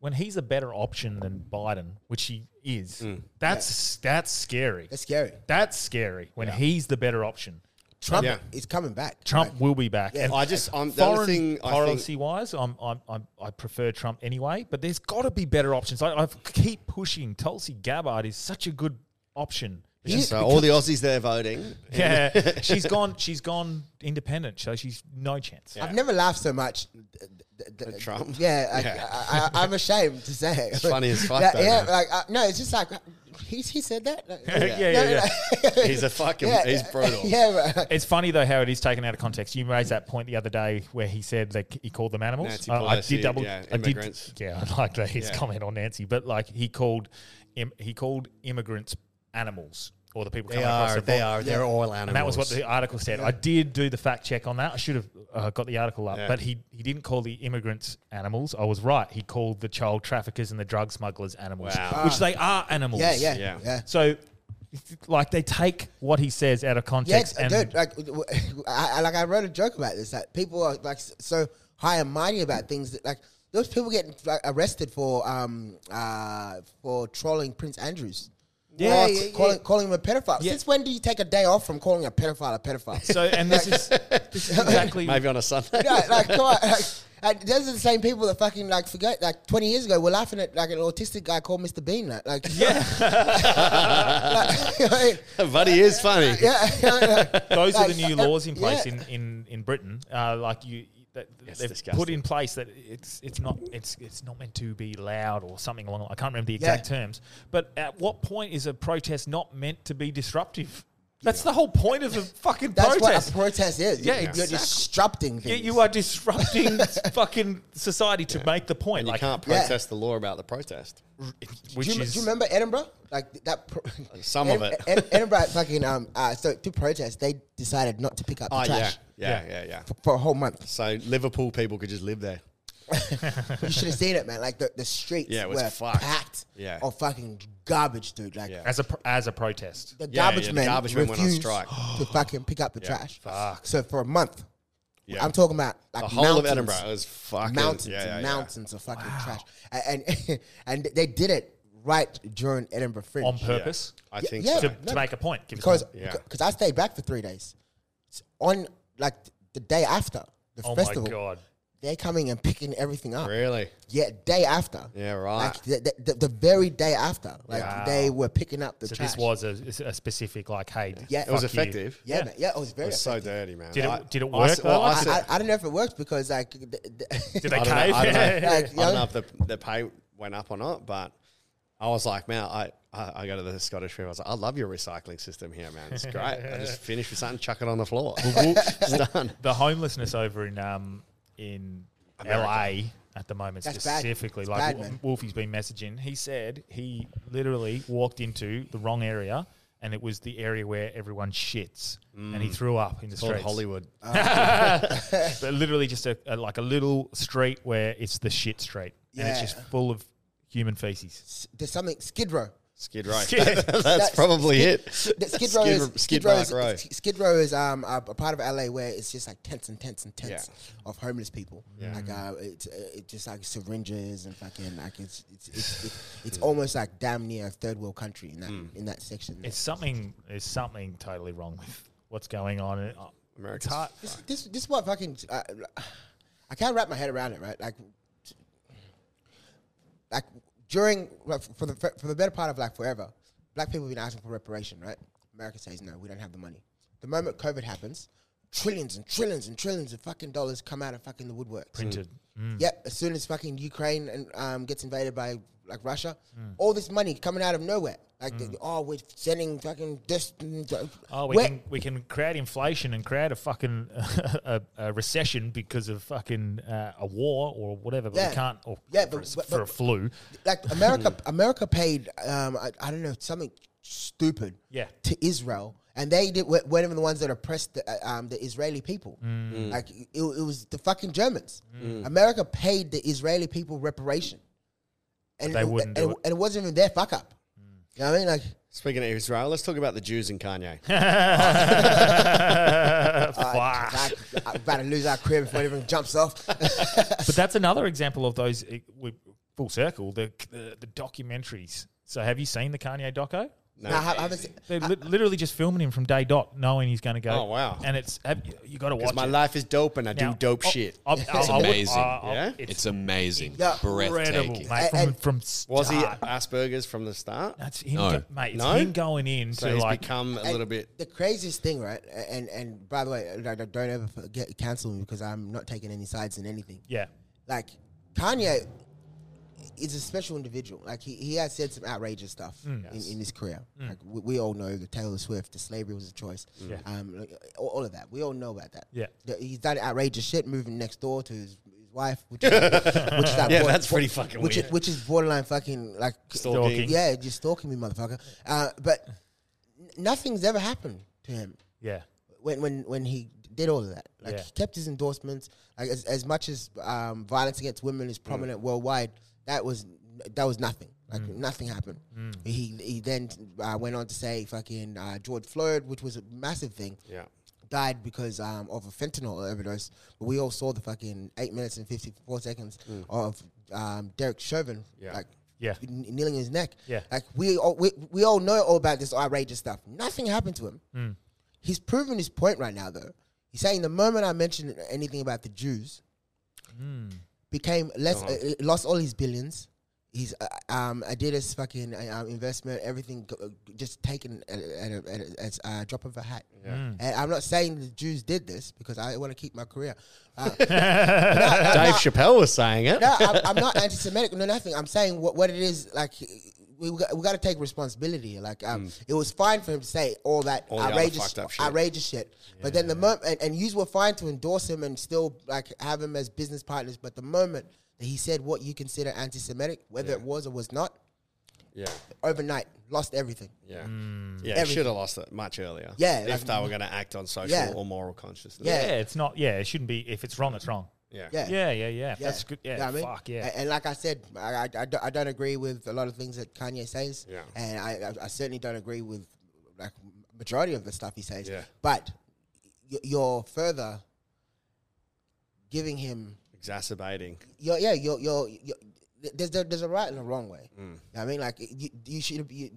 S1: When he's a better option than Biden, which he is, that's that's scary.
S3: Mm. That's scary.
S1: That's scary. When he's the better option,
S3: Trump
S2: Yeah.
S3: is coming back.
S1: Trump
S3: Like,
S1: will be back.
S3: Yeah.
S2: I just I'm the other
S1: foreign
S2: thing I think
S1: policy wise, I'm, I'm, I'm, I prefer Trump anyway, but there's got to be better options. I, I keep pushing. Tulsi Gabbard is such a good option.
S2: Yeah,
S1: She's
S2: so
S1: become-
S2: all the Aussies there
S3: [LAUGHS]
S2: voting. [LAUGHS]
S1: yeah, she's gone. She's gone independent, so she's no chance.
S3: I've never laughed so much. th- th- th-
S2: At Trump?
S3: Yeah, like,
S2: Yeah.
S3: I, I, I'm ashamed to say it.
S2: It's funny
S3: [LAUGHS]
S2: as fuck,
S3: Yeah,
S2: though,
S3: yeah
S2: man.
S3: like uh, no, it's just like he he
S2: [LAUGHS]
S3: said that. Like,
S1: [LAUGHS] yeah, yeah,
S3: no,
S1: yeah.
S2: He's a fucking.
S3: yeah,
S2: he's brutal.
S3: [LAUGHS] yeah, bro.
S1: It's funny though how it is taken out of context. You raised that point the other day where he said that he called them animals.
S2: Nancy
S1: I- I,
S2: Pelosi,
S1: did double.
S2: yeah,
S1: I did.
S2: immigrants.
S1: Yeah, I like that his
S2: Yeah.
S1: comment on Nancy, but like he called, im, he called immigrants animals or the people coming across the border.
S2: Oh, They're all animals.
S1: And that was what the article said. I did do the fact check on that. I should have uh, got the article up,
S2: Yeah.
S1: but he, he didn't call the immigrants animals. I was right. He called the child traffickers and the drug smugglers animals,
S2: Wow.
S1: which they are animals.
S3: Ah. yeah, yeah,
S2: Yeah.
S3: yeah.
S1: So like they take what he says out of context.
S3: Yes, dude. Like, w- [LAUGHS] w- I, I- like I wrote a joke about this. Like, people are like s- so high and mighty about things that like those people getting like, arrested for um uh for trolling Prince Andrews.
S1: Yeah, yeah,
S3: Or
S1: yeah.
S3: calling, calling him a pedophile.
S1: Yeah.
S3: Since when do you take a day off from calling a pedophile a pedophile? [LAUGHS]
S1: so, and this is, this is exactly
S2: Maybe on a Sunday.
S3: no, like, come on. Like, and those are the same people that fucking like forget like twenty years ago we're laughing at like an autistic guy called Mr. Bean. Like, like [LAUGHS] yeah,
S2: [LAUGHS] but he is funny.
S3: yeah. [LAUGHS]
S1: those are
S3: Like,
S1: the new
S3: uh,
S1: laws in place
S3: yeah.
S1: in, in, in Britain. Uh, like you, that
S2: It's
S1: they've put
S2: disgusting.
S1: in place that it's it's not it's it's not meant to be loud or something along. I can't remember the exact terms. But at what point is a protest not meant to be disruptive? That's the whole point
S3: [LAUGHS]
S1: of a fucking
S3: That's
S1: protest.
S3: what a protest is.
S1: Yeah,
S3: Yeah, you're
S1: exactly.
S3: disrupting
S1: Yeah,
S3: things.
S1: you are
S3: [LAUGHS]
S1: disrupting fucking society to make the point.
S2: And
S1: like,
S2: you can't
S3: Yeah.
S2: protest the law about the protest.
S1: which
S3: do you,
S1: is
S3: do you remember Edinburgh? Like th- that. Pro-
S2: [LAUGHS]
S3: [LAUGHS]
S2: Some of
S3: Ed-
S2: it.
S3: Ed- Edinburgh fucking um. Uh, so to protest, they decided not to pick up the
S2: Oh, yeah.
S3: trash
S2: Yeah, yeah, yeah.
S3: for a whole month. [LAUGHS]
S2: So Liverpool people could just live there.
S3: You should have seen it, man. Like the, the streets
S2: Yeah, it was
S3: were
S2: fucked.
S3: packed
S2: Yeah.
S3: of fucking garbage, dude. Like
S2: Yeah.
S1: as a pro- as a protest.
S3: the
S2: Yeah,
S3: garbage
S2: yeah, the
S3: men
S2: garbage men went on
S3: refused
S2: strike.
S3: [GASPS] to fucking pick up the trash.
S2: fuck.
S3: So for a month,
S2: Yeah.
S3: I'm talking about like
S2: the whole
S3: mountains,
S2: of Edinburgh is fucking
S3: mountains
S2: yeah, yeah,
S3: and
S2: yeah.
S3: mountains of fucking trash, and and, [LAUGHS] and they did it right during Edinburgh Fringe
S1: on purpose
S2: I
S3: Yeah,
S2: think
S3: yeah.
S2: so.
S1: to, to make a point. Give us
S3: because
S1: one.
S2: Yeah.
S3: because I stayed back for three days. S- on like th- the day after the
S1: oh
S3: festival,
S1: my god,
S3: they're coming and picking everything up.
S2: Really?
S3: Yeah, day after.
S2: Yeah, right.
S3: Like the, the, the, the very day after, like
S1: Wow.
S3: they were picking up the
S1: so
S3: trash.
S1: this was a, a specific like, hey,
S3: Yeah.
S2: It was
S1: fuck you.
S2: effective.
S3: yeah,
S1: yeah.
S3: man, yeah, it was
S2: It
S3: very.
S2: was so
S3: effective.
S2: dirty, man.
S1: Did it-
S2: I-
S1: did it
S2: I
S1: work,
S2: said- well,
S1: though?
S2: I
S1: Like,
S2: said-
S3: I, I, I don't know if it worked because like. The, the
S1: Did they
S2: I don't,
S1: cave? [LAUGHS]
S2: know, I, don't know,
S3: Like,
S2: I don't
S3: yeah.
S2: know if the, the pay went up or not, but I was like, man, I, I, I go to the Scottish River. I was like, I love your recycling system here, man. It's great. I
S1: [LAUGHS]
S2: just finish with something, chuck it on the floor. [LAUGHS] it's done.
S1: the homelessness over in um in LA at the moment
S3: That's bad.
S1: specifically.
S3: It's
S1: Like
S3: bad,
S1: Wol-
S3: man.
S1: Wolfie's been messaging. He said he literally walked into the wrong area and it was the area where everyone shits. And he threw up in the
S2: Mm. Called
S1: streets.
S2: Hollywood.
S1: But literally just a, a like a little street where it's the shit street. And it's
S3: Yeah.
S1: just full of human feces.
S3: [LAUGHS] there's something Skid Row.
S2: Skid Row.
S1: Skid-
S2: [LAUGHS] That's
S3: That's-
S2: probably
S3: Skid-
S2: it.
S3: The Skid Row is
S2: Skid,
S3: Skid Row
S2: Rock
S3: is,
S2: Row.
S3: Skid Row is um, a, a part of LA where it's just like tents and tents and tents of homeless people. Like uh, it's uh, it just like syringes and fucking like it's it's it's, it's, [SIGHS] it's almost like damn near a third world country in that in that section.
S1: It's something there's something totally wrong with what's going on. It-
S2: America's
S1: It's hard.
S3: this, this this is what fucking uh, I can't wrap my head around it. Right, like like during like, for the for the better part of like forever, black people have been asking for reparation. Right, America says no, we don't have the money. The moment COVID happens, trillions and trillions and trillions of fucking dollars come out of fucking the woodworks.
S1: printed.
S3: Yep. As soon as fucking Ukraine and um, gets invaded by like Russia, all this money coming out of nowhere. Like, the- oh, we're sending fucking this.
S1: Oh, we
S3: Where-
S1: can we can create inflation and create a fucking [LAUGHS] a, a recession because of fucking uh, a war or whatever, but
S3: Yeah.
S1: we can't. Or
S3: Yeah,
S1: for,
S3: but-
S1: a s-
S3: but-
S1: for a
S3: but- [LAUGHS]
S1: flu, [LAUGHS]
S3: like America,
S1: Hmm.
S3: America paid um, I, I don't know something stupid
S1: Yeah.
S3: to Israel, and they did were, weren't even the ones that oppressed the, uh, um, the Israeli people.
S1: Hmm.
S3: Like it, it was the fucking Germans. America paid the Israeli people reparation, and
S1: they wouldn't
S3: and,
S1: do it. Hmm.
S3: and it wasn't even their fuck up. You know what I mean? Like
S2: Speaking of Israel, let's talk about the Jews and Kanye.
S1: Fuck.
S3: like, I'm about to lose our crib before everything jumps off. [LAUGHS]
S1: but that's another example of those eh, we, full circle the, the the documentaries. So have you seen the Kanye doco?
S2: No.
S3: Nah, I haven't seen-
S1: They're li- literally just filming him from day dot, knowing he's going to go.
S2: Oh, wow.
S1: And it's have, you, you got to watch
S2: Because my
S1: it.
S2: life is dope and I
S1: Now-
S2: do dope
S1: oh,
S2: shit.
S1: I- I-
S9: It's
S1: I would-
S9: amazing.
S1: I- I-
S2: Yeah?
S9: It's, amazing.
S3: Yeah.
S1: incredible,
S9: Breathtaking.
S1: mate. From,
S3: And-
S1: from
S2: Was he
S1: start.
S2: Asperger's from the start?
S1: That's him,
S9: No.
S1: go- mate. It's
S2: No?
S1: him going in
S2: So
S1: to
S2: he's
S1: like
S2: become a little bit.
S3: The craziest thing, right? And and by the way, like, don't ever forget cancel me because I'm not taking any sides in anything.
S1: yeah.
S3: like Kanye is a special individual. Like he, he has said some outrageous stuff
S2: Mm.
S3: in, in his career. Like we, we all know the Taylor Swift, the slavery was a choice.
S2: Mm.
S3: Um, like, all, all of that. We all know about that.
S1: Yeah.
S3: That he's done outrageous shit, moving next door to his, his wife,
S2: [LAUGHS]
S3: which is, which is like
S2: Yeah,
S3: bor-
S2: that's pretty
S3: bor-
S2: fucking
S3: which
S2: weird.
S3: Is, which is borderline fucking like
S1: Stalking.
S3: Yeah, you're stalking me, motherfucker. Uh, but n- nothing's ever happened to him
S1: Yeah.
S3: when when when he did all of that. Like
S1: Yeah.
S3: he kept his endorsements. Like as, as much as um, violence against women is prominent worldwide, that was that was nothing. Like nothing happened. He he then uh, went on to say fucking uh, George Floyd, which was a massive thing.
S2: Yeah.
S3: Died because um, of a fentanyl overdose. But we all saw the fucking eight minutes and fifty four seconds of um, Derek Chauvin.
S2: Yeah.
S3: Like,
S1: Yeah.
S3: kn- kneeling his neck.
S1: Yeah.
S3: Like we all we, we all know all about this outrageous stuff. Nothing happened to him. He's proven his point right now though. He's saying the moment I mentioned anything about the Jews, became less uh, uh, lost all his billions. His uh, um, Adidas fucking uh, um, investment, everything go- uh, just taken at, a- at, a, at a, as a drop of a hat. And I'm not saying the Jews did this because I want to keep my career. Uh,
S2: Dave Chappelle was saying it.
S3: no, I'm, I'm not anti-Semitic. No, nothing. I'm saying what, what it is. Like we we got, we got to take responsibility. Like um, it was fine for him to say all that
S2: Mm. All the other
S3: outrageous,
S2: fucked up shit.
S3: outrageous shit. But then the moment and, and yous were fine to endorse him and still like have him as business partners. But the moment that he said what you consider anti-Semitic, whether it was or was not,
S2: Yeah.
S3: overnight lost everything.
S2: Yeah. Yeah.
S3: Everything.
S2: Should have lost it much earlier.
S3: Yeah,
S2: If
S3: like-
S2: they were going to act on social
S3: Yeah.
S2: or moral consciousness.
S1: yeah,
S3: Yeah.
S1: it's not. Yeah, it shouldn't be. If it's wrong, it's wrong.
S2: Yeah.
S3: Yeah.
S1: Yeah, yeah, yeah. That's good. Yeah,
S3: You know what I mean?
S1: fuck yeah.
S3: A- And, like I said, I, I, I don't- I don't agree with a lot of things that Kanye says.
S2: Yeah.
S3: And I, I, I certainly don't agree with like majority of the stuff he says.
S2: Yeah.
S3: But y- you're further giving him.
S2: Exacerbating.
S3: You're, yeah, you're, you're, you're, there's there- there's a right and a wrong way.
S1: Mm.
S3: You know what I mean, like you, you should have. You,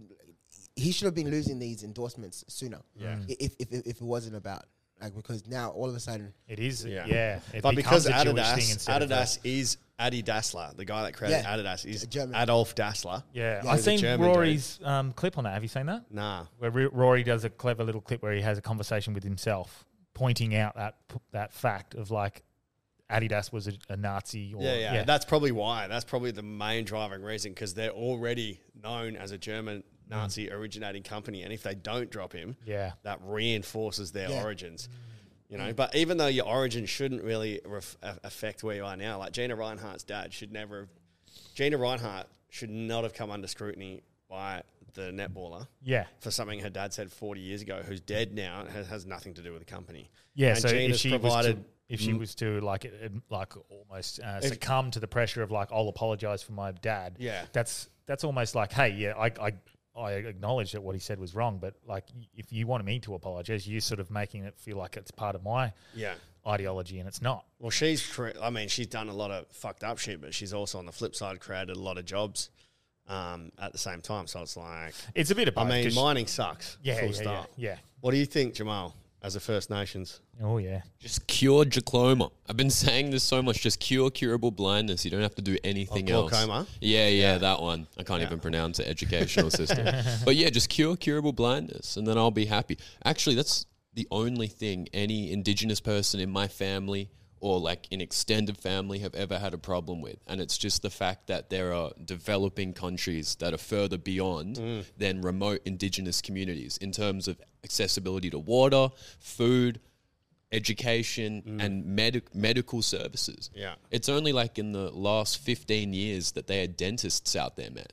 S3: he should have been losing these endorsements sooner. Yeah. If if, if if it wasn't about like because now all of a sudden
S1: It is. Yeah.
S2: Yeah.
S1: It
S2: but
S1: becomes
S2: because
S1: a Jewish thing
S2: Adidas,
S1: instead of a-
S2: Adidas is Adi Dassler, the guy that created
S3: Yeah.
S2: Adidas, is
S3: German.
S2: Adolf Dassler.
S1: yeah,
S2: He's
S1: I've
S2: a
S1: seen
S2: German
S1: Rory's um, clip on that. Have you seen that?
S2: dude. Nah.
S1: Where R- Rory does a clever little clip where he has a conversation with himself, pointing out that p- that fact of like Adidas was a, a Nazi. Or,
S2: Yeah, yeah, That's probably why. That's probably the main driving reason because they're already known as a German Nazi originating company, and if they don't drop him,
S1: Mm. Yeah.
S2: that reinforces their
S3: Yeah.
S2: origins. You know, but even though your origin shouldn't really ref- a- affect where you are now, like Gina Reinhardt's dad should never have. Gina Reinhardt should not have come under scrutiny by the netballer.
S1: Yeah.
S2: For something her dad said 40 years ago, who's dead now, and has, has nothing to do with the company.
S1: Yeah,
S2: And
S1: so if
S2: Gina's
S1: she
S2: provided
S1: was to, if she was to like it- it- like almost uh, succumb to the pressure of like I'll apologize for my dad.
S2: Yeah.
S1: that's that's almost like hey, yeah, I I, I acknowledge that what he said was wrong, but like y- if you want me to apologize, you're sort of making it feel like it's part of my
S2: Yeah.
S1: ideology, and it's not.
S2: Well, she's, cre- I mean, she's done a lot of fucked up shit, but she's also on the flip side created a lot of jobs um, at the same time. So it's like,
S1: It's a bit of
S2: I
S1: both,
S2: mean,
S1: 'cause-
S2: mining sucks.
S1: yeah,
S2: full
S1: yeah, yeah,
S2: stop.
S1: yeah.
S2: What do you think, Jamal, as a First Nations?
S1: Oh yeah,
S9: Just cure glaucoma. I've been saying this so much. Just cure curable blindness. You don't have to do anything
S2: Oh,
S9: else.
S2: glaucoma?
S9: Yeah, yeah, that one. I can't even pronounce
S2: [LAUGHS]
S9: it. Educational system. But yeah, just cure curable blindness, and then I'll be happy. Actually, that's the only thing any Indigenous person in my family or like in extended family have ever had a problem with, and it's just the fact that there are developing countries that are further beyond
S2: Mm.
S9: than remote Indigenous communities in terms of accessibility to water, food education and medic medical services.
S2: Mm. Yeah.
S9: It's only like in the last 15 years that they had dentists out there, man.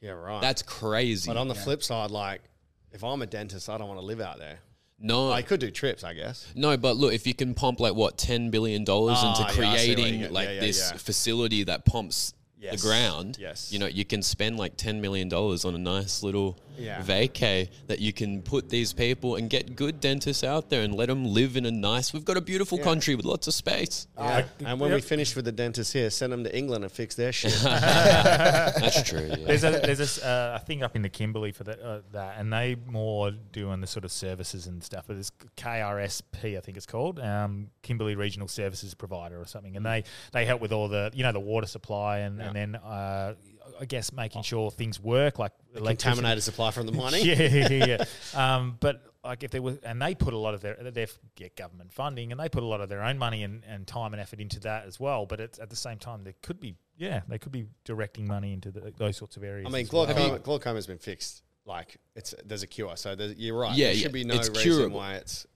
S2: Yeah, right.
S9: That's crazy.
S2: but on the flip side, like, if I'm a dentist, I don't want to live out there.
S9: no.
S2: I could do trips, I guess.
S9: no, but look, if you can pump like what 10 billion dollars
S2: Ah,
S9: into
S2: yeah, I see where
S9: creating
S2: you get-
S9: like
S2: yeah, yeah,
S9: this
S2: yeah.
S9: facility that pumps
S2: Yes.
S9: the ground,
S2: Yes.
S9: you know, you can spend like 10 million dollars on a nice little
S2: Yeah.
S9: vacay that you can put these people and get good dentists out there and let them live in a nice. We've got a beautiful country with lots of
S2: [LAUGHS]
S9: space.
S2: Yeah. and when we
S1: Yep.
S2: finish with the dentist here, send them to England and fix
S1: [LAUGHS]
S2: their shit.
S9: That's true. yeah.
S1: there's a there's a s- uh, a thing up in the Kimberley for that uh, that, and they more doing the sort of services and stuff. But it's KRSP, I think it's called, um, Kimberley Regional Services Provider or something, and they they help with all the you know the water supply and and then uh, I guess making sure things work like electricity-
S2: Contaminated supply from the mining.
S1: yeah, yeah, yeah,
S9: [LAUGHS]
S1: yeah. Um, but like if there was, and they put a lot of their they get government funding, and they put a lot of their own money and, and time and effort into that as well. But it's, at the same time, they could be, yeah, they could be directing money into the, those sorts of areas.
S2: I mean,
S1: as well.
S2: glaucoma, glaucoma has been fixed. Like it's there's a cure, so there's, you're right.
S9: Yeah,
S2: there should
S9: yeah,
S2: be no
S9: it's
S2: reason
S9: curable.
S2: why it's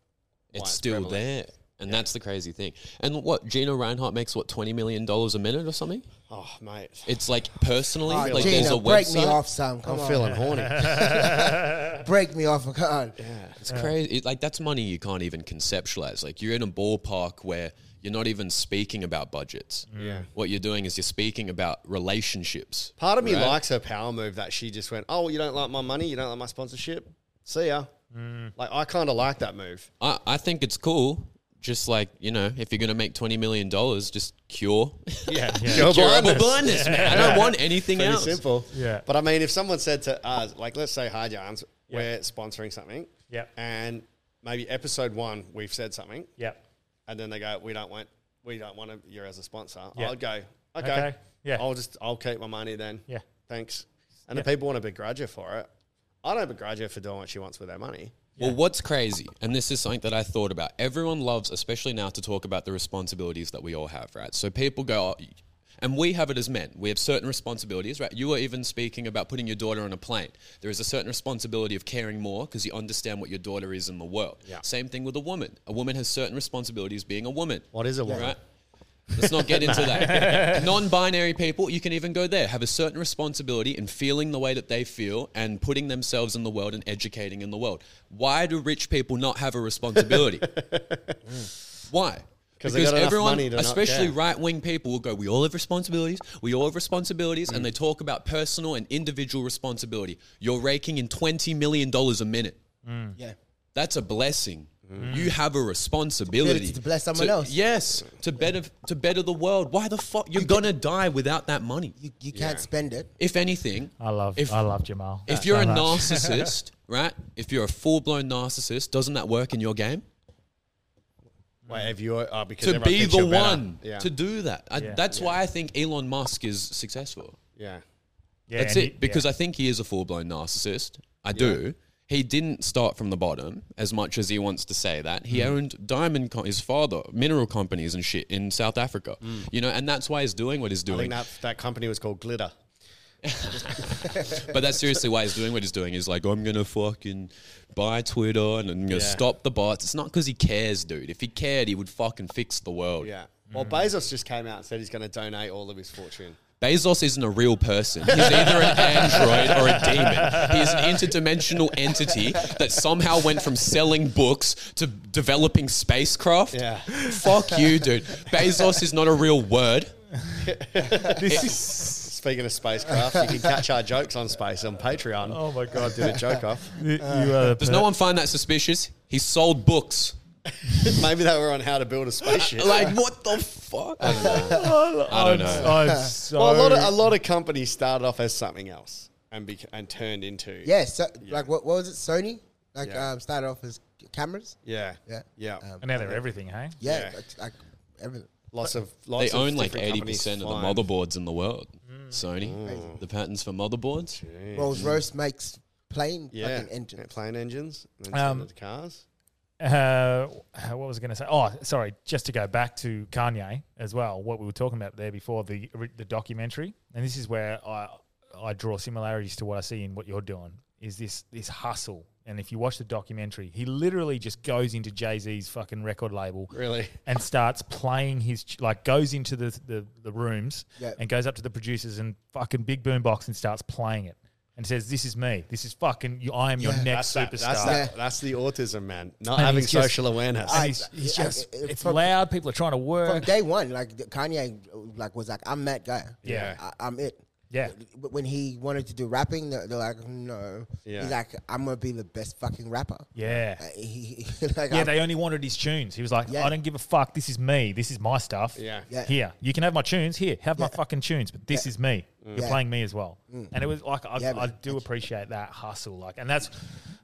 S2: why
S9: it's still
S2: prevalent.
S9: there. And that's the crazy thing. And what Gina Reinhart makes what twenty million dollars a minute or something?
S2: Oh mate,
S9: It's like personally,
S3: oh,
S9: like there's a
S3: Gina, break
S9: website.
S3: me off some. Come
S2: I'm
S3: on,
S2: feeling horny.
S3: [LAUGHS]
S2: [LAUGHS]
S3: break me off. Come on.
S9: It's crazy. It- like that's money you can't even conceptualize. Like you're in a ballpark where you're not even speaking about budgets. Yeah. What you're doing is you're speaking about relationships.
S2: Part of me
S9: right?
S2: likes her power move that she just went, oh, you don't like my money, you don't like my sponsorship, see ya. Like I kind of like that move.
S9: I, I think it's cool. Just like, you know, if you're going to make $20 million, just
S2: [LAUGHS]
S9: cure.
S2: Yeah,
S9: curable [LAUGHS] blindness, man. I don't want anything
S2: Pretty
S9: else.
S2: simple.
S1: Yeah.
S2: But I mean, if someone said to us, like, let's say Hard Yarns, we're sponsoring something.
S1: Yep.
S2: And maybe episode one, we've said something,
S1: Yep.
S2: and then they go, we don't want, we don't want you as a sponsor.
S1: Yeah.
S2: I'd go, okay,
S1: Okay. Yeah.
S2: I'll just, I'll keep my money then.
S1: Yeah.
S2: Thanks. And if people want to begrudge her for it, I don't begrudge her for doing what she wants with her money.
S9: Well, what's crazy, and this is something that I thought about. Everyone loves, especially now, to talk about the responsibilities that we all have, right? So people go, oh, and we have it as men. We have certain responsibilities, right? You were even speaking about putting your daughter on a plane. There is a certain responsibility of caring more because you understand what your daughter is in the world. Same thing with a woman. A woman has certain responsibilities being a woman.
S2: What is a woman?
S9: Right? Let's
S2: [LAUGHS]
S9: not get into that. Non-binary people, you can even go there, have a certain responsibility in feeling the way that they feel and putting themselves in the world and educating in the world. Why do rich people not have
S2: [LAUGHS]
S9: a responsibility? Mm. Why?
S2: 'Cause they got enough money to not
S9: especially
S2: care.
S9: right-wing people, will go, "We all have responsibilities. We all have responsibilities,"
S2: Mm.
S9: and they talk about personal and individual responsibility. You're raking in twenty million dollars a minute.
S3: Yeah.
S9: That's a blessing.
S1: Mm.
S9: You have a responsibility
S3: To bless someone else.
S9: Yes, to better to better the world. Why the fuck you're gonna die without that money?
S3: You, you can't spend it.
S9: If anything,
S1: I love
S9: If-
S1: I love Jamal.
S9: if
S1: so
S9: you're a
S1: much. [LAUGHS]
S9: narcissist, right? If you're a full blown narcissist, doesn't that work in your game?
S2: Wait, have you? Uh, because
S9: To
S2: everyone
S9: be
S2: thinks
S9: the
S2: you're better.
S9: one
S2: Yeah.
S9: to do that. I,
S1: Yeah.
S9: That's why I think Elon Musk is successful.
S2: yeah.
S1: Yeah,
S9: That's
S1: and
S9: it.
S1: you-
S9: because
S1: yeah.
S9: I think he is a full blown narcissist. I do. He didn't start from the bottom as much as he wants to say that. He owned diamond, co- his father, mineral companies and shit in South Africa. You know, and that's why he's doing what
S2: I
S9: he's doing.
S2: think that that company was called Glitter.
S9: But that's seriously why he's doing what he's doing. He's like, I'm gonna fucking buy Twitter and I'm gonna stop the bots. It's not because he cares, dude. If he cared, he would fucking fix the world.
S2: Yeah. Well, Bezos just came out and said he's going to donate all of his fortune.
S9: Bezos isn't a real person. He's either an android or a demon. He is an interdimensional entity that somehow went from selling books to developing spacecraft.
S2: Yeah.
S9: Fuck you, dude. Bezos is not a real word.
S2: Speaking of spacecraft, you can catch our jokes on space on Patreon.
S1: Oh my
S9: [LAUGHS]
S1: God,
S2: did a joke off. [LAUGHS]
S1: You- you are the [LAUGHS]
S9: Does no one find that suspicious? He sold books.
S2: Maybe they were on how to build a spaceship.
S9: [LAUGHS] Like, what the fuck? I don't know.
S1: per-
S9: I don't
S1: I'm-
S9: know.
S1: I'm so
S2: well, a lot of a lot of companies started off as something else and bec and turned into
S3: Yeah. So, Like what, what was it? Sony. Like
S2: Yeah.
S3: um, started off as c- cameras.
S2: yeah
S3: Yeah.
S2: yeah.
S3: Um,
S1: and now they're everything, hey?
S3: yeah.
S2: yeah.
S3: Like, like everything.
S2: lots of
S9: They
S2: lots of
S9: own like
S2: different
S9: eighty
S2: companies Mm.
S9: percent of the
S2: flying.
S9: motherboards in the world. Sony, the patents for motherboards.
S3: Rolls Royce makes plane
S2: Yeah,
S3: fucking engine.
S2: Yeah, plane engines, and then
S1: Um,
S2: send it to cars.
S1: uh, what was I going to say? Oh, sorry. Just to go back to Kanye as well, what we were talking about there before the the documentary, and this is where I I draw similarities to what I see in what you're doing is this this hustle. And if you watch the documentary, he literally just goes into Jay Z's fucking record label,
S2: Really?
S1: and starts playing his ch- like goes into the the, the rooms
S3: Yeah.
S1: and goes up to the producers and fucking big boom box and starts playing it and says, "This is me. This is fucking. you- I am your next
S2: that-
S1: superstar."
S2: that's, that, that's the autism man. Not
S1: And
S2: having
S1: he's just-
S2: social awareness.
S1: and he's, he's
S3: I-
S1: just
S3: I-
S1: it's
S3: from-
S1: loud. People are trying to
S3: From
S1: work.
S3: day one, like th- Kanye, like was like, I'm that guy.
S1: Yeah.
S3: I, I'm it.
S1: Yeah.
S3: But when he wanted to do rapping, they're, they're like, no.
S2: Yeah.
S3: He's like, I'm gonna be the best fucking rapper. [LAUGHS]
S1: yeah.
S3: Uh, he, he- [LAUGHS] like,
S1: Yeah,
S3: I'm-
S1: they only wanted his tunes. He was like,
S3: Yeah.
S1: I don't give a fuck. This is me. This is my stuff.
S2: Yeah.
S3: Yeah.
S1: Here, you can have my tunes. Here, have my fucking tunes. But this is me. You're
S3: Yeah.
S1: playing me as well. And it was like I,
S3: Yeah,
S1: I
S3: man.
S1: do appreciate that hustle. Like, and that's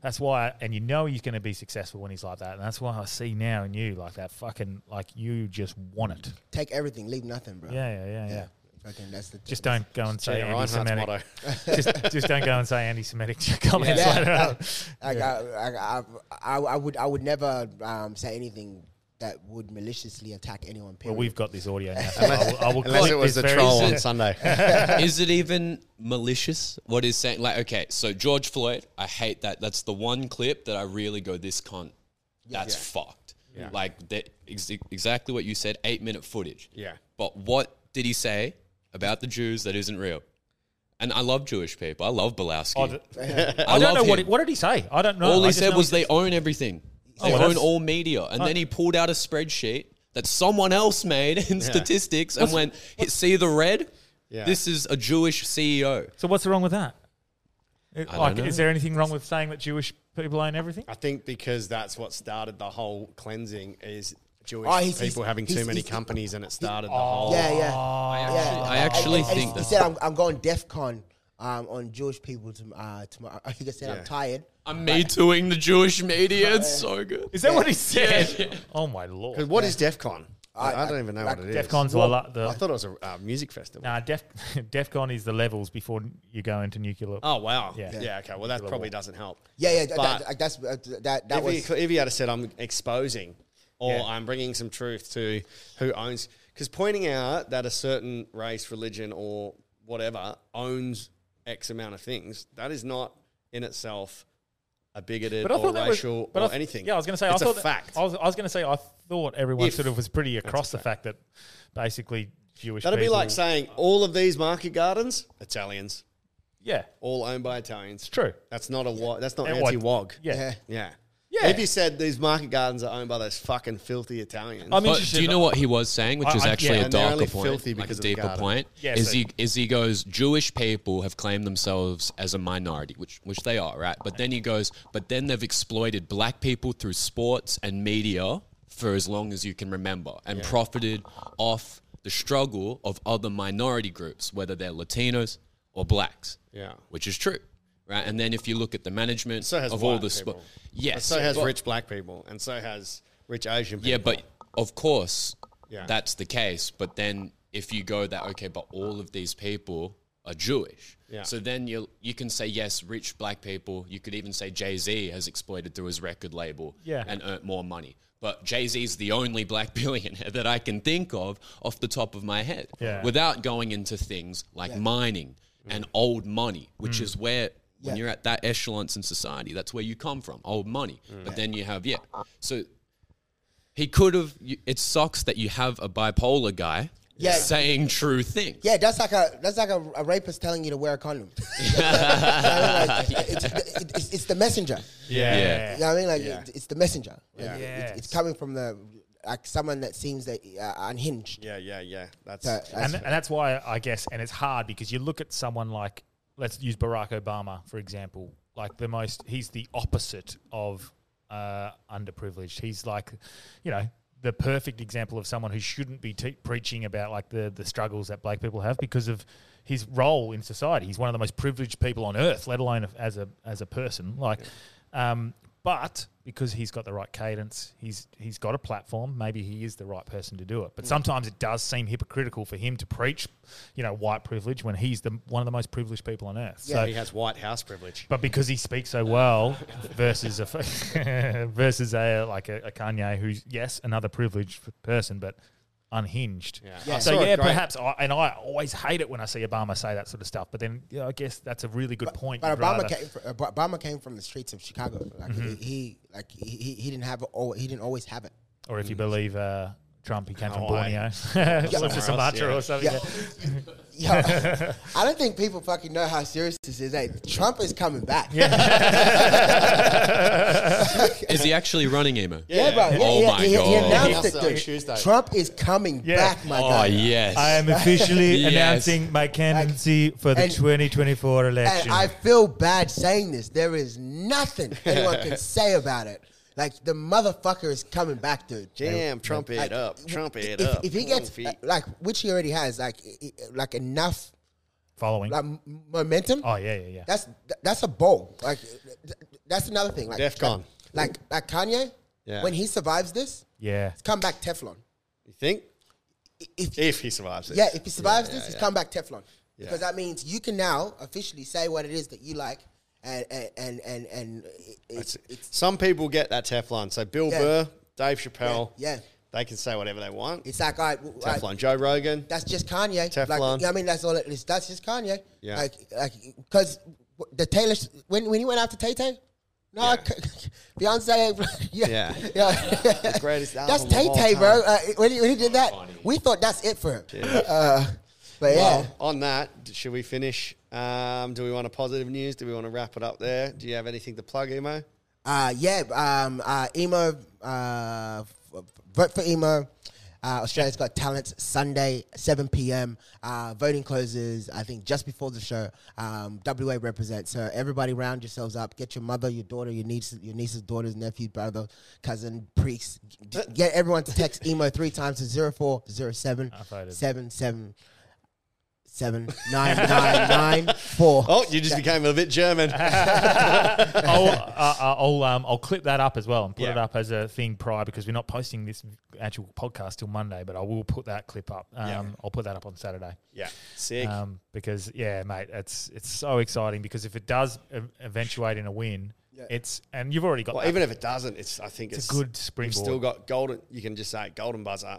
S1: that's why. And you know he's going to be successful when he's like that. And that's why I see now in you like that fucking like you just want it.
S3: take everything, leave nothing, bro.
S1: Yeah, yeah, yeah, yeah.
S3: Fucking that's the
S1: Just don't go and say
S2: Gina Reinhardt's
S1: anti-Semitic.
S2: motto.
S1: [LAUGHS] just, just don't go and say anti-Semitic [LAUGHS] comments
S3: Yeah.
S1: later on.
S3: [LAUGHS] Like I, I, I, I would, I would never um, say anything that would maliciously attack anyone.
S1: Well,
S3: Period.
S1: we've got this audio now. So I will, I will
S2: [LAUGHS] Unless
S1: clip
S2: it
S1: this
S2: was the
S1: very
S2: troll
S1: soon.
S2: on Sunday.
S1: [LAUGHS]
S9: is it even malicious? What is saying? Like, okay, so George Floyd, I hate that. That's the one clip that I really go, this cunt, that's fucked. Like, that, ex- exactly what you said, eight minute footage.
S2: Yeah.
S9: But what did he say about the Jews that isn't real? And I love Jewish people. I love Belowski.
S1: Oh, th-
S9: I,
S1: [LAUGHS] I don't
S9: love
S1: know what
S9: him.
S1: he, what did he say. I don't know. I
S9: All he
S1: just
S9: said
S1: know
S9: was they own everything. They
S1: well,
S9: own
S1: that's-
S9: all media. And then he pulled out a spreadsheet that someone else made in statistics and went, "Hit- see the red?
S2: Yeah.
S9: This is a Jewish E CEO.
S1: So what's wrong with that? It-
S9: don't
S1: like,
S9: know.
S1: is there anything wrong with saying that Jewish people own everything?
S2: I think because that's what started the whole cleansing is Jewish
S3: Oh, he's-
S2: people
S3: he's-
S2: having too
S3: he's-
S2: many
S3: he's-
S2: companies, and it started the
S1: Oh.
S2: whole.
S3: Yeah, yeah. yeah.
S9: I actually
S3: And- and
S9: think
S3: he, he
S9: that-
S3: said I'm, I'm going DEF CON um, on Jewish people to, uh, tomorrow. [LAUGHS] I think I said
S2: Yeah.
S3: I'm tired.
S9: I'm me tooing the Jewish media. It's so good.
S1: Is that what he said? [LAUGHS] Oh my lord!
S2: Because what is DEF CON? I,
S3: I-
S2: I don't even know
S3: like
S2: what it is.
S1: DEF CON's
S2: What-
S1: la- the-
S2: I thought it was a uh, music festival.
S1: Nah, Def [LAUGHS] DefCon is the levels before you go into nuclear.
S2: Oh wow.
S1: Yeah.
S2: Yeah. Okay. Well, that probably doesn't help.
S3: Yeah, yeah. that-
S2: But-
S3: that, that's uh, that. That
S2: If
S3: was.
S2: he, if he had said, "I'm exposing," or
S1: Yeah.
S2: "I'm bringing some truth to who owns," because pointing out that a certain race, religion, or whatever owns X amount of things, that is not in itself a bigoted
S1: But I
S2: or
S1: thought that was-
S2: racial
S1: but I
S2: or
S1: th-
S2: anything.
S1: Yeah, I was going to say.
S2: it's
S1: I thought
S2: a
S1: that-
S2: fact.
S1: I was, I was going to say I thought everyone
S2: If-
S1: sort of was pretty across the fact that basically Jewish.
S2: That'd be
S1: people-
S2: like saying all of these market gardens, Italians,
S1: yeah,
S2: all owned by Italians.
S1: true.
S2: That's not a wa- that's not
S1: And what-
S2: anti-wog.
S1: Yeah.
S3: yeah.
S2: Yeah.
S1: Yeah.
S2: If you said these market gardens are owned by those fucking filthy Italians,
S1: I'm
S9: But
S1: interested-
S9: do you know what he was saying, which
S1: I-
S9: is
S1: I-
S9: actually
S1: yeah.
S9: a
S2: And they're
S9: darker
S2: only
S9: point,
S2: filthy
S9: like a
S2: because of the
S9: deeper
S2: garden.
S9: point?
S1: Yeah,
S9: is
S1: so-
S9: he is he goes Jewish people have claimed themselves as a minority, which which they are, right? But then he goes, but then they've exploited black people through sports and media for as long as you can remember, and profited off the struggle of other minority groups, whether they're Latinos or blacks.
S2: Yeah.
S9: which is true, right? And then if you look at the management
S2: So has
S9: of all
S2: white
S9: the sport,
S2: people.
S9: yes,
S2: so has
S9: well-
S2: rich black people, and so has rich Asian people.
S9: yeah, but of course,
S2: Yeah.
S9: that's the case. But then if you go that okay, but all of these people are Jewish,
S2: Yeah.
S9: so then you you can say yes, rich black people. You could even say Jay Z has exploited through his record label
S1: Yeah.
S9: and earned more money. But Jay Z is the only black [LAUGHS] billionaire that I can think of off the top of my head
S1: Yeah.
S9: without going into things like mining and old money, which
S2: Mm.
S9: is where when
S3: Yeah.
S9: you're at that echelons in society, that's where you come from, old money. But then you have yeah, so he could have. you- It sucks that you have a bipolar guy
S3: Yeah.
S9: saying true things.
S3: Yeah, that's like a that's like a, a rapist telling you to wear a
S9: [LAUGHS]
S3: condom. [LAUGHS] You know what I mean? Like, it's, it- it's, it's the messenger.
S1: Yeah.
S9: Yeah.
S3: You know what I mean? Like it- it's the messenger. Like,
S2: Yeah.
S3: it- it's- it's
S1: Yes.
S3: coming from the like someone that seems that uh, unhinged.
S2: yeah, yeah, yeah. That's
S3: So,
S1: and, and that's why I guess, and it's hard because you look at someone like, let's use Barack Obama for example, like the most, he's the opposite of uh, underprivileged. He's like, you know, the perfect example of someone who shouldn't be te- preaching about like the the struggles that black people have because of his role in society. He's one of the most privileged people on earth, let alone as a as a person. Like, um, but because he's got the right cadence, he's he's got a platform. Maybe he is the right person to do it. But sometimes it does seem hypocritical for him to preach, you know, white privilege when he's the one of the most privileged people on earth.
S3: Yeah,
S1: so,
S2: he has White House privilege.
S1: but because he speaks so well [LAUGHS] versus a [LAUGHS] versus a like a, a Kanye who's yes another privileged f- person but unhinged.
S2: Yeah. I
S1: So
S2: saw a
S1: yeah,
S2: great-
S1: perhaps I, and I always hate it when I see Obama say that sort of stuff. But then yeah, I guess that's a really good point.
S3: But
S1: You'd
S3: Obama
S1: rather-
S3: came, fr- uh, Obama came from the streets of Chicago. Like he, he, like he, he he didn't have, all, he didn't always have it.
S1: or if you believe uh, Trump, he came from [LAUGHS]
S2: Hawaii.
S1: Borneo, or
S2: Somewhere
S1: to
S2: else,
S1: Sumatra
S2: yeah.
S1: or something.
S3: Yeah. [LAUGHS] yeah. I don't think people fucking know how serious this is. Hey, Trump is coming back. Yeah,
S9: Is he actually running emo?
S3: yeah bro. Yeah,
S9: Oh
S3: yeah,
S9: my
S3: he, he
S9: God.
S3: announced
S2: Also
S3: it,
S2: Tuesday.
S3: dude. Trump is coming
S1: Yeah.
S3: back, my
S9: Oh
S3: guy.
S9: yes.
S1: I am officially
S9: Yes.
S1: announcing my candidacy for the
S3: and-
S1: 2024
S3: And
S1: election.
S3: I feel bad saying this. There is nothing anyone
S2: [LAUGHS]
S3: can say about it. Like the motherfucker is coming back, dude.
S2: Damn, Trump it
S3: Like,
S2: up.
S3: w-
S2: Trump it
S3: if,
S2: up.
S3: If he
S2: Come on,
S3: gets
S2: feet.
S3: uh, like, which he already has, like, i- i- like enough
S1: Following.
S3: like m- momentum.
S1: oh yeah, yeah, yeah.
S3: That's th- that's a bowl. Like th- that's another thing. Like
S2: DEF CON.
S3: Like like Kanye,
S2: Yeah.
S3: when he survives this,
S1: yeah.
S3: it's come back Teflon.
S2: you think
S3: If
S2: if he survives it?
S3: yeah, if he survives
S2: Yeah,
S3: this,
S2: yeah,
S3: he's
S2: yeah.
S3: come back Teflon
S2: Yeah.
S3: because that means you can now officially say what it is that you like, and and and and, and it,
S2: That's
S3: it's,
S2: it.
S3: it's
S2: Some people get that Teflon. So Bill
S3: Yeah.
S2: Burr, Dave Chappelle,
S3: Yeah, yeah.
S2: they can say whatever they want.
S3: it's like all right, w-
S2: Teflon,
S3: like,
S2: Joe Rogan.
S3: that's just Kanye. Like,
S2: Teflon.
S3: you know what I mean, that's all it is. That's just Kanye.
S2: Yeah.
S3: Like like because the Taylor s- when when he went after Tay Tay. No,
S2: Yeah.
S3: [LAUGHS] Beyonce. [LAUGHS] Yeah,
S2: Yeah.
S3: yeah.
S2: The greatest
S3: That's
S2: album of
S3: Tay
S2: all
S3: Tay,
S2: time.
S3: bro. Uh, when, he, when he did that, we thought that's it for him. [LAUGHS] Uh, but yeah,
S2: Well, on that, d- should we finish? Um, do we want a positive news? Do we want to wrap it up there? Do you have anything to plug, Emo?
S3: uh, yeah. Um, uh, emo, uh, f- vote for emo, Uh, Australia's Got Talents Sunday, 7 p.m. Uh, voting closes, I think, just before the show. Um, WA represents. So everybody round yourselves up. Get your mother, your daughter, your niece, your niece's daughters, nephew, brother, cousin, priest. G- Get everyone to text emo three times to 0407
S1: voted.
S3: 77 7994.
S2: Oh, you just became a bit
S3: [LAUGHS]
S2: German.
S1: I'll, uh, I'll, um, I'll clip that up as well and put it
S2: Yeah.
S1: up as a thing prior because we're not posting this actual podcast till Monday, but I will put that clip up. Um, I'll put that up on Saturday.
S2: yeah, sick.
S1: Um, because yeah, mate, it's it's so exciting because if it does ev- eventuate in a win, it's and you've already got
S2: well,
S1: that.
S2: even if it doesn't, it's I think it's,
S1: a good
S2: You've
S1: springboard.
S2: still got golden. You can just say golden buzzer.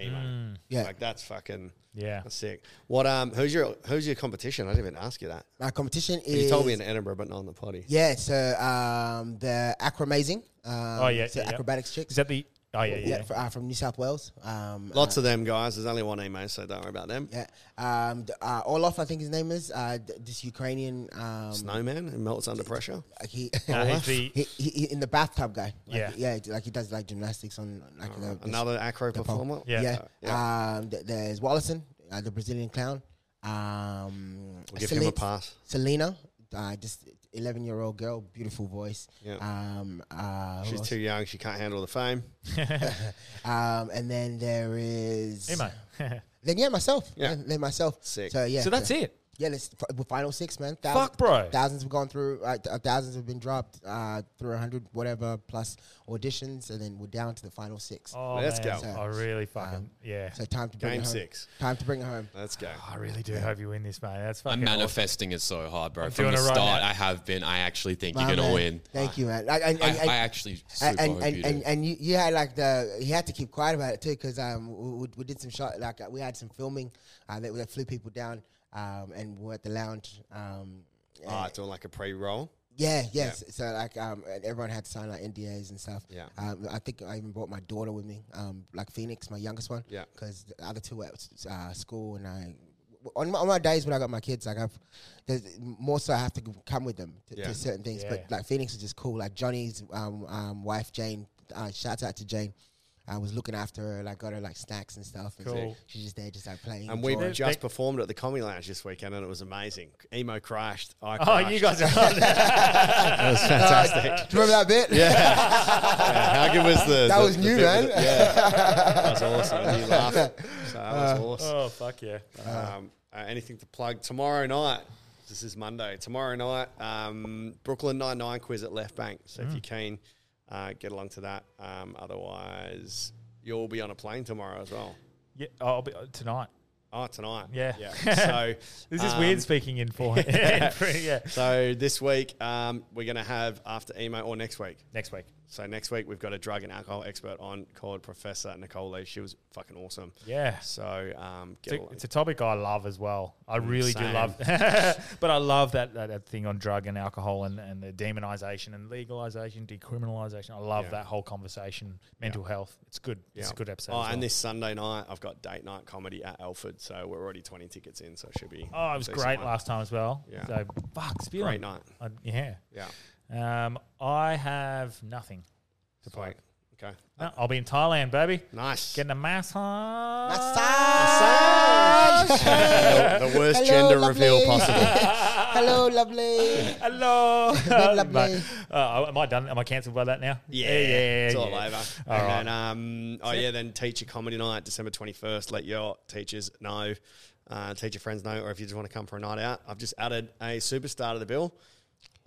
S2: Emo.
S3: Yeah.
S2: like that's fucking
S1: Mm. yeah.
S2: that's sick. What um? Who's your who's your competition? I didn't even ask you that.
S3: My competition is.
S2: You told me in Edinburgh, but not on the potty.
S3: Yeah, so um, the Acromazing. Um,
S1: Oh yeah,
S3: So
S1: yeah, yeah.
S3: acrobatics chicks.
S1: Is that the? Oh yeah, yeah.
S3: yeah, fr- uh, from New South Wales. Um,
S2: Lots of them guys. There's only one emo, so don't worry about them.
S3: Yeah. Um, d- uh, Orlov, I think his name is. Uh, d- this Ukrainian. Um,
S2: Snowman who melts under pressure.
S3: he,
S1: [LAUGHS] Nah, he's the-
S3: he, he, he- in the bathtub guy. Like,
S1: Yeah.
S3: Yeah. Like he does like gymnastics on like you know, this-
S2: Uh, Another acro
S3: the pole.
S2: performer.
S1: Yeah.
S3: Yeah.
S2: Yeah.
S3: Um, th- there's Wallison, uh, the Brazilian clown. Um,
S2: We'll give him a
S3: Celine-
S2: pass.
S3: Selena, uh, just 11 year old girl, beautiful voice.
S2: Yeah.
S3: Um, uh, who
S2: She's
S3: else?
S2: too young. She can't handle the fame.
S3: Um, and then there is.
S1: Emo.
S3: Then yeah, myself.
S2: Yeah.
S3: Then, then myself.
S2: Sick.
S3: So yeah.
S1: so that's it.
S3: Yeah, that's f- with final six, man.
S1: Fuck, bro.
S3: Thousands have gone through. Uh, th- thousands have been dropped uh, through hundred whatever plus auditions, and then we're down to the final six.
S1: [LAUGHS] Oh,
S2: Let's
S1: man.
S2: go.
S1: I really fucking yeah.
S3: So time to bring
S2: Game
S3: it home.
S2: six.
S3: Time to bring it home.
S2: Let's go.
S1: I really do hope you win this, mate. That's
S9: I'm
S1: fucking. awesome.
S9: manifesting it so hard, bro. From
S1: doing
S9: the
S1: it right
S9: start,
S1: now.
S9: I have been. I actually think
S3: My
S9: you're gonna
S3: man.
S9: win.
S3: Thank you, man. Like, and,
S9: I,
S3: and- and-
S9: I actually super
S3: and and,
S9: hope you
S3: and,
S9: do.
S3: and and you you had like the he had to keep quiet about it too because um we- we, we did some shot like uh, we had some filming uh, that, that flew people down um and we were at the lounge um
S2: Ah, doing like a pre-roll.
S3: yeah yes so like um and everyone had to sign like NDAs and stuff
S2: Yeah.
S3: um I think I even brought my daughter with me um like Phoenix my youngest one
S2: Yeah.
S3: because the other two were at s- uh, school and I. On my, on my days when I got my kids, like I've, there's more so I have to come with them to,
S2: Yeah.
S3: to certain things.
S1: Yeah.
S3: But like Phoenix is just cool. Like Johnny's um, um, wife Jane, uh, shout out to Jane. I was looking after her, like got her like snacks and stuff. And
S1: Cool.
S3: She's just there, just like playing.
S2: And we
S3: enjoying.
S2: just performed at the Comedy Lounge this weekend, and it was amazing. Emo crashed. I
S1: Oh,
S2: crashed.
S1: you guys are on.
S2: It was
S3: [LAUGHS]
S2: fantastic.
S3: Do you remember that bit? Yeah.
S2: Yeah, how good was the?
S3: That
S2: the-
S3: was
S2: the
S3: new,
S2: bit
S3: man.
S2: with it? Yeah, that was awesome. You laughed. So that was awesome.
S1: oh fuck yeah.
S2: Um, uh, anything to plug tomorrow night? This is Monday. Tomorrow night, um, Brooklyn Nine Nine quiz at Left Bank. So if you're keen, uh, get along to that. Um, otherwise, you'll be on a plane tomorrow as well.
S1: Yeah, I'll be uh, tonight.
S2: Oh, tonight.
S1: Yeah.
S2: Yeah. So
S1: This is
S2: um,
S1: weird speaking [LAUGHS] in
S2: [LAUGHS]
S1: form. yeah. yeah.
S2: So this week, um, we're going to have after emo or next week.
S1: Next week.
S2: So next week we've got a drug and alcohol expert on called Professor Nicole Lee. She was fucking awesome.
S1: Yeah.
S2: So um,
S1: It's
S2: get
S1: a,
S2: along.
S1: it's a topic I love as well. I really do
S2: Mm, same.
S1: love, [LAUGHS] but I love that, that that thing on drug and alcohol and, and the demonization and legalization, decriminalization. I love
S2: Yeah.
S1: that whole conversation. Mental health. It's good. It's a
S2: Yeah.
S1: good episode.
S2: Oh,
S1: as well.
S2: and this Sunday night I've got date night comedy at Alford. So we're already twenty tickets in. So it should be.
S1: Oh, it was
S2: decent
S1: great
S2: one.
S1: last time as well.
S2: Yeah.
S1: So fuck, it's been
S2: Great
S1: a-
S2: night.
S1: I- yeah.
S2: Yeah.
S1: Um, I have nothing to play.
S2: Sweet. Okay.
S1: No, I'll be in Thailand, baby.
S2: Nice.
S1: Getting a massage.
S2: [LAUGHS] the, the worst gender reveal possible.
S3: Hello, lovely.
S2: [LAUGHS]
S1: Hello. [LAUGHS]
S3: lovely.
S1: Mate, uh, am I done? Am I cancelled by that now?
S2: Yeah,
S1: yeah, yeah.
S2: it's all
S1: yeah.
S2: over.
S1: All
S2: and
S1: right.
S2: then, um, oh yeah, then teacher comedy night, December twenty first. Let your teachers know, uh, teacher friends know, or if you just want to come for a night out, I've just added a superstar to the bill,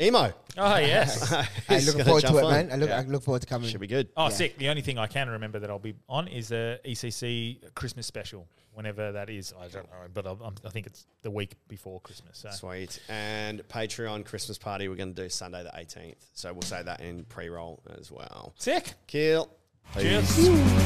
S2: emo.
S1: Oh
S2: [LAUGHS]
S1: yes.
S3: I
S2: He's
S3: look
S2: gonna
S3: forward to
S2: jump
S3: it,
S2: on.
S3: man. I look,
S2: Yeah.
S3: I look forward to coming.
S2: Should be good.
S1: Oh,
S3: Yeah.
S1: sick. The only thing I can remember that I'll be on is the ECC Christmas special, whenever that is. I don't know, but I'll, I'm- I think it's the week before Christmas. So.
S2: Sweet. And Patreon Christmas party we're going to do Sunday the eighteenth. So we'll say that in pre roll as well.
S1: Sick.
S2: Kill.
S1: Cheers.